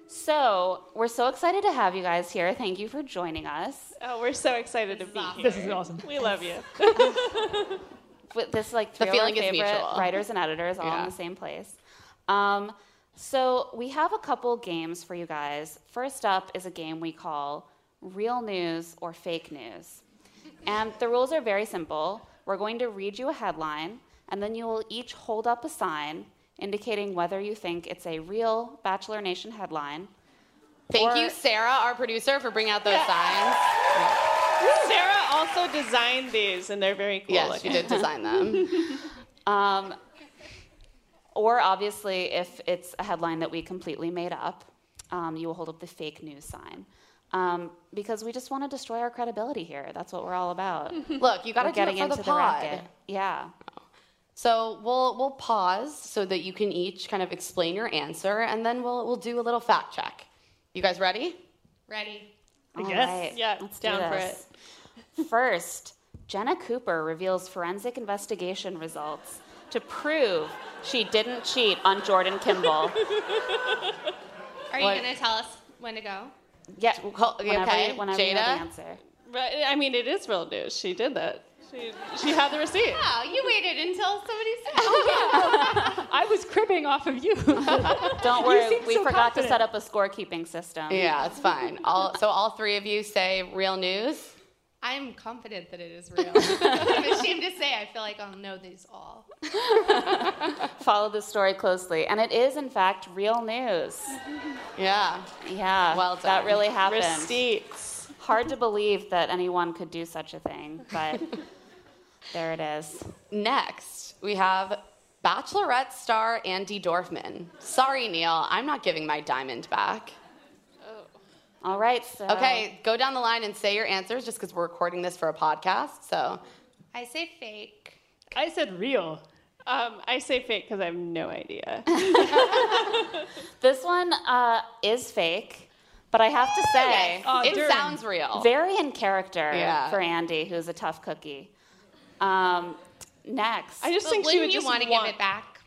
[SPEAKER 2] So we're so excited to have you guys here. Thank you for joining us.
[SPEAKER 13] Oh, we're so excited to be here.
[SPEAKER 2] This is awesome.
[SPEAKER 13] We love
[SPEAKER 2] *laughs*
[SPEAKER 13] you.
[SPEAKER 2] With this like
[SPEAKER 3] The
[SPEAKER 2] three of our
[SPEAKER 3] feeling is
[SPEAKER 2] favorite
[SPEAKER 3] mutual. *laughs*
[SPEAKER 2] writers and editors all
[SPEAKER 3] Yeah.
[SPEAKER 2] in the same place. Um, so we have a couple games for you guys. First up is a game we call Real News or Fake News. And the rules are very simple. We're going to read you a headline, and then you will each hold up a sign indicating whether you think it's a real Bachelor Nation headline.
[SPEAKER 3] Thank
[SPEAKER 2] or-
[SPEAKER 3] you, Sarah, our producer, for bringing out those
[SPEAKER 2] *laughs*
[SPEAKER 3] signs.
[SPEAKER 13] Sarah also designed these, and they're very cool.
[SPEAKER 3] Yes, she
[SPEAKER 13] looking.
[SPEAKER 3] did design them.
[SPEAKER 2] Um, or obviously, if it's a headline that we completely made up, um, you will hold up the fake news sign. Um, because we just want to destroy our credibility here. That's what we're all about.
[SPEAKER 3] *laughs* Look, you gotta
[SPEAKER 2] We're
[SPEAKER 3] do it
[SPEAKER 2] getting
[SPEAKER 3] for the
[SPEAKER 2] into
[SPEAKER 3] pod.
[SPEAKER 2] racket. Yeah.
[SPEAKER 3] So we'll we'll pause so that you can each kind of explain your answer, and then we'll we'll do a little fact check. You guys ready?
[SPEAKER 13] Ready?
[SPEAKER 2] I
[SPEAKER 13] guess. Yeah, down for
[SPEAKER 2] for it. First, Jenna Cooper reveals forensic investigation results to prove she didn't cheat on
[SPEAKER 13] *laughs*
[SPEAKER 2] Jordan
[SPEAKER 15] *laughs*
[SPEAKER 2] Kimball.
[SPEAKER 11] Are you
[SPEAKER 2] What?
[SPEAKER 11] going to tell us when to go?
[SPEAKER 2] Yeah, whenever,
[SPEAKER 13] okay,
[SPEAKER 2] you- whenever you know
[SPEAKER 13] Jada?
[SPEAKER 2] the answer.
[SPEAKER 13] Right, I mean, it is real news. She did that. She, she had the receipt.
[SPEAKER 11] Oh, you waited until somebody said.
[SPEAKER 3] Oh,
[SPEAKER 11] *laughs*
[SPEAKER 13] I was cribbing off of you.
[SPEAKER 2] *laughs* Don't
[SPEAKER 13] You
[SPEAKER 2] worry,
[SPEAKER 13] seem
[SPEAKER 2] we
[SPEAKER 13] so
[SPEAKER 2] forgot to
[SPEAKER 13] confident.
[SPEAKER 2] set up a scorekeeping system.
[SPEAKER 3] Yeah, it's fine. All, so all three of you say real news.
[SPEAKER 11] I'm confident that it is
[SPEAKER 13] *laughs*
[SPEAKER 11] real. *laughs* I'm ashamed to say I feel like I'll know these all.
[SPEAKER 2] *laughs* Follow the story closely, and it is in fact real news.
[SPEAKER 3] Yeah.
[SPEAKER 2] Yeah.
[SPEAKER 3] Well
[SPEAKER 2] That
[SPEAKER 3] done.
[SPEAKER 2] really happened.
[SPEAKER 13] Receipts.
[SPEAKER 2] Hard to believe that anyone could do such a thing,
[SPEAKER 3] *laughs*
[SPEAKER 2] but there it is.
[SPEAKER 3] Next, we have Bachelorette star Andy Dorfman. Sorry, Neil, I'm not giving my diamond back.
[SPEAKER 13] Oh.
[SPEAKER 2] All right. So
[SPEAKER 3] Okay, go down the line and say your answers, just because we're recording this for a podcast. So
[SPEAKER 11] I say fake.
[SPEAKER 13] I said real. *laughs* Um, I say fake because I have no idea.
[SPEAKER 2] *laughs*
[SPEAKER 13] *laughs*
[SPEAKER 2] This one uh, is fake, but I have to say,
[SPEAKER 3] Oh, it darn. sounds real.
[SPEAKER 2] Very in character
[SPEAKER 3] Yeah.
[SPEAKER 2] for Andy, who's a tough cookie. Um, next.
[SPEAKER 13] I just
[SPEAKER 11] But
[SPEAKER 13] think she
[SPEAKER 11] wouldn't
[SPEAKER 13] would
[SPEAKER 11] you
[SPEAKER 13] just
[SPEAKER 11] want to
[SPEAKER 13] want-
[SPEAKER 11] give it back,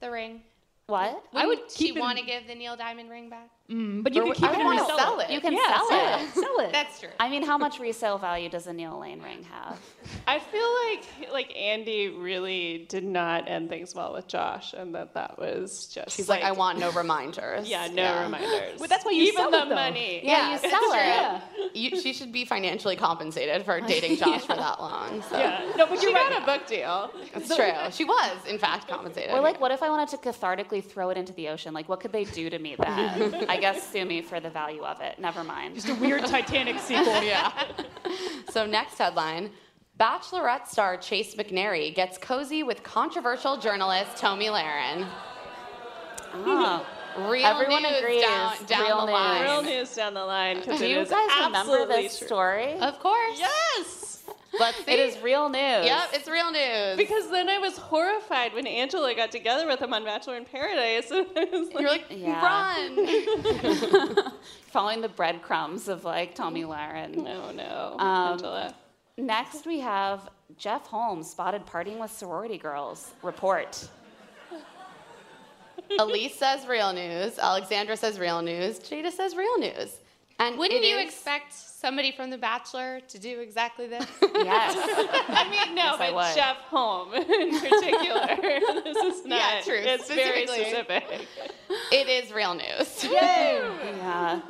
[SPEAKER 11] the ring?
[SPEAKER 2] What?
[SPEAKER 11] Wouldn't
[SPEAKER 13] would keep
[SPEAKER 11] she
[SPEAKER 13] it-
[SPEAKER 11] want to give the Neil Diamond ring back?
[SPEAKER 13] but you
[SPEAKER 2] Or
[SPEAKER 13] can
[SPEAKER 2] we-
[SPEAKER 13] keep
[SPEAKER 2] I
[SPEAKER 13] it and
[SPEAKER 2] wanna
[SPEAKER 13] resell
[SPEAKER 3] sell it.
[SPEAKER 2] You can
[SPEAKER 13] Yeah,
[SPEAKER 2] *laughs* sell,
[SPEAKER 13] sell
[SPEAKER 2] it.
[SPEAKER 13] it. Sell it.
[SPEAKER 11] That's true.
[SPEAKER 2] I mean, how much resale value does a Neil Lane ring
[SPEAKER 13] *laughs*
[SPEAKER 2] have?
[SPEAKER 13] I feel like like Andy really did not end things well with Josh, and that that was just.
[SPEAKER 3] she's like, I want no reminders.
[SPEAKER 13] Yeah, no
[SPEAKER 2] *laughs*
[SPEAKER 13] reminders.
[SPEAKER 14] Well, that's why you
[SPEAKER 13] even
[SPEAKER 14] sell
[SPEAKER 13] the
[SPEAKER 14] it, though.
[SPEAKER 13] money.
[SPEAKER 3] Yeah,
[SPEAKER 2] you sell it.
[SPEAKER 3] You, she should be financially compensated
[SPEAKER 2] *laughs*
[SPEAKER 3] for dating Josh for that long. So.
[SPEAKER 13] Yeah. No, but you got a book deal.
[SPEAKER 3] It's true. She was, in fact, compensated.
[SPEAKER 2] Or like, what if I wanted to cathartically throw it into the ocean? Like, what could they do to me then? I guess
[SPEAKER 13] *laughs*
[SPEAKER 2] sue me for the value of it. Never mind.
[SPEAKER 13] It's a weird
[SPEAKER 3] *laughs*
[SPEAKER 13] Titanic sequel.
[SPEAKER 2] *laughs*
[SPEAKER 3] yeah. so next headline. Bachelorette star Chase McNary gets cozy with controversial journalist Tommy Lahren.
[SPEAKER 2] Ah.
[SPEAKER 3] Real
[SPEAKER 2] Everyone
[SPEAKER 3] news
[SPEAKER 2] agrees.
[SPEAKER 3] down, down
[SPEAKER 2] Real
[SPEAKER 3] the
[SPEAKER 2] news.
[SPEAKER 3] line.
[SPEAKER 13] Real news down the line. 'cause
[SPEAKER 2] Do
[SPEAKER 13] it
[SPEAKER 2] you
[SPEAKER 13] is
[SPEAKER 2] guys remember
[SPEAKER 13] absolutely
[SPEAKER 2] this
[SPEAKER 13] true.
[SPEAKER 2] story?
[SPEAKER 3] Of course.
[SPEAKER 13] Yes.
[SPEAKER 3] Let's see.
[SPEAKER 13] It is real news.
[SPEAKER 3] Yep, it's real news.
[SPEAKER 13] Because then I was horrified when Angela got together with him on Bachelor in Paradise. *laughs* And I was like,
[SPEAKER 3] You're like, run.
[SPEAKER 2] *laughs* Following the breadcrumbs of like Tommy Lauren. Um,
[SPEAKER 13] No, no, Angela.
[SPEAKER 2] Next, we have Jeff Holmes spotted partying with sorority girls. Report.
[SPEAKER 3] Elise says real news. Alexandra says real news. Jada says real news. And
[SPEAKER 15] Wouldn't
[SPEAKER 3] it
[SPEAKER 15] you
[SPEAKER 3] is-
[SPEAKER 15] expect somebody from The Bachelor to do
[SPEAKER 13] *laughs*
[SPEAKER 15] exactly this?
[SPEAKER 2] Yes.
[SPEAKER 11] *laughs*
[SPEAKER 13] I mean, no,
[SPEAKER 15] Yes, I
[SPEAKER 13] but
[SPEAKER 15] would.
[SPEAKER 13] Jeff Home in particular. *laughs* this is not.
[SPEAKER 3] Yeah, true.
[SPEAKER 13] It's very
[SPEAKER 3] Specifically.
[SPEAKER 13] specific.
[SPEAKER 3] It is real news.
[SPEAKER 2] Yeah.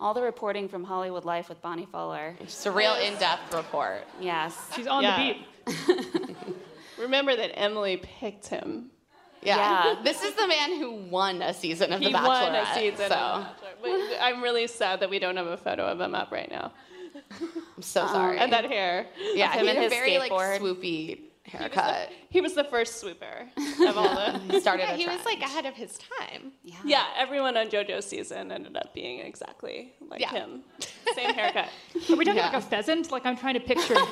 [SPEAKER 2] All the reporting from Hollywood Life with Bonnie Fuller.
[SPEAKER 3] It's a real in-depth report.
[SPEAKER 2] Yes.
[SPEAKER 13] She's on the beat. *laughs* Remember that Emily picked him.
[SPEAKER 3] Yeah. *laughs* This is the man who won a season of
[SPEAKER 13] he
[SPEAKER 3] The Bachelor.
[SPEAKER 13] won a season. of
[SPEAKER 3] So
[SPEAKER 13] The Bachelor. But I'm really sad that we don't have a photo of him up right now.
[SPEAKER 3] I'm so
[SPEAKER 2] Um,
[SPEAKER 3] sorry.
[SPEAKER 13] And that hair.
[SPEAKER 3] Yeah,
[SPEAKER 13] of
[SPEAKER 3] he
[SPEAKER 13] him
[SPEAKER 3] had
[SPEAKER 13] and
[SPEAKER 3] a
[SPEAKER 13] his
[SPEAKER 3] very like
[SPEAKER 13] skateboard.
[SPEAKER 3] swoopy haircut.
[SPEAKER 13] He was the first
[SPEAKER 2] *laughs*
[SPEAKER 13] swooper of all the.
[SPEAKER 3] He started
[SPEAKER 15] Yeah,
[SPEAKER 3] a
[SPEAKER 15] he was
[SPEAKER 3] trend.
[SPEAKER 15] like ahead of his time.
[SPEAKER 2] Yeah.
[SPEAKER 13] Yeah, everyone on JoJo's season ended up being exactly like
[SPEAKER 15] Yeah.
[SPEAKER 13] *laughs* him. Same haircut.
[SPEAKER 18] Are we talking
[SPEAKER 13] Yeah.
[SPEAKER 18] like a pheasant? Like I'm trying to picture. *laughs*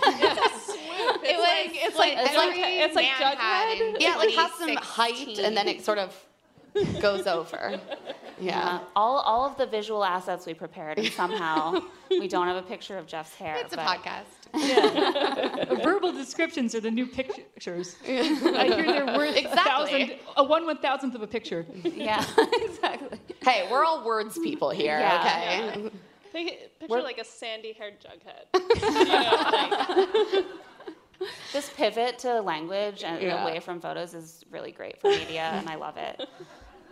[SPEAKER 13] It's like it's like it's like, it's like Jughead.
[SPEAKER 3] Yeah, it like has some height and then it sort of
[SPEAKER 2] *laughs*
[SPEAKER 3] goes over. Yeah.
[SPEAKER 2] All, all of the visual assets we prepared, and
[SPEAKER 3] *laughs*
[SPEAKER 2] somehow we don't have a picture of Jeff's hair.
[SPEAKER 18] It's a
[SPEAKER 2] podcast.
[SPEAKER 18] Verbal descriptions are the new pictures. I hear they're worth a
[SPEAKER 3] Exactly.
[SPEAKER 18] thousand, a one one thousandth of a picture. *laughs*
[SPEAKER 2] Yeah, exactly.
[SPEAKER 3] Hey, we're all words people here,
[SPEAKER 18] Yeah.
[SPEAKER 3] okay?
[SPEAKER 13] Pic- Picture
[SPEAKER 3] We're-
[SPEAKER 13] like a sandy-haired Jughead.
[SPEAKER 2] *laughs* This pivot to language and
[SPEAKER 13] Yeah.
[SPEAKER 2] away from photos is really great for media, and I love it.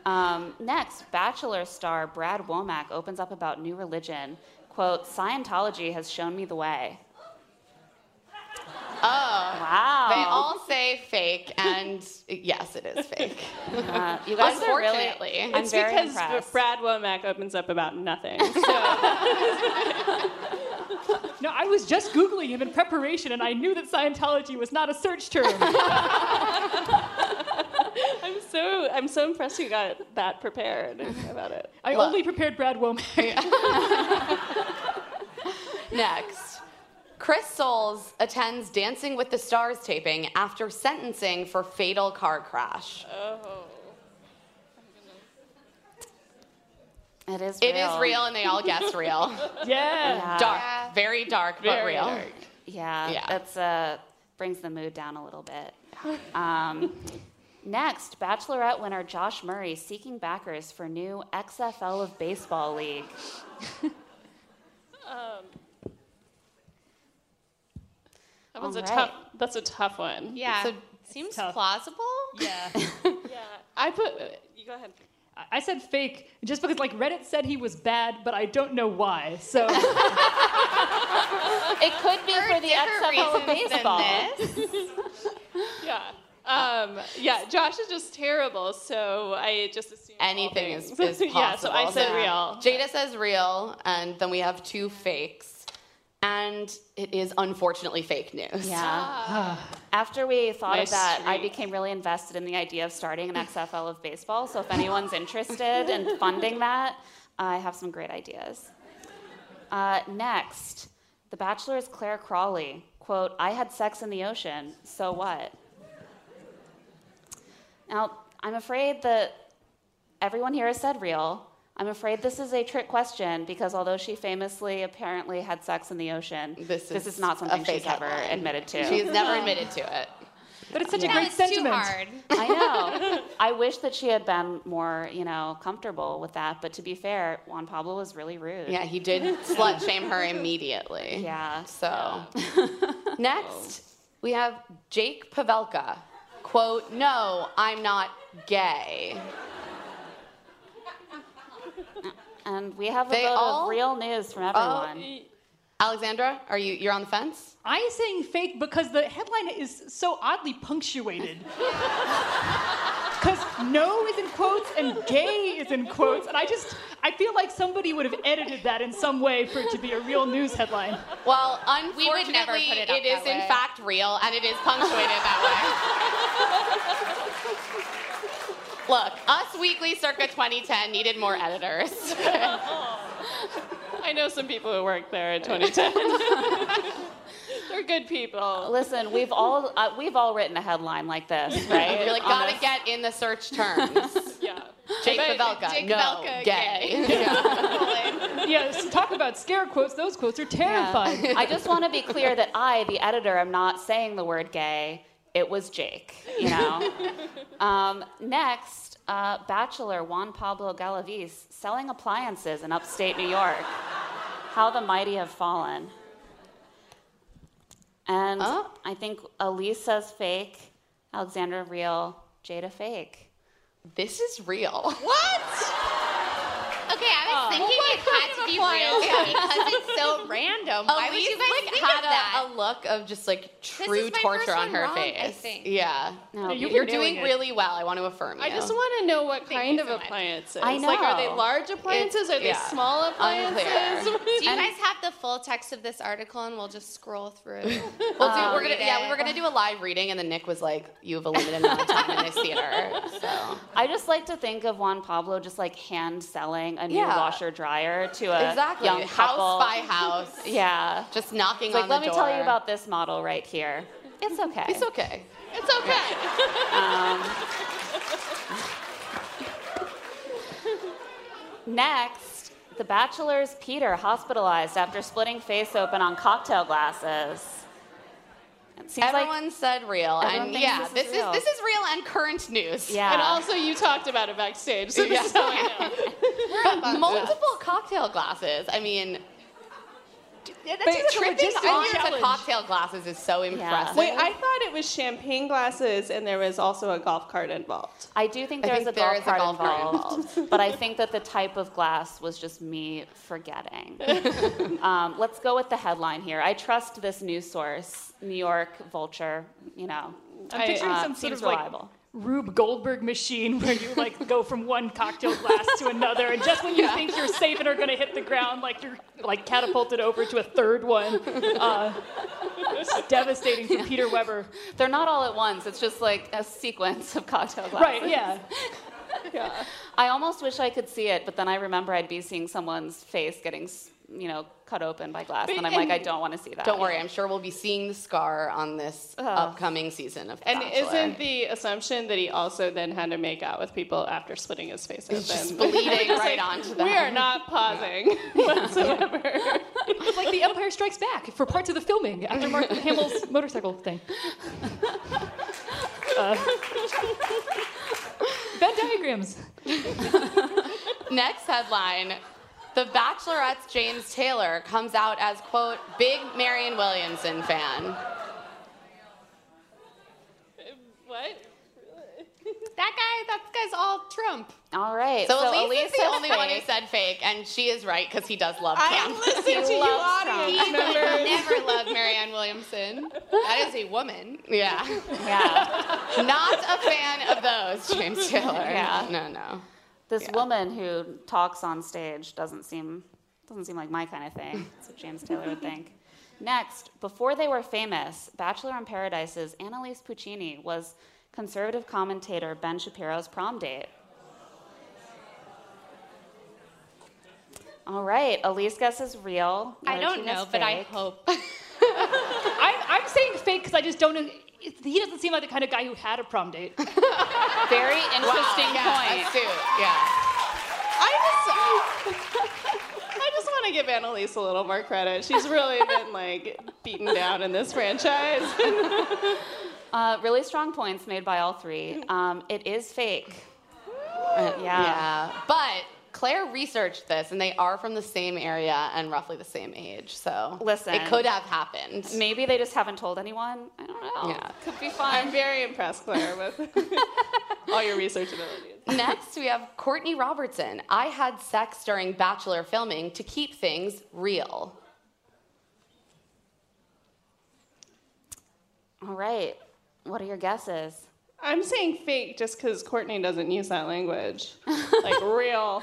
[SPEAKER 2] Um, next, Bachelor star Brad Womack opens up about new religion. Quote, Scientology has shown me the way.
[SPEAKER 3] Oh.
[SPEAKER 2] Wow.
[SPEAKER 3] They all say fake, and *laughs* yes, it is
[SPEAKER 2] *laughs*
[SPEAKER 3] fake.
[SPEAKER 2] Uh, you guys are really. I'm
[SPEAKER 13] it's
[SPEAKER 2] very
[SPEAKER 13] because
[SPEAKER 2] impressed.
[SPEAKER 13] Brad Womack opens up about
[SPEAKER 2] *laughs*
[SPEAKER 13] nothing.
[SPEAKER 18] No, I was just googling him in preparation, and I knew that Scientology was not a search term.
[SPEAKER 13] I'm so I'm so impressed you got that prepared about it. *laughs*
[SPEAKER 18] I only prepared Brad Womack. *laughs*
[SPEAKER 3] Next, Chris Soules attends Dancing with the Stars taping after sentencing for fatal car crash.
[SPEAKER 7] *laughs*
[SPEAKER 13] Oh.
[SPEAKER 2] It is
[SPEAKER 3] It
[SPEAKER 2] real.
[SPEAKER 3] is real, and they all guess real.
[SPEAKER 2] *laughs* Yeah.
[SPEAKER 3] Dark. Very dark, but real.
[SPEAKER 2] Yeah, that's uh, brings the mood down a little bit. Um, next, Bachelorette winner Josh Murray seeking backers for new XFL of Baseball League.
[SPEAKER 13] Um, that one's
[SPEAKER 2] All
[SPEAKER 13] a
[SPEAKER 2] right.
[SPEAKER 13] tough. That's a tough one.
[SPEAKER 15] Yeah. Seems plausible.
[SPEAKER 13] Yeah. yeah. I put. You go ahead.
[SPEAKER 18] I- I said fake just because like Reddit said he was bad, but I don't know why. So *laughs*
[SPEAKER 13] *laughs*
[SPEAKER 2] It could be for the XFL of baseball.
[SPEAKER 13] *laughs* yeah. Um, yeah, Josh is just terrible, so I just assume
[SPEAKER 3] Anything
[SPEAKER 13] all
[SPEAKER 3] is, is
[SPEAKER 13] things.
[SPEAKER 3] possible.
[SPEAKER 13] yeah, so I said real.
[SPEAKER 3] Jada says real, and then we have two fakes, and it is unfortunately fake news.
[SPEAKER 2] *laughs* Yeah. After we thought
[SPEAKER 3] Nice
[SPEAKER 2] of that, I
[SPEAKER 3] streak.
[SPEAKER 2] became really invested in the idea of starting an XFL of baseball. So if anyone's interested in funding that, I have some great ideas. Uh, next, The Bachelor's Claire Crawley quote: "I had sex in the ocean. So what?" Now I'm afraid that everyone here has said real. I'm afraid this is a trick question because although she famously apparently had sex in the ocean, this is, not something
[SPEAKER 3] a fake
[SPEAKER 2] she's ever
[SPEAKER 3] headline.
[SPEAKER 2] admitted to.
[SPEAKER 3] She's
[SPEAKER 2] *laughs*
[SPEAKER 3] never admitted to it.
[SPEAKER 18] But it's such
[SPEAKER 2] Yeah.
[SPEAKER 18] a great
[SPEAKER 2] That was too
[SPEAKER 18] sentiment.
[SPEAKER 2] hard. I know. I wish that she had been more, you know, comfortable with that. But to be fair, Juan Pablo was really rude.
[SPEAKER 3] Yeah, he did slut shame her immediately.
[SPEAKER 2] Yeah.
[SPEAKER 3] So *laughs* next we have Jake Pavelka. Quote, no, I'm not gay.
[SPEAKER 2] And we have a
[SPEAKER 3] They
[SPEAKER 2] vote
[SPEAKER 3] all- Oh,
[SPEAKER 2] of real news from everyone.
[SPEAKER 3] Alexandra, are you you're on the fence?
[SPEAKER 18] I'm saying fake because the headline is so oddly
[SPEAKER 3] *laughs*
[SPEAKER 18] punctuated. Because no is in quotes and gay is in quotes, and I just I feel like somebody would have edited that in some way for it to be a real news
[SPEAKER 3] *laughs*
[SPEAKER 18] headline.
[SPEAKER 3] Well,
[SPEAKER 18] We would never put
[SPEAKER 3] unfortunately,
[SPEAKER 18] it up
[SPEAKER 3] it is
[SPEAKER 18] that
[SPEAKER 3] in
[SPEAKER 18] way.
[SPEAKER 3] fact real and it is punctuated *laughs* that way. Look, Us Weekly circa 2010 needed more editors. *laughs* *laughs*
[SPEAKER 13] I know some people who work there in 2010.
[SPEAKER 2] They're good people. Listen, we've all uh, we've all written a headline like this,
[SPEAKER 3] *laughs*
[SPEAKER 2] right?
[SPEAKER 3] You're like,
[SPEAKER 2] On
[SPEAKER 3] gotta
[SPEAKER 2] this-
[SPEAKER 3] get in the search terms.
[SPEAKER 13] yeah.
[SPEAKER 3] Jake
[SPEAKER 13] But
[SPEAKER 3] Pavelka,
[SPEAKER 13] Jake
[SPEAKER 3] no,
[SPEAKER 13] Pavelka,
[SPEAKER 3] gay.
[SPEAKER 13] yes, talk about scare quotes. Those quotes are terrifying.
[SPEAKER 2] I just want to be clear that I, the editor, am not saying the word gay. It was Jake, you
[SPEAKER 3] *laughs*
[SPEAKER 2] know. um, next, uh, bachelor Juan Pablo Galavis selling appliances in upstate New York. How the mighty have fallen. And
[SPEAKER 3] Oh.
[SPEAKER 2] I think Elisa's fake, Alexandra real, Jada fake.
[SPEAKER 3] This is real.
[SPEAKER 15] Okay, I was
[SPEAKER 2] Oh.
[SPEAKER 15] thinking
[SPEAKER 2] Well,
[SPEAKER 15] it had to be real
[SPEAKER 3] Yeah.
[SPEAKER 15] because it's so random. Why Oh, would
[SPEAKER 3] Elise,
[SPEAKER 15] you guys
[SPEAKER 3] Oh, like,
[SPEAKER 15] think
[SPEAKER 3] had
[SPEAKER 15] of that?
[SPEAKER 3] A, a look of just like true
[SPEAKER 15] is my
[SPEAKER 3] torture
[SPEAKER 15] first
[SPEAKER 3] on
[SPEAKER 15] one
[SPEAKER 3] her
[SPEAKER 15] wrong, I
[SPEAKER 3] face.
[SPEAKER 15] think.
[SPEAKER 3] Yeah,
[SPEAKER 15] No,
[SPEAKER 3] you're,
[SPEAKER 15] you were
[SPEAKER 3] doing
[SPEAKER 15] nailing it.
[SPEAKER 3] really well. I want to affirm you.
[SPEAKER 15] I just
[SPEAKER 13] want to know what kind of appliances.
[SPEAKER 3] I
[SPEAKER 13] Like, are they
[SPEAKER 3] know.
[SPEAKER 13] large appliances? are they
[SPEAKER 3] yeah.
[SPEAKER 13] small appliances?
[SPEAKER 15] *laughs*
[SPEAKER 3] Unclear.
[SPEAKER 15] do you
[SPEAKER 3] And-
[SPEAKER 15] guys have the full text of this article and we'll just scroll through?
[SPEAKER 3] We'll do, we're gonna, yeah, we're gonna do a live reading, and then Nick was like, "You have a limited amount of time in this theater." So
[SPEAKER 2] I just like to think of Juan Pablo just like hand selling a new
[SPEAKER 3] Yeah.
[SPEAKER 2] washer dryer to a
[SPEAKER 3] Exactly.
[SPEAKER 2] young
[SPEAKER 3] House
[SPEAKER 2] couple.
[SPEAKER 3] by house.
[SPEAKER 2] *laughs* Yeah.
[SPEAKER 3] Just knocking
[SPEAKER 2] It's like,
[SPEAKER 3] on
[SPEAKER 2] let
[SPEAKER 3] the
[SPEAKER 2] me tell you
[SPEAKER 3] door."
[SPEAKER 2] about this model right here. It's okay.
[SPEAKER 3] it's okay.
[SPEAKER 15] It's okay.
[SPEAKER 2] Um, next, The Bachelor's Peter hospitalized after splitting face open on cocktail glasses. It seems like-
[SPEAKER 3] Everyone said real,
[SPEAKER 2] Everyone
[SPEAKER 3] and
[SPEAKER 2] thinks
[SPEAKER 3] yeah,
[SPEAKER 2] this is real.
[SPEAKER 3] this is real and current news.
[SPEAKER 2] Yeah.
[SPEAKER 13] And
[SPEAKER 3] *laughs*
[SPEAKER 13] also, you talked about it backstage, so this is how I know.
[SPEAKER 3] But multiple cocktail glasses. I mean, yeah,
[SPEAKER 13] But it's a
[SPEAKER 3] tripping
[SPEAKER 13] logistical
[SPEAKER 3] on to
[SPEAKER 13] challenge.
[SPEAKER 3] cocktail glasses is so impressive.
[SPEAKER 13] Wait, I thought it was champagne glasses, and there was also a golf cart involved.
[SPEAKER 2] I do think
[SPEAKER 13] I
[SPEAKER 2] there's
[SPEAKER 13] think
[SPEAKER 2] a
[SPEAKER 13] there
[SPEAKER 2] golf
[SPEAKER 13] is a
[SPEAKER 2] cart
[SPEAKER 13] golf cart
[SPEAKER 2] involved,
[SPEAKER 13] *laughs*
[SPEAKER 2] but I think that the type of glass was just me
[SPEAKER 13] *laughs*
[SPEAKER 2] forgetting. um, let's go with the headline here. I trust this news source, New York Vulture. You know,
[SPEAKER 18] I'm picturing
[SPEAKER 2] Uh,
[SPEAKER 18] some sort
[SPEAKER 2] seems
[SPEAKER 18] of like
[SPEAKER 2] reliable.
[SPEAKER 18] Rube Goldberg machine where you like go from one cocktail glass to another, and just when you think you're safe and are going to hit the ground, like you're like catapulted over to a third one. Uh, it's devastating for
[SPEAKER 2] *laughs*
[SPEAKER 18] Peter Weber.
[SPEAKER 2] They're not all at once. It's just like a sequence of cocktail glasses.
[SPEAKER 18] Right,
[SPEAKER 2] *laughs*
[SPEAKER 18] yeah.
[SPEAKER 2] I almost wish I could see it, but then I remember I'd be seeing someone's face getting, s- you know, cut open by glass, and I'm like, I don't want to see that.
[SPEAKER 3] Don't worry, I'm sure we'll be seeing the scar on this
[SPEAKER 13] Ugh.
[SPEAKER 3] upcoming season of
[SPEAKER 13] *laughs*
[SPEAKER 3] The
[SPEAKER 13] And
[SPEAKER 3] Bachelor.
[SPEAKER 13] isn't the assumption that he also then had to make out with people after splitting his face open?
[SPEAKER 3] just bleeding
[SPEAKER 13] It's
[SPEAKER 3] right
[SPEAKER 13] like,
[SPEAKER 3] onto them.
[SPEAKER 13] We are not pausing
[SPEAKER 18] *laughs*
[SPEAKER 13] whatsoever.
[SPEAKER 18] It's like The Empire Strikes Back for parts of the filming after Mark Hamill's motorcycle
[SPEAKER 3] *laughs*
[SPEAKER 18] thing. Uh,
[SPEAKER 13] *laughs*
[SPEAKER 18] Venn diagrams.
[SPEAKER 3] *laughs* Next headline. The Bachelorette's James Taylor comes out as, quote, big Marion Williamson fan.
[SPEAKER 15] What? That guy, that guy's all
[SPEAKER 7] *laughs*
[SPEAKER 15] Trump.
[SPEAKER 2] All right.
[SPEAKER 3] So, Elise, is the only one who said fake, and she is right because he does love
[SPEAKER 15] I
[SPEAKER 3] Trump.
[SPEAKER 15] listen
[SPEAKER 3] *laughs* He
[SPEAKER 15] to you,
[SPEAKER 3] loves
[SPEAKER 15] audience
[SPEAKER 3] Trump.
[SPEAKER 15] members. Never loved Marianne Williamson. That is a woman.
[SPEAKER 3] Yeah.
[SPEAKER 2] Yeah.
[SPEAKER 3] Not a fan of those, James Taylor.
[SPEAKER 2] Yeah.
[SPEAKER 3] No, no.
[SPEAKER 2] This woman who talks on stage doesn't seem doesn't seem like my kind of thing. That's what James Taylor would think. Next, before they were famous, Bachelor in Paradise's Annalise Puccini was conservative commentator Ben Shapiro's prom date. All right, Elise guesses real.
[SPEAKER 15] I don't
[SPEAKER 2] Martina
[SPEAKER 15] know,
[SPEAKER 2] is
[SPEAKER 15] but I
[SPEAKER 2] fake.
[SPEAKER 15] hope.
[SPEAKER 18] I'm, I'm saying fake because *laughs* I just don't know. He doesn't seem like the kind of guy who had a prom date.
[SPEAKER 2] Very interesting point.
[SPEAKER 3] Yeah.
[SPEAKER 13] I just, *laughs* I just want to give Annalise a little more credit. She's really been like beaten down in this
[SPEAKER 2] *laughs*
[SPEAKER 13] franchise.
[SPEAKER 2] Uh, really strong points made by all three. Um, it is fake.
[SPEAKER 3] Uh,
[SPEAKER 2] Yeah.
[SPEAKER 3] But Claire researched this, and they are from the same area and roughly the same age. So
[SPEAKER 2] Listen,
[SPEAKER 3] it could have happened.
[SPEAKER 2] Maybe they just haven't told anyone. I don't know.
[SPEAKER 3] Yeah.
[SPEAKER 2] Could be fun.
[SPEAKER 13] I'm very impressed, Claire, with *laughs* all your research abilities.
[SPEAKER 3] Next, we have Courtney Robertson. I had sex during Bachelor filming to keep things real.
[SPEAKER 2] All right. What are your guesses?
[SPEAKER 13] I'm saying fake just because Courtney doesn't use that language.
[SPEAKER 2] *laughs*
[SPEAKER 13] Like real.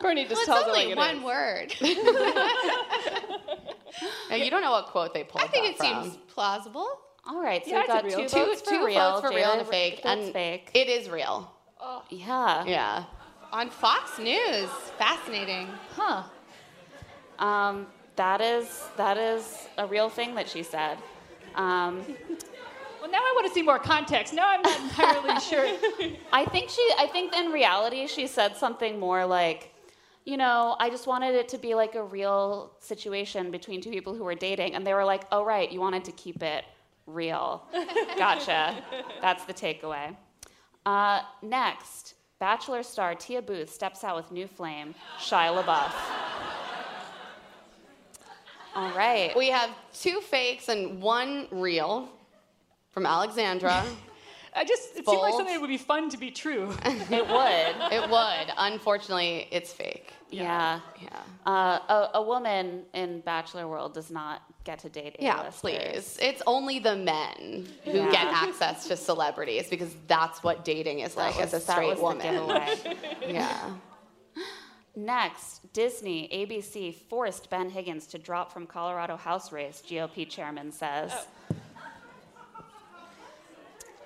[SPEAKER 13] Courtney
[SPEAKER 15] Well,
[SPEAKER 13] just
[SPEAKER 15] it's
[SPEAKER 13] tells it
[SPEAKER 15] only
[SPEAKER 13] like it
[SPEAKER 15] one
[SPEAKER 13] is.
[SPEAKER 15] word.
[SPEAKER 3] Now, you don't know what quote they pulled
[SPEAKER 15] I think
[SPEAKER 3] that
[SPEAKER 15] it
[SPEAKER 3] from.
[SPEAKER 15] seems plausible.
[SPEAKER 2] All right, so
[SPEAKER 15] Yeah,
[SPEAKER 2] we've
[SPEAKER 15] I
[SPEAKER 2] got
[SPEAKER 15] said
[SPEAKER 2] two
[SPEAKER 15] real.
[SPEAKER 2] votes
[SPEAKER 3] two,
[SPEAKER 2] for
[SPEAKER 3] two
[SPEAKER 2] real,
[SPEAKER 3] votes for real
[SPEAKER 2] Jalen
[SPEAKER 3] and a fake,
[SPEAKER 2] votes
[SPEAKER 3] and
[SPEAKER 2] fake.
[SPEAKER 3] it is real.
[SPEAKER 2] Yeah.
[SPEAKER 3] Yeah.
[SPEAKER 15] On Fox News. Fascinating.
[SPEAKER 2] Huh. Um, That is that is a real thing that she said. Um,
[SPEAKER 18] Well, now I want to see more context. Now I'm not
[SPEAKER 2] *laughs*
[SPEAKER 18] entirely sure.
[SPEAKER 2] I think she. I think in reality she said something more like, you know, I just wanted it to be like a real situation between two people who were dating, and they were like, oh right, you wanted to keep it
[SPEAKER 18] *laughs*
[SPEAKER 2] real. Gotcha. That's the takeaway. Uh, next, Bachelor star Tia Booth steps out with new flame, Shia LaBeouf. All right.
[SPEAKER 3] We have two fakes and one real from
[SPEAKER 2] *laughs*
[SPEAKER 3] Alexandra.
[SPEAKER 18] I just, it seemed like something that would be fun to be true.
[SPEAKER 2] it would.
[SPEAKER 3] It would. Unfortunately, it's fake.
[SPEAKER 2] Yeah.
[SPEAKER 3] Yeah.
[SPEAKER 2] Uh, a, a woman in Bachelor World does not get to date
[SPEAKER 3] Yeah,
[SPEAKER 2] A-listers.
[SPEAKER 3] please. It's only the men who
[SPEAKER 2] Yeah.
[SPEAKER 3] get access to celebrities because that's what dating is like as a
[SPEAKER 2] That
[SPEAKER 3] straight
[SPEAKER 2] was the
[SPEAKER 3] woman.
[SPEAKER 2] giveaway.
[SPEAKER 3] *laughs* yeah.
[SPEAKER 2] Next, Disney, ABC forced Ben Higgins to drop from Colorado House race, GOP chairman says.
[SPEAKER 3] Oh.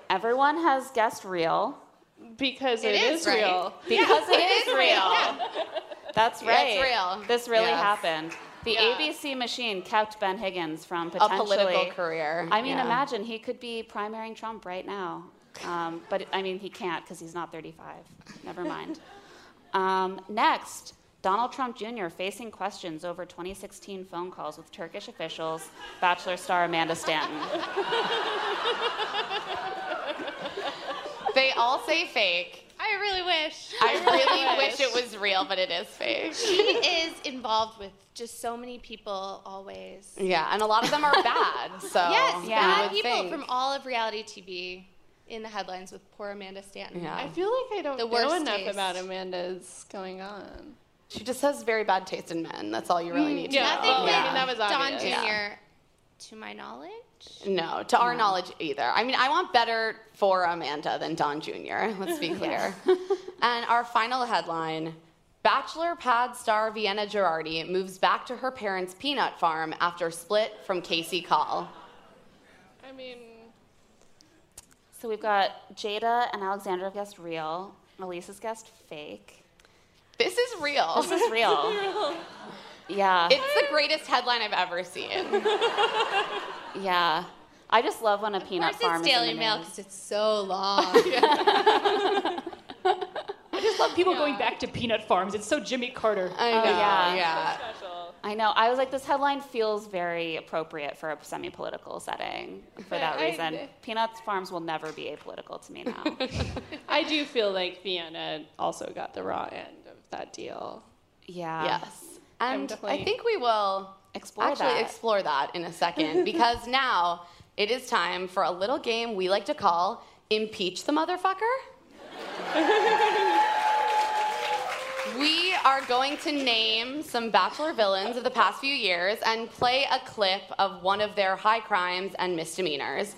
[SPEAKER 2] Everyone has guessed real.
[SPEAKER 13] Because it is
[SPEAKER 2] right?
[SPEAKER 13] real.
[SPEAKER 2] Because
[SPEAKER 13] Yeah,
[SPEAKER 2] it is real. That's
[SPEAKER 13] Yeah,
[SPEAKER 2] right.
[SPEAKER 13] it's real.
[SPEAKER 2] This really
[SPEAKER 13] Yeah.
[SPEAKER 2] happened. The ABC machine kept Ben Higgins from
[SPEAKER 3] A
[SPEAKER 2] potentially
[SPEAKER 3] political career,
[SPEAKER 2] I mean,
[SPEAKER 3] yeah.
[SPEAKER 2] imagine he could be primarying Trump right now, um, but I mean, he can't because he's not 35. Never mind. Um, next, Donald Trump Jr. facing questions over 2016 phone calls with Turkish officials. Bachelor star Amanda Stanton.
[SPEAKER 3] They all say fake.
[SPEAKER 15] I really wish.
[SPEAKER 2] *laughs*
[SPEAKER 3] I really wish it was real, but it is fake.
[SPEAKER 15] She is involved with just so many people always.
[SPEAKER 3] Yeah, and a lot of them are bad. So
[SPEAKER 15] yes,
[SPEAKER 3] you
[SPEAKER 15] bad
[SPEAKER 3] would
[SPEAKER 15] people
[SPEAKER 3] think.
[SPEAKER 15] from all of reality TV in the headlines with poor Amanda Stanton.
[SPEAKER 3] Yeah.
[SPEAKER 13] I feel like I don't
[SPEAKER 15] The
[SPEAKER 13] know
[SPEAKER 15] worst
[SPEAKER 13] enough
[SPEAKER 15] taste.
[SPEAKER 13] about Amanda's going on.
[SPEAKER 3] She just has very bad taste in men. That's all you really
[SPEAKER 13] Mm,
[SPEAKER 3] need to
[SPEAKER 13] yeah,
[SPEAKER 3] know.
[SPEAKER 13] I think that- I mean, that was
[SPEAKER 15] Don
[SPEAKER 13] obvious.
[SPEAKER 15] Jr.
[SPEAKER 13] Yeah.
[SPEAKER 15] To my knowledge,
[SPEAKER 3] No, to our knowledge either. I mean, I want better for Amanda than Don Jr.,
[SPEAKER 13] *laughs*
[SPEAKER 15] *laughs*
[SPEAKER 3] let's be clear. and our final headline Bachelor pad star Vienna Girardi moves back to her parents' peanut farm after split from Casey Call.
[SPEAKER 13] I mean,
[SPEAKER 2] So we've got Jada and Alexandra have guessed real. Melissa's guessed fake.
[SPEAKER 3] This is real.
[SPEAKER 2] This
[SPEAKER 13] *laughs*
[SPEAKER 2] is real. Yeah.
[SPEAKER 3] It's the greatest headline I've ever seen.
[SPEAKER 2] yeah. I just love when a peanut
[SPEAKER 15] course it's
[SPEAKER 2] farm is in
[SPEAKER 15] Daily
[SPEAKER 2] the
[SPEAKER 15] Mail
[SPEAKER 2] news.
[SPEAKER 15] 'cause it's so long.
[SPEAKER 3] *laughs*
[SPEAKER 18] I just love people going back to peanut farms. It's so Jimmy Carter.
[SPEAKER 3] I
[SPEAKER 2] Oh,
[SPEAKER 3] know,
[SPEAKER 2] yeah.
[SPEAKER 3] yeah.
[SPEAKER 2] I know. I was like, this headline feels very appropriate for a semi-political setting for that
[SPEAKER 13] I- I-
[SPEAKER 2] reason. Peanut farms will never be apolitical to me now.
[SPEAKER 13] I do feel like Vienna also got the raw end of that deal.
[SPEAKER 2] Yeah.
[SPEAKER 3] Yes.
[SPEAKER 13] I'm
[SPEAKER 3] And I
[SPEAKER 13] definitely-
[SPEAKER 3] think we will
[SPEAKER 2] explore
[SPEAKER 3] actually
[SPEAKER 2] that.
[SPEAKER 3] explore that in
[SPEAKER 2] *laughs*
[SPEAKER 3] a second because now it is time for a little game we like to call Impeach
[SPEAKER 2] *laughs*
[SPEAKER 3] the Motherfucker. we are going to name some Bachelor villains of the past few years and play a clip of one of their high crimes and
[SPEAKER 2] *laughs*
[SPEAKER 3] misdemeanors.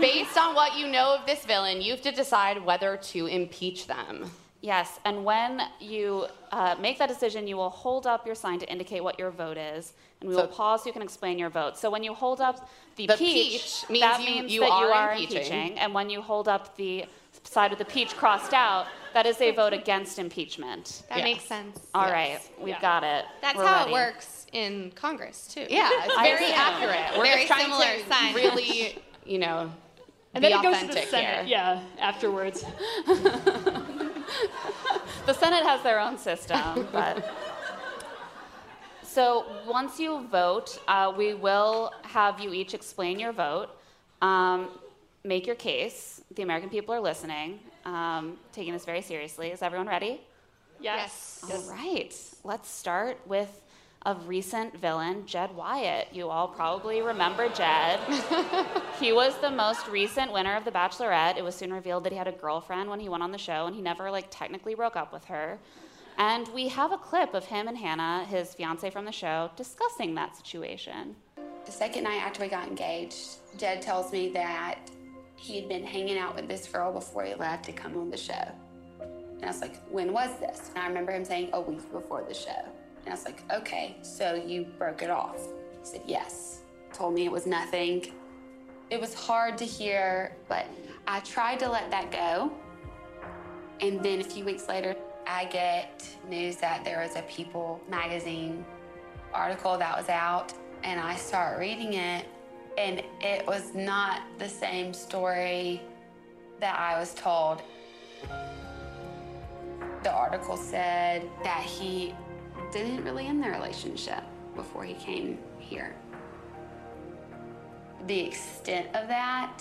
[SPEAKER 3] Based on what you know of this villain, you have to decide whether to impeach them.
[SPEAKER 2] Yes, and when you uh, make that decision, you will hold up your sign to indicate what your vote is, and we will pause so you can explain your vote. So when you hold up the,
[SPEAKER 3] The
[SPEAKER 2] peach,
[SPEAKER 3] peach means
[SPEAKER 2] that
[SPEAKER 3] you-
[SPEAKER 2] means
[SPEAKER 3] you
[SPEAKER 2] that you
[SPEAKER 3] are
[SPEAKER 2] are
[SPEAKER 3] impeaching.
[SPEAKER 2] impeaching. and when you hold up the side with the peach crossed out, that is a vote against impeachment.
[SPEAKER 15] that makes sense.
[SPEAKER 2] All right, we've
[SPEAKER 15] Yeah.
[SPEAKER 2] got it.
[SPEAKER 15] That's
[SPEAKER 2] We're
[SPEAKER 15] how
[SPEAKER 2] ready.
[SPEAKER 15] it works in Congress too.
[SPEAKER 3] Yeah, it's
[SPEAKER 15] I
[SPEAKER 3] very
[SPEAKER 15] assume.
[SPEAKER 3] accurate. We're
[SPEAKER 15] very
[SPEAKER 3] just trying
[SPEAKER 15] similar
[SPEAKER 3] to
[SPEAKER 15] sign.
[SPEAKER 3] really, you know,
[SPEAKER 18] *laughs* And
[SPEAKER 3] be
[SPEAKER 18] then it goes to
[SPEAKER 3] authentic
[SPEAKER 18] the Senate.
[SPEAKER 3] here.
[SPEAKER 18] Yeah, afterwards.
[SPEAKER 2] The Senate has their own
[SPEAKER 3] *laughs*
[SPEAKER 2] system, but. So once you vote, uh, we will have you each explain your vote, um, make your case. The American people are listening, um, taking this very seriously. Is everyone ready?
[SPEAKER 13] Yes.
[SPEAKER 2] All right. Let's start with a recent villain, Jed Wyatt. You all probably remember Jed. he was the most recent winner of The Bachelorette. It was soon revealed that he had a girlfriend when he went on the show, and he never like technically broke up with her. And we have a clip of him and Hannah, his fiance from the show, discussing that situation.
[SPEAKER 4] The second night after we got engaged, Jed tells me that he had been hanging out with this girl before he left to come on the show. And I was like, when was this? And I remember him saying, a week before the show. And I was like, okay, so you broke it off. He said, yes. Told me it was nothing. It was hard to hear, but I tried to let that go. And then a few weeks later, I get news that there was a People magazine article that was out and I started reading it, and it was not the same story that I was told. The article said that he didn't really end their relationship before he came here. The extent of that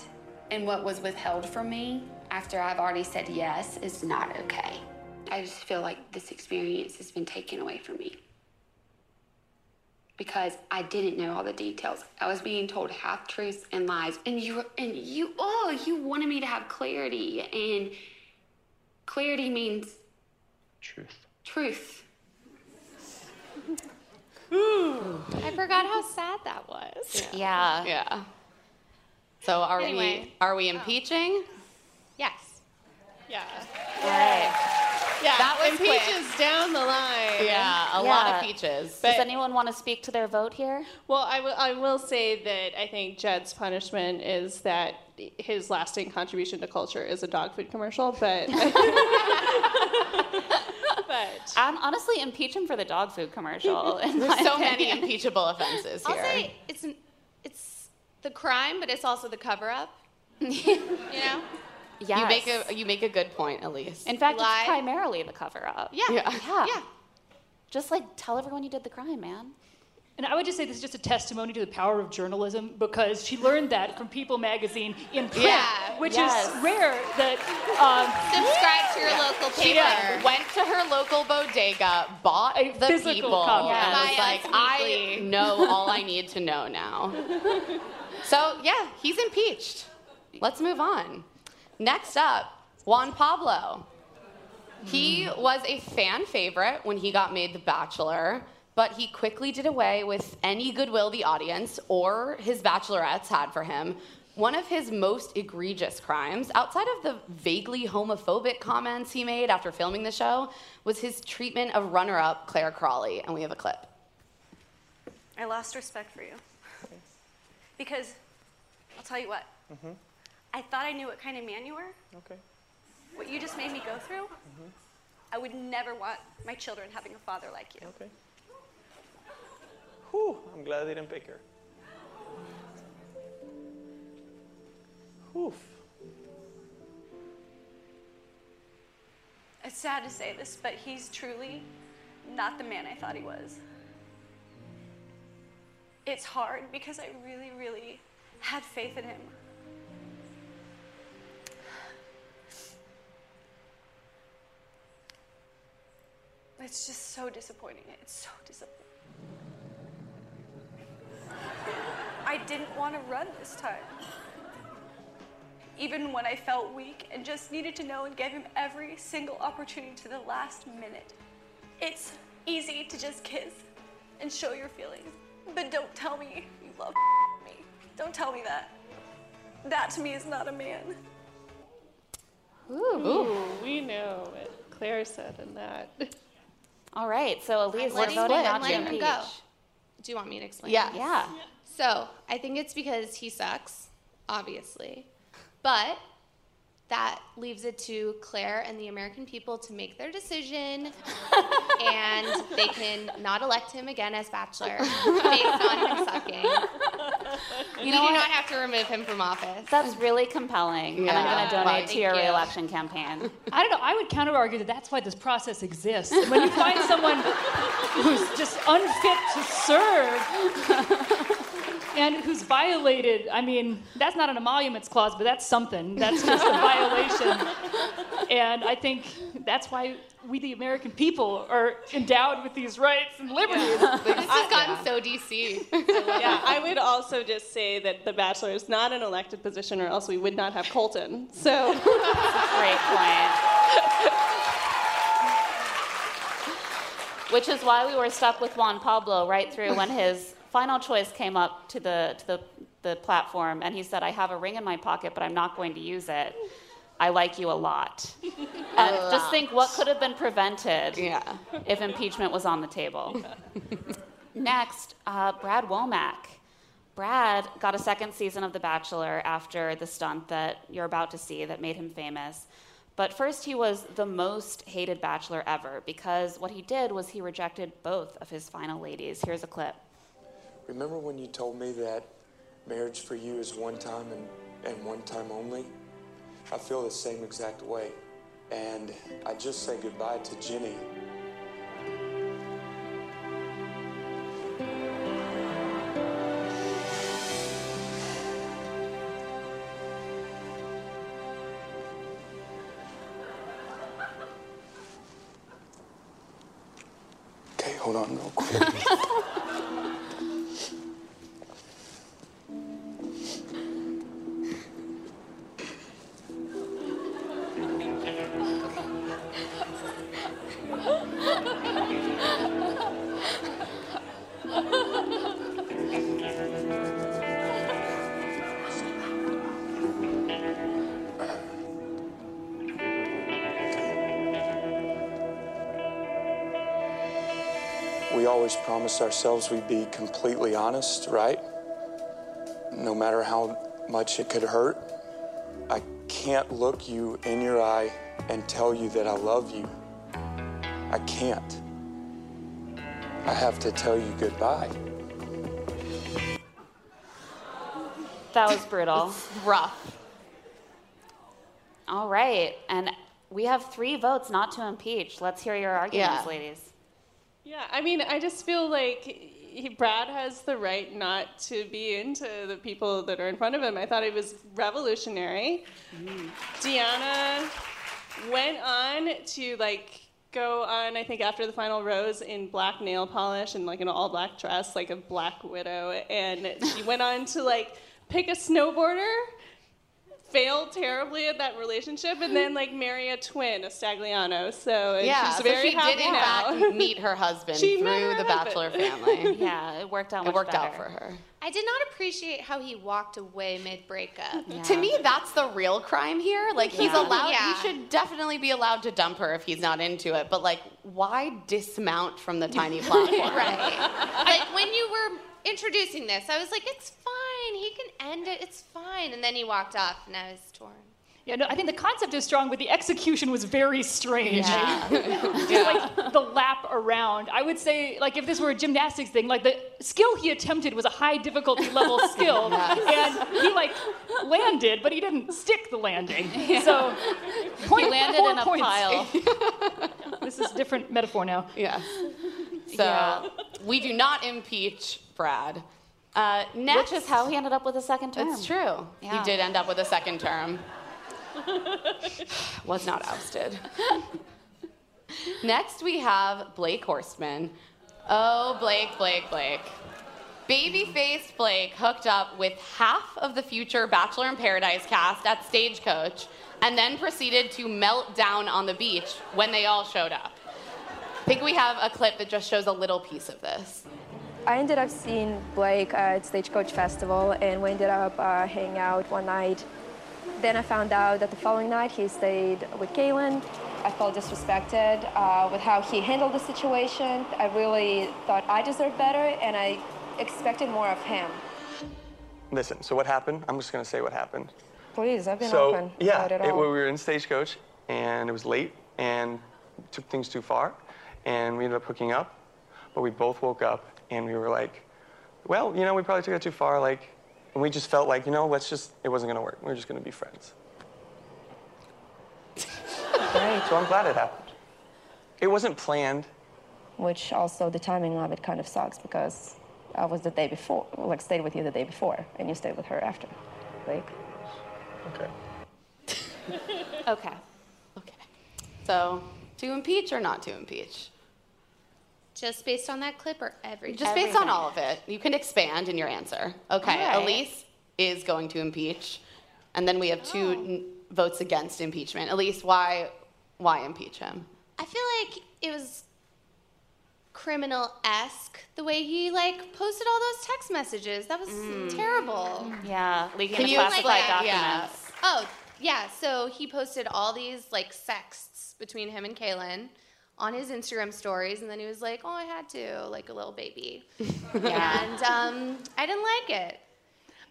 [SPEAKER 4] and what was withheld from me after I've already said yes is not okay. I just feel like this experience has been taken away from me because I didn't know all the details. I was being told half truths and lies, and you and you oh you wanted me to have clarity, and clarity means
[SPEAKER 8] truth.
[SPEAKER 4] Truth.
[SPEAKER 15] *laughs*
[SPEAKER 2] Hmm.
[SPEAKER 15] I forgot how sad that was.
[SPEAKER 2] Yeah. Oh.
[SPEAKER 3] Yeah. So are
[SPEAKER 15] Anyway.
[SPEAKER 3] we are we impeaching?
[SPEAKER 15] Yes.
[SPEAKER 13] Yeah.
[SPEAKER 2] Yeah,
[SPEAKER 13] That was and quick.
[SPEAKER 2] peaches down the line.
[SPEAKER 3] Yeah, a lot of peaches.
[SPEAKER 2] Does anyone want to speak to their vote here?
[SPEAKER 13] Well, I will- I will say that I think Jed's punishment is that his lasting contribution to culture is a dog food commercial,
[SPEAKER 2] *laughs*
[SPEAKER 13] but but
[SPEAKER 2] I'm honestly impeach him for the dog food
[SPEAKER 3] *laughs*
[SPEAKER 2] commercial.
[SPEAKER 13] There's so many
[SPEAKER 3] impeachable offenses
[SPEAKER 2] here.
[SPEAKER 15] I'll say it's an, it's the crime, but it's also the cover up. you know?
[SPEAKER 3] You make a you make a good point, Elise.
[SPEAKER 2] In fact,
[SPEAKER 15] Lie.
[SPEAKER 2] it's primarily the cover up.
[SPEAKER 15] Yeah. Yeah.
[SPEAKER 2] yeah. Just like tell everyone you did the crime, man.
[SPEAKER 18] And I would just say this is just a testimony to the power of journalism because she learned that from People magazine in print,
[SPEAKER 15] Yeah,
[SPEAKER 18] which
[SPEAKER 15] yes.
[SPEAKER 18] is rare that. Um, uh,
[SPEAKER 15] Subscribe to your local
[SPEAKER 3] She
[SPEAKER 15] paper.
[SPEAKER 3] like, went to her local bodega, bought
[SPEAKER 18] A
[SPEAKER 3] the
[SPEAKER 18] physical
[SPEAKER 3] people,
[SPEAKER 18] copy.
[SPEAKER 3] and
[SPEAKER 18] Yeah.
[SPEAKER 3] was
[SPEAKER 18] Buy
[SPEAKER 3] like,
[SPEAKER 18] Us
[SPEAKER 3] I
[SPEAKER 18] Weekly."
[SPEAKER 3] know all I need to know now. So yeah, he's impeached. Let's move on. Next up, Juan Pablo. He was a fan favorite when he got made The Bachelor, but he quickly did away with any goodwill the audience or his bachelorettes had for him. One of his most egregious crimes, outside of the vaguely homophobic comments he made after filming the show, was his treatment of runner up Claire Crawley. And we have a clip.
[SPEAKER 10] I lost respect for *laughs* you. Because I'll tell you what,
[SPEAKER 12] Mm-hmm.
[SPEAKER 10] I thought I knew what kind of man you were. Okay. What you just made me go through, I would never want my children having a father like you. Okay.
[SPEAKER 6] Whew, I'm glad they didn't pick her. Oof.
[SPEAKER 10] It's sad to say this, but he's truly not the man I thought he was. It's hard because I really, really had faith in him. It's just so disappointing. It's so disappointing. I didn't want to run this time. Even when I felt weak and just needed to know and gave him every single opportunity to the last minute. It's easy to just kiss and show your feelings, but don't tell me you love me. Don't tell me that. That to me is not a man.
[SPEAKER 13] Ooh, we know what Claire said in that.
[SPEAKER 2] All right, so Elise,
[SPEAKER 13] We're
[SPEAKER 2] we're
[SPEAKER 13] letting-
[SPEAKER 2] voting
[SPEAKER 13] I'm
[SPEAKER 2] not to
[SPEAKER 13] letting
[SPEAKER 2] impeach.
[SPEAKER 13] him go.
[SPEAKER 11] Do you want me to explain?
[SPEAKER 2] Yeah.
[SPEAKER 11] *laughs*
[SPEAKER 2] Yeah.
[SPEAKER 11] So I think it's because he sucks, obviously. But that leaves it to Claire and the American people to make their
[SPEAKER 2] *laughs*
[SPEAKER 11] decision. and they can not elect him again as
[SPEAKER 2] *laughs*
[SPEAKER 11] bachelor based on him sucking.
[SPEAKER 2] You
[SPEAKER 11] we
[SPEAKER 2] know
[SPEAKER 11] do
[SPEAKER 2] what?
[SPEAKER 11] not have to remove him from office.
[SPEAKER 2] That's really compelling, and I'm going to
[SPEAKER 11] Yeah.
[SPEAKER 2] donate
[SPEAKER 11] Wow.
[SPEAKER 2] to your
[SPEAKER 11] Thank you.
[SPEAKER 2] reelection campaign.
[SPEAKER 18] I don't know. I would counter argue that that's why this process exists. When you find someone who's just unfit to serve and who's violated, I mean, that's not an emoluments clause, but that's something. That's just a violation. And I think that's why we, the American people, are endowed with these rights and liberties.
[SPEAKER 11] This has gotten so DC.
[SPEAKER 13] yeah, I would also just say that the bachelor is not an elected position, or else we would not have Colton. So
[SPEAKER 2] great point. Which is why we were stuck with Juan Pablo right through when his final choice came up to the to the, the platform, and he said, "I have a ring in my pocket, but I'm not going to use it. I like you a lot." And Uh, just think what could have been prevented if impeachment was on the table. Next, uh, Brad Womack. Brad got a second season of The Bachelor after the stunt that you're about to see that made him famous. But first, he was the most hated bachelor ever because what he did was he rejected both of his final ladies. Here's a clip.
[SPEAKER 19] Remember when you told me that marriage for you is one time and, and one time only? I feel the same exact way. And I just say goodbye to Jenny. Okay, hold on real quick. We always promise ourselves we'd be completely honest, right? No matter how much it could hurt, I can't look you in your eye and tell you that I love you. I can't. I have to tell you goodbye.
[SPEAKER 2] That was brutal. rough. All right. And we have three votes not to impeach. Let's hear your arguments,
[SPEAKER 13] Yeah.
[SPEAKER 2] ladies.
[SPEAKER 13] Yeah, I mean, I just feel like he, Brad has the right not to be into the people that are in front of him. I thought it was revolutionary. Deanna went on to like go on, I think, after the final rose in black nail polish and like an all black dress, like a black widow. And
[SPEAKER 3] *laughs*
[SPEAKER 13] she went on to like pick a snowboarder, fail terribly at that relationship, and then like marry a twin, a Stagliano. So and
[SPEAKER 3] yeah,
[SPEAKER 13] she's
[SPEAKER 3] so
[SPEAKER 13] very
[SPEAKER 3] she
[SPEAKER 13] happy
[SPEAKER 3] did in
[SPEAKER 13] now.
[SPEAKER 3] fact meet her husband
[SPEAKER 13] She met
[SPEAKER 3] through
[SPEAKER 13] her
[SPEAKER 3] the Bachelor
[SPEAKER 13] husband.
[SPEAKER 3] family.
[SPEAKER 2] *laughs* yeah, it worked out.
[SPEAKER 3] It
[SPEAKER 2] much
[SPEAKER 3] worked out
[SPEAKER 2] better.
[SPEAKER 3] for her.
[SPEAKER 15] I did not appreciate how he walked away mid breakup.
[SPEAKER 3] To me, that's the real crime here. Like he's
[SPEAKER 15] Yeah.
[SPEAKER 3] allowed.
[SPEAKER 15] Yeah.
[SPEAKER 3] He should definitely be allowed to dump her if he's not into it. But like, why dismount from the tiny platform?
[SPEAKER 15] right. Like when you were introducing this, I was like, it's fine. He can end it. It's fine. And then he walked off, and I was torn.
[SPEAKER 18] Yeah, no, I think the concept is strong, but the execution was very strange.
[SPEAKER 15] Yeah.
[SPEAKER 18] *laughs* Just like the lap around. I would say, like, if this were a gymnastics thing, like the skill he attempted was a high difficulty
[SPEAKER 5] *laughs*
[SPEAKER 18] level skill,
[SPEAKER 5] Yes.
[SPEAKER 18] and he like landed, but he didn't stick the landing.
[SPEAKER 5] *laughs* Yeah.
[SPEAKER 18] So point
[SPEAKER 5] He landed
[SPEAKER 18] four
[SPEAKER 5] in a
[SPEAKER 18] points.
[SPEAKER 5] pile.
[SPEAKER 18] *laughs* this is a different metaphor now.
[SPEAKER 3] Yeah. So we do not impeach Brad. Uh, next,
[SPEAKER 2] Which is how he ended up with a second term.
[SPEAKER 3] It's true.
[SPEAKER 2] Yeah.
[SPEAKER 3] He did end up with a second term. Was not ousted. *laughs* Next, we have Blake Horstman. Oh, Blake, Blake, Blake. Baby faced Blake hooked up with half of the future Bachelor in Paradise cast at Stagecoach and then proceeded to melt down on the beach when they all showed up. I think we have a clip that just shows a little piece of this.
[SPEAKER 20] I ended up seeing Blake at Stagecoach Festival, and we ended up uh, hanging out one night. Then I found out that the following night he stayed with Kaylin. I felt disrespected uh, with how he handled the situation. I really thought I deserved better, and I expected more of him.
[SPEAKER 6] Listen, so what happened? I'm just gonna say what happened.
[SPEAKER 20] Please, I've been
[SPEAKER 6] so
[SPEAKER 20] open
[SPEAKER 6] yeah,
[SPEAKER 20] about it
[SPEAKER 6] it- we
[SPEAKER 20] all.
[SPEAKER 6] were in stagecoach and it was late and took things too far, and we ended up hooking up, but we both woke up and we were like, well, you know, we probably took it too far, like, and we just felt like, you know, let's just, it wasn't gonna work. We were just gonna be friends. Right, so I'm glad it happened. It wasn't planned.
[SPEAKER 20] Which also the timing of it kind of sucks because I was the day before, like stayed with you the day before, and you stayed with her after. Like,
[SPEAKER 6] okay.
[SPEAKER 2] Okay.
[SPEAKER 3] So, to impeach or not to impeach?
[SPEAKER 15] Just based on that clip or everything?
[SPEAKER 3] Just based on all of it, you can expand in your answer. Okay,
[SPEAKER 15] All right.
[SPEAKER 3] Elise is going to impeach, and then we have two n- votes against impeachment. Elise, why, why impeach him?
[SPEAKER 15] I feel like it was criminal esque the way he like posted all those text messages. That was terrible.
[SPEAKER 2] Yeah, leaking
[SPEAKER 15] Can
[SPEAKER 2] the
[SPEAKER 15] you
[SPEAKER 2] classified
[SPEAKER 15] explain- yeah.
[SPEAKER 2] documents.
[SPEAKER 15] Oh, yeah. So he posted all these like sexts between him and Kaylin on his Instagram stories, and then he was like, "Oh,
[SPEAKER 21] *laughs*
[SPEAKER 15] I had to," like a little baby, and um, I didn't like it.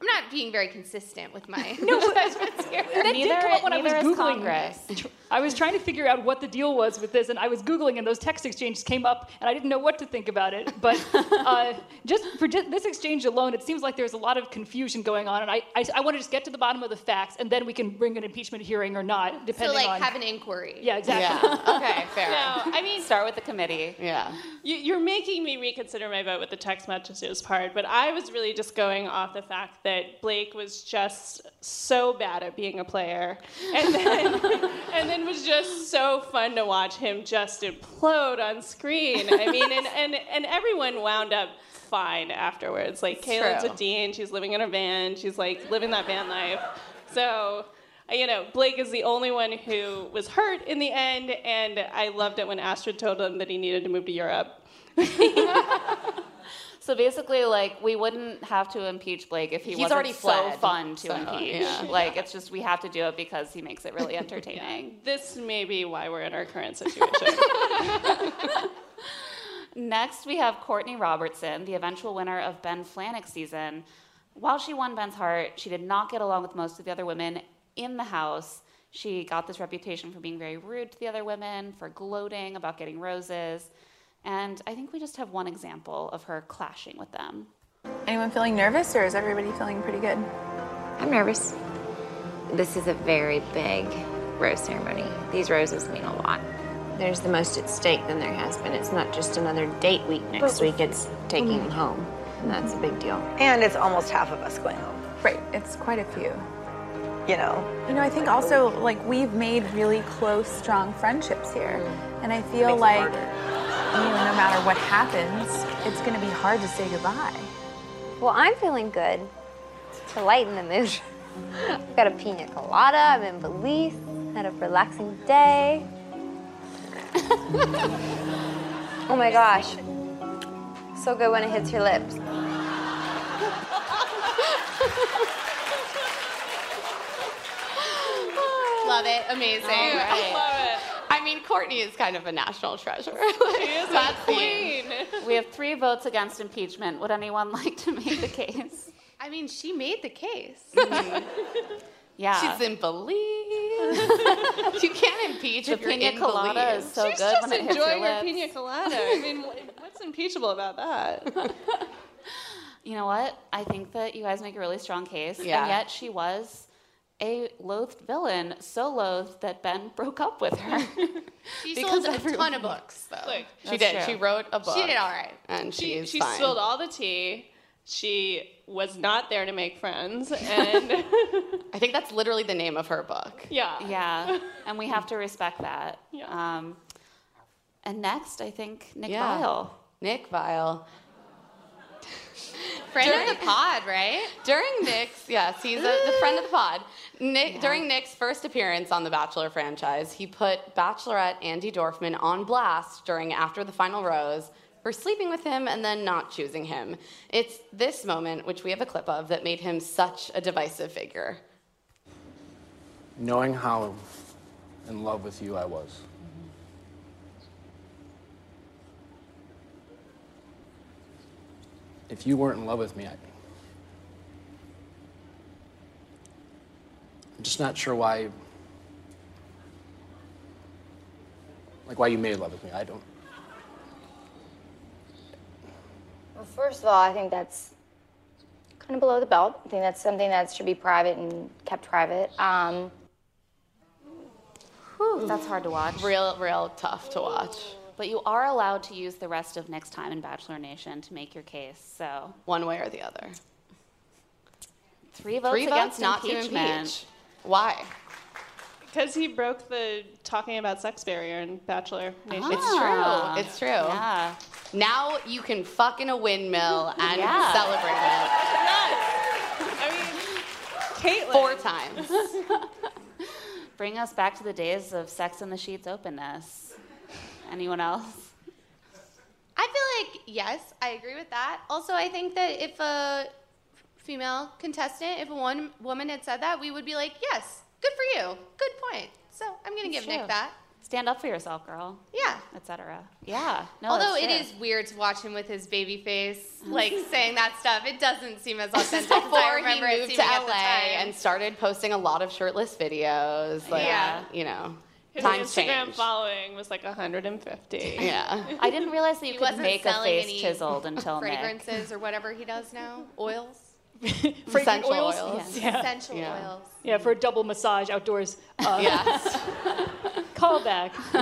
[SPEAKER 15] I'm not being very consistent with my
[SPEAKER 21] *laughs* No,
[SPEAKER 15] *laughs* judgments here.
[SPEAKER 21] that did come up when I was googling this. *laughs* I was trying to figure out what the deal was with this, and I was googling, and those text exchanges came up, and I didn't know what to think about it.
[SPEAKER 13] *laughs*
[SPEAKER 21] But uh, just for ju- this exchange alone, it seems like there's a lot of confusion going on, and I, I, I want to just get to the bottom of the facts, and then we can bring an impeachment hearing or not,
[SPEAKER 15] So
[SPEAKER 21] depending
[SPEAKER 15] like
[SPEAKER 21] on.
[SPEAKER 15] have an inquiry.
[SPEAKER 21] yeah, exactly. *laughs*
[SPEAKER 13] okay, *laughs*
[SPEAKER 2] fair.
[SPEAKER 13] No, I mean,
[SPEAKER 2] Start with the committee.
[SPEAKER 13] Yeah. You, you're making me reconsider my vote with the text messages part, but I was really just going off the fact that Blake was just so bad at being a player, and then *laughs* and then was just so fun to watch him just implode on screen. I
[SPEAKER 21] *laughs*
[SPEAKER 13] mean, and and, and everyone wound up fine afterwards. Like
[SPEAKER 15] It's
[SPEAKER 13] Kayla's
[SPEAKER 15] true.
[SPEAKER 13] a dean, she's living in her van, she's like living that van life. So you know, Blake is the only one who was hurt in the end, and I loved it when Astrid told him that he needed to move to Europe.
[SPEAKER 2] So basically, like we wouldn't have to impeach Blake if he
[SPEAKER 5] He's
[SPEAKER 2] wasn't
[SPEAKER 5] already
[SPEAKER 2] so
[SPEAKER 5] fled,
[SPEAKER 2] fun to
[SPEAKER 5] so,
[SPEAKER 2] impeach.
[SPEAKER 5] yeah.
[SPEAKER 2] *laughs* Like it's just we have to do it because he
[SPEAKER 5] *laughs*
[SPEAKER 2] makes it really entertaining.
[SPEAKER 13] This may be why we're in our current
[SPEAKER 2] *laughs*
[SPEAKER 13] situation.
[SPEAKER 2] Next, we have Courtney Robertson, the eventual winner of Ben Flanick's season. While she won Ben's heart, she did not get along with most of the other women in the house. She got this reputation for being very rude to the other women, for gloating about getting roses. And I think we just have one example of her clashing with them.
[SPEAKER 22] Anyone feeling nervous or is everybody feeling pretty good?
[SPEAKER 23] I'm nervous. This is a very big rose ceremony. These roses mean a lot. There's the most at stake than there has been. It's not just another date week next week, it's taking them home. And that's a big deal.
[SPEAKER 22] And it's almost half of us going home. Right, it's quite a few. You know. You know, I think also like we've made really close, strong friendships here. And I feel like you know, no matter what happens, it's gonna be hard to say goodbye.
[SPEAKER 24] Well, I'm feeling good to lighten the mood. *laughs* I've got a pina colada, I'm in Belize, had a relaxing day. *laughs* oh my gosh. So good when it hits your lips.
[SPEAKER 15] Love it. Amazing.
[SPEAKER 3] All right.
[SPEAKER 15] I love
[SPEAKER 3] I mean, Courtney is kind of a national treasure.
[SPEAKER 2] She
[SPEAKER 3] *laughs*
[SPEAKER 2] is
[SPEAKER 3] That's the-
[SPEAKER 2] We have three votes against impeachment. Would anyone *laughs* like to make the case?
[SPEAKER 15] it. I mean, she made the case.
[SPEAKER 21] Mm-hmm.
[SPEAKER 15] *laughs*
[SPEAKER 2] Yeah.
[SPEAKER 3] She's in Belize. you can't impeach
[SPEAKER 2] The
[SPEAKER 3] if you're
[SPEAKER 2] pina
[SPEAKER 3] in
[SPEAKER 2] colada
[SPEAKER 3] Belize.
[SPEAKER 2] is so
[SPEAKER 13] She's just enjoying her pina colada. I mean, wh- what's impeachable about
[SPEAKER 2] *laughs*
[SPEAKER 13] that?
[SPEAKER 2] You know what? I think that you guys make a really strong case.
[SPEAKER 13] Yeah.
[SPEAKER 2] And yet she was a loathed villain, so loathed that Ben *laughs* broke up with her.
[SPEAKER 15] She
[SPEAKER 2] Because
[SPEAKER 15] sold a
[SPEAKER 2] everyone-
[SPEAKER 15] ton of books, though.
[SPEAKER 13] Look,
[SPEAKER 3] She did. She wrote a book.
[SPEAKER 13] She did all right.
[SPEAKER 3] And she, is
[SPEAKER 13] she
[SPEAKER 3] fine.
[SPEAKER 13] spilled all the tea. She was not there to make friends, and
[SPEAKER 5] *laughs*
[SPEAKER 3] I think that's literally the name of her book.
[SPEAKER 13] Yeah.
[SPEAKER 15] *laughs*
[SPEAKER 2] Yeah. And we have to respect that.
[SPEAKER 13] Yeah.
[SPEAKER 2] Um, and next, I think Nick
[SPEAKER 3] Yeah.
[SPEAKER 2] Vile.
[SPEAKER 3] Nick Vile.
[SPEAKER 15] Friend of the pod, right?
[SPEAKER 3] During Nick's, yes, he's a, the friend of the pod. Nick, During Nick's first appearance on the Bachelor franchise, he put Bachelorette Andy Dorfman on blast during After the Final Rose for sleeping with him and then not choosing him. It's this moment, which we have a clip of, that made him such a divisive figure.
[SPEAKER 25] knowing how in love with you I was. If you weren't in love with me, I, I'm just not sure why. Like why you made love with me. I don't.
[SPEAKER 23] Well, first of all, I think that's kind of below the belt. I think that's something that should be private and kept private. Um,
[SPEAKER 2] Whew, that's hard to watch.
[SPEAKER 3] Real, real tough to watch.
[SPEAKER 2] But you are allowed to use the rest of Nick's time in Bachelor Nation to make your case. So
[SPEAKER 3] one way or the other.
[SPEAKER 2] Three votes
[SPEAKER 3] Three
[SPEAKER 2] against
[SPEAKER 3] votes not to
[SPEAKER 2] impeachment.
[SPEAKER 3] impeach. Why?
[SPEAKER 13] because he broke the talking about sex barrier in Bachelor Nation.
[SPEAKER 3] It's true. It's true.
[SPEAKER 2] Yeah.
[SPEAKER 3] Now you can fuck in
[SPEAKER 15] *laughs*
[SPEAKER 3] a windmill and
[SPEAKER 13] Yeah.
[SPEAKER 3] celebrate it.
[SPEAKER 13] Caitlin.
[SPEAKER 3] Four times.
[SPEAKER 2] *laughs* Bring us back to the days of Sex in the Sheets openness. Anyone else?
[SPEAKER 15] I feel like yes, I agree with that. Also, I think that if a female contestant, if one woman had said that, we would be like, yes, good for you, good point. So I'm gonna
[SPEAKER 2] It's
[SPEAKER 15] give
[SPEAKER 2] true.
[SPEAKER 15] Nick that.
[SPEAKER 2] Stand up for yourself, girl.
[SPEAKER 15] Yeah.
[SPEAKER 2] Etc. Yeah. No,
[SPEAKER 15] Although
[SPEAKER 2] that's
[SPEAKER 15] it is weird to watch him with his baby
[SPEAKER 2] *laughs*
[SPEAKER 15] face, like saying that stuff, it doesn't seem as authentic as
[SPEAKER 3] Before
[SPEAKER 15] I
[SPEAKER 3] he
[SPEAKER 15] remember it
[SPEAKER 3] moved to
[SPEAKER 15] seeming at the
[SPEAKER 3] LA
[SPEAKER 15] time.
[SPEAKER 3] and started posting a lot of shirtless videos, like
[SPEAKER 13] Yeah.
[SPEAKER 3] you know,
[SPEAKER 13] His
[SPEAKER 3] times
[SPEAKER 13] Instagram
[SPEAKER 3] change.
[SPEAKER 13] following was like 150.
[SPEAKER 3] *laughs*
[SPEAKER 15] *laughs*
[SPEAKER 3] Yeah.
[SPEAKER 2] I didn't realize that you
[SPEAKER 15] He
[SPEAKER 2] could
[SPEAKER 15] wasn't
[SPEAKER 2] make a
[SPEAKER 15] selling
[SPEAKER 2] face
[SPEAKER 15] any
[SPEAKER 2] chiseled until Nick.
[SPEAKER 15] fragrances or whatever he
[SPEAKER 2] *laughs*
[SPEAKER 15] does now, oils,
[SPEAKER 18] Fragrant
[SPEAKER 15] *laughs* essential
[SPEAKER 18] oils? Yeah.
[SPEAKER 15] essential
[SPEAKER 18] Yeah.
[SPEAKER 15] oils.
[SPEAKER 18] Yeah, for a double massage outdoors. *laughs* Uh,
[SPEAKER 3] yes.
[SPEAKER 18] Callback. no,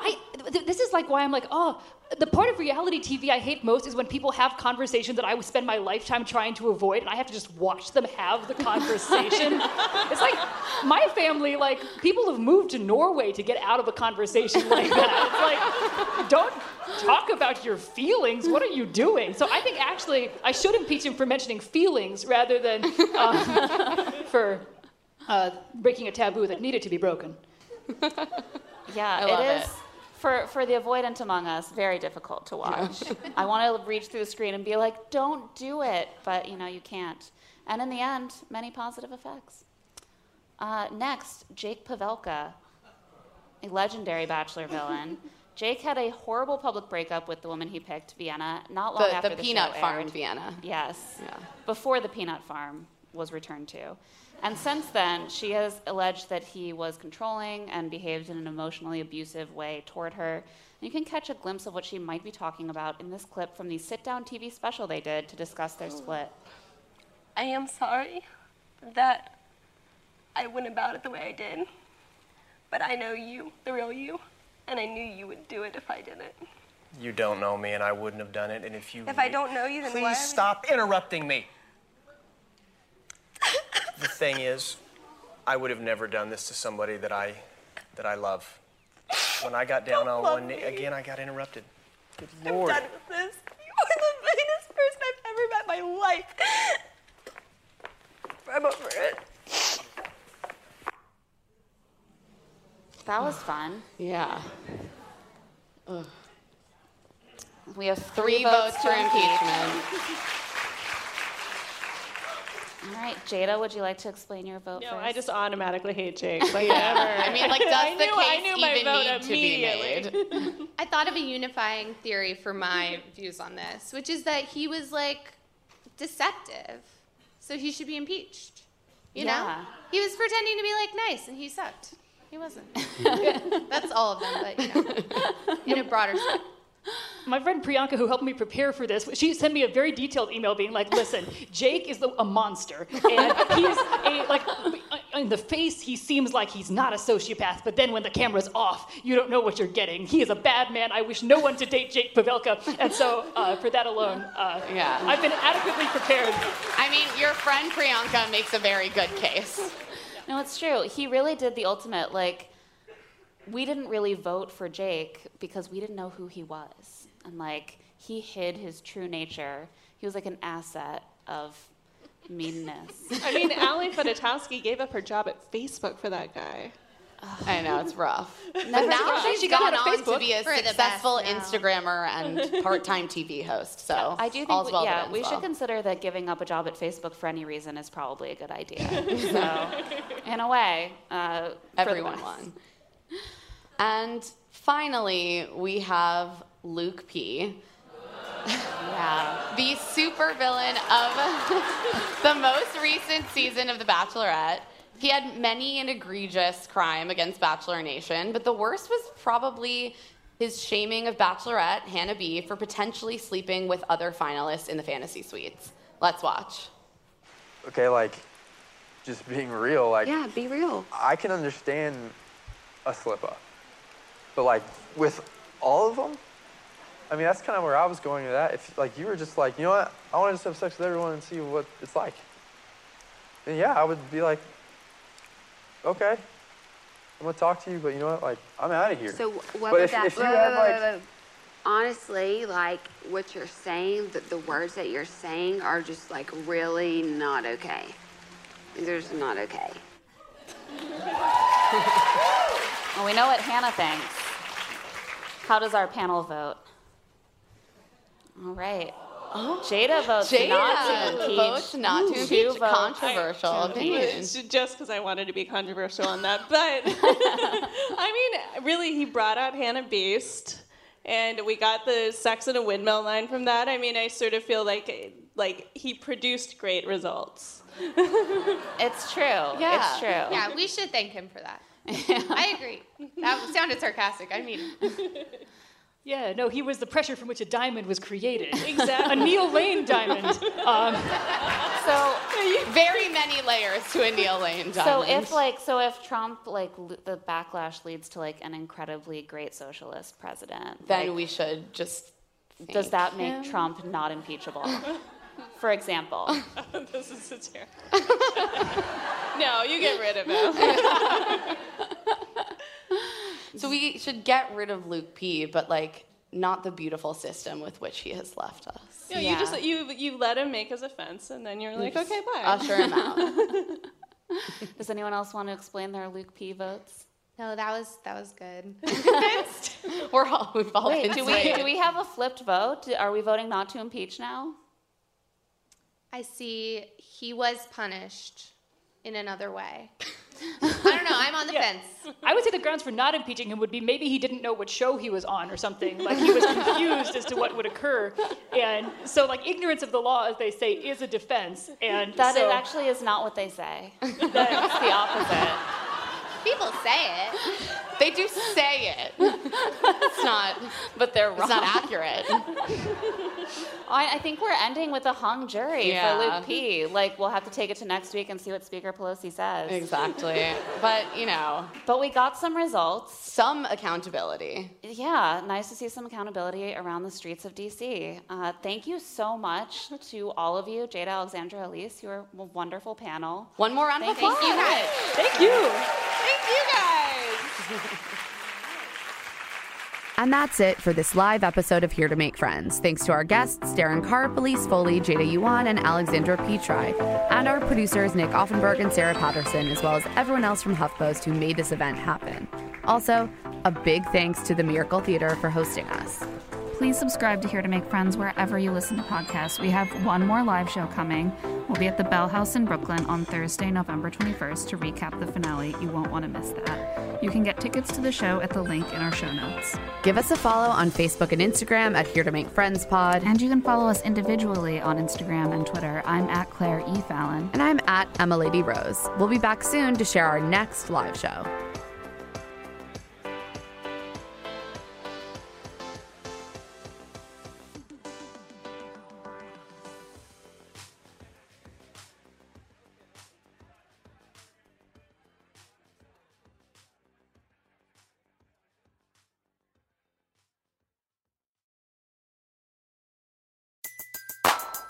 [SPEAKER 18] I. Th- this is like why I'm like, oh, the part of reality TV I hate most is when people have conversations that I would spend my lifetime trying to avoid, and I have to just watch them have the *laughs* conversation. it's like my family, like people have moved to Norway to get out of a conversation like that. It's like, don't talk about your feelings. What are you doing? So I think actually I should impeach him for mentioning feelings rather than *laughs* um, for uh, breaking a taboo that needed to be broken.
[SPEAKER 2] Yeah,
[SPEAKER 18] I love
[SPEAKER 2] it is.
[SPEAKER 18] it.
[SPEAKER 2] For, for the avoidant among us, very difficult
[SPEAKER 18] *laughs*
[SPEAKER 2] to watch. I want to reach through the screen and be like, don't do it, but you know, you can't. And in the end, many positive effects. Uh, next, Jake Pavelka, a legendary Bachelor
[SPEAKER 18] *laughs*
[SPEAKER 2] villain. Jake had a horrible public breakup with the woman he picked, Vienna, not long
[SPEAKER 3] The-
[SPEAKER 2] after
[SPEAKER 3] the
[SPEAKER 2] the,
[SPEAKER 3] peanut
[SPEAKER 2] show
[SPEAKER 3] farm
[SPEAKER 2] aired.
[SPEAKER 3] Vienna.
[SPEAKER 2] Yes.
[SPEAKER 3] Yeah.
[SPEAKER 2] Before the peanut farm was returned to. And since then, she has alleged that he was controlling and behaved in an emotionally abusive way toward her. And you can catch a glimpse of what she might be talking about in this clip from the sit down TV special they did to discuss
[SPEAKER 3] Oh.
[SPEAKER 2] their split.
[SPEAKER 10] I am sorry that I went about it the way I did. But I know you, the real you, and I knew you would do it if I didn't.
[SPEAKER 16] You don't know me, and I wouldn't have done it. And if you
[SPEAKER 10] If I don't know you, then
[SPEAKER 16] please
[SPEAKER 10] why? would-
[SPEAKER 16] stop interrupting me. the thing is, I would have never done this to somebody that I that I love. When I got down on one knee again, I got interrupted. Good lord.
[SPEAKER 10] I'm done with this. You are the meanest person I've ever met in my life. *laughs* I'm over it.
[SPEAKER 2] That was fun.
[SPEAKER 3] Yeah. Ugh.
[SPEAKER 2] We have
[SPEAKER 3] Three votes for impeachment.
[SPEAKER 2] All
[SPEAKER 15] *laughs*
[SPEAKER 2] right, Jada, would you like to explain your vote
[SPEAKER 13] No,
[SPEAKER 2] first?
[SPEAKER 13] I just automatically hate
[SPEAKER 2] *laughs*
[SPEAKER 13] Jake. Like,
[SPEAKER 2] Yeah.
[SPEAKER 13] never.
[SPEAKER 2] I mean,
[SPEAKER 13] *laughs*
[SPEAKER 2] like, does
[SPEAKER 13] I
[SPEAKER 2] the
[SPEAKER 13] knew, I
[SPEAKER 2] case
[SPEAKER 13] knew my
[SPEAKER 2] even
[SPEAKER 13] vote
[SPEAKER 2] need to be
[SPEAKER 13] immediately.
[SPEAKER 2] made?
[SPEAKER 15] I thought of a unifying theory for my views on this, which is that he was like deceptive, so he should be impeached. You
[SPEAKER 2] Yeah.
[SPEAKER 15] know, he was pretending to be like nice, and he sucked.
[SPEAKER 2] *laughs*
[SPEAKER 15] He wasn't. That's all of them, but you know, in
[SPEAKER 18] *laughs*
[SPEAKER 15] a broader sense.
[SPEAKER 18] My friend Priyanka, who helped me prepare for this, she sent me a very detailed email being like, "Listen, Jake is the, a monster, and he's a, like, in the face he seems like he's not a sociopath, but then when the camera's off, you don't know what you're getting. He is a bad man. I wish no one to date Jake Pavelka." And so, uh, for that alone, uh,
[SPEAKER 3] Yeah.
[SPEAKER 18] I've been adequately prepared.
[SPEAKER 3] I mean, your friend Priyanka makes a very good case.
[SPEAKER 2] *laughs* No, it's true. He really did the ultimate. Like, we didn't really vote for Jake because we didn't know who he was. And, like, he hid his true nature. He was like an asset of meanness.
[SPEAKER 13] I mean,
[SPEAKER 2] *laughs*
[SPEAKER 13] Ali Fedotowsky gave up her job at Facebook for that guy.
[SPEAKER 3] I know it's rough.
[SPEAKER 13] Never
[SPEAKER 3] now
[SPEAKER 13] surprised.
[SPEAKER 3] she's
[SPEAKER 13] She got
[SPEAKER 3] gone
[SPEAKER 13] out
[SPEAKER 3] on
[SPEAKER 13] of
[SPEAKER 3] to be a
[SPEAKER 13] Facebook. For the best
[SPEAKER 3] successful
[SPEAKER 13] now.
[SPEAKER 2] *laughs*
[SPEAKER 3] Instagrammer and part-time TV host. So
[SPEAKER 2] I do think,
[SPEAKER 3] all's
[SPEAKER 2] we,
[SPEAKER 3] well that
[SPEAKER 2] yeah,
[SPEAKER 3] ends
[SPEAKER 2] we should
[SPEAKER 3] well.
[SPEAKER 2] consider that giving up a job at Facebook for any reason is probably a good
[SPEAKER 3] *laughs*
[SPEAKER 2] idea. so, in a way, uh, for the
[SPEAKER 3] Everyone
[SPEAKER 2] best.
[SPEAKER 3] won. And finally, we have Luke P.
[SPEAKER 2] *laughs* yeah.
[SPEAKER 3] The supervillain of *laughs* the most recent season of The Bachelorette. He had many an egregious crime against Bachelor Nation, but the worst was probably his shaming of Bachelorette Hannah B for potentially sleeping with other finalists in the fantasy suites. Let's watch.
[SPEAKER 17] *laughs* okay, like just being real, like
[SPEAKER 4] yeah, be real.
[SPEAKER 17] I can understand a slip up, but like with all of them, I mean that's kind of where I was going with that. If like you were just like, you know what, I want to just have sex with everyone and see what it's like, then yeah, I would be like, okay, I'm gonna talk to you, but you know what, like I'm out of here.
[SPEAKER 4] So what
[SPEAKER 17] but
[SPEAKER 4] would
[SPEAKER 17] if,
[SPEAKER 4] that?
[SPEAKER 17] if you
[SPEAKER 4] whoa,
[SPEAKER 17] have
[SPEAKER 4] whoa,
[SPEAKER 17] like
[SPEAKER 4] whoa, whoa. honestly, like what you're saying, the, the words that you're saying are just like really not okay. They're just not okay.
[SPEAKER 2] *laughs* Well, we know what Hannah thinks. How does our panel vote? All right.
[SPEAKER 3] Oh,
[SPEAKER 2] Jada votes
[SPEAKER 26] Jada
[SPEAKER 2] not to impeach.
[SPEAKER 26] votes not to
[SPEAKER 2] Two
[SPEAKER 26] impeach.
[SPEAKER 2] votes.
[SPEAKER 26] Controversial
[SPEAKER 2] I-
[SPEAKER 26] opinion.
[SPEAKER 13] It's Just because I wanted to be controversial on that, but *laughs* I mean, really, he brought out Hannah Beast, and we got the "Sex in a Windmill" line from that. I mean, I sort of feel like like he produced great results. *laughs*
[SPEAKER 2] it's true. Yeah. It's true.
[SPEAKER 15] Yeah, we should thank him for
[SPEAKER 2] *laughs*
[SPEAKER 15] that. I agree. That sounded sarcastic.
[SPEAKER 2] *laughs*
[SPEAKER 15] I mean,
[SPEAKER 18] Yeah, no, he was the pressure from which a diamond was created.
[SPEAKER 15] Exactly.
[SPEAKER 18] A Neil Lane diamond. Um, *laughs*
[SPEAKER 2] so
[SPEAKER 26] very many layers to a Neil Lane
[SPEAKER 2] So
[SPEAKER 26] diamond.
[SPEAKER 2] if like so if Trump like l- the backlash leads to like an incredibly great socialist president,
[SPEAKER 26] then
[SPEAKER 2] like,
[SPEAKER 26] we should just.
[SPEAKER 2] does
[SPEAKER 26] thank
[SPEAKER 2] that make
[SPEAKER 26] him.
[SPEAKER 2] Trump not
[SPEAKER 26] *laughs*
[SPEAKER 2] impeachable? For example,
[SPEAKER 13] this is satirical. no, you get rid of him.
[SPEAKER 26] So we should get rid of Luke P, but like not the beautiful system with which he has left us.
[SPEAKER 13] No, you just you you let him make his offense, and then you're
[SPEAKER 26] You
[SPEAKER 13] like,
[SPEAKER 26] just
[SPEAKER 13] okay, bye.
[SPEAKER 26] usher him out.
[SPEAKER 13] *laughs*
[SPEAKER 2] does anyone else want to explain their Luke P votes?
[SPEAKER 15] no, that was that was good.
[SPEAKER 26] *laughs* We're all
[SPEAKER 2] *laughs*
[SPEAKER 26] we've all
[SPEAKER 2] Wait,
[SPEAKER 26] been
[SPEAKER 2] do we do we have a flipped vote? Are we voting not to impeach now?
[SPEAKER 15] I see he was punished in another way. I don't know. I'm on the fence.
[SPEAKER 18] I would say the grounds for not impeaching him would be maybe he didn't know what show he was on or something. Like he
[SPEAKER 15] *laughs*
[SPEAKER 18] was confused as to what would occur. And so, like, ignorance of the law, as they say, is a defense. And
[SPEAKER 2] That it
[SPEAKER 18] so-
[SPEAKER 2] actually is not what they say. That's the opposite.
[SPEAKER 15] People say it.
[SPEAKER 2] *laughs*
[SPEAKER 26] They do say it. it's not, but they're wrong. It's not accurate. *laughs*
[SPEAKER 2] *laughs* I, I think we're ending with a hung jury
[SPEAKER 26] Yeah.
[SPEAKER 2] for Luke P. Like we'll have to take it to next week and see what Speaker Pelosi says.
[SPEAKER 26] exactly. But you know.
[SPEAKER 2] But we got some results.
[SPEAKER 26] Some accountability.
[SPEAKER 2] Yeah, nice to see some accountability around the streets of DC. Uh, thank you so much to all of you, Jada, Alexandra, Elise. You were a wonderful panel.
[SPEAKER 26] One more round of
[SPEAKER 2] thank,
[SPEAKER 26] applause.
[SPEAKER 2] Thank you guys.
[SPEAKER 18] Thank you.
[SPEAKER 2] Thank you guys.
[SPEAKER 3] And that's it for this live episode of Here to Make Friends. Thanks to our guests, Darren Carp, Elise Foley, Jada Yuan, and Alexandra Petri. And our producers, Nick Offenberg and Sarah Patterson, as well as everyone else from HuffPost who made this event happen. Also, a big thanks to the Miracle Theater for hosting us. Please subscribe to Here to Make Friends wherever you listen to podcasts. We have one more live show coming. We'll be at the Bell House in Brooklyn on Thursday, November 21st to recap the finale. You won't want to miss that. You can get tickets to the show at the link in our show notes. Give us a follow on Facebook and Instagram at Here to Make Friends Pod. And you can follow us individually on Instagram and Twitter. I'm at Claire E. Fallon. And I'm at Emma Lady Rose. We'll be back soon to share our next live show.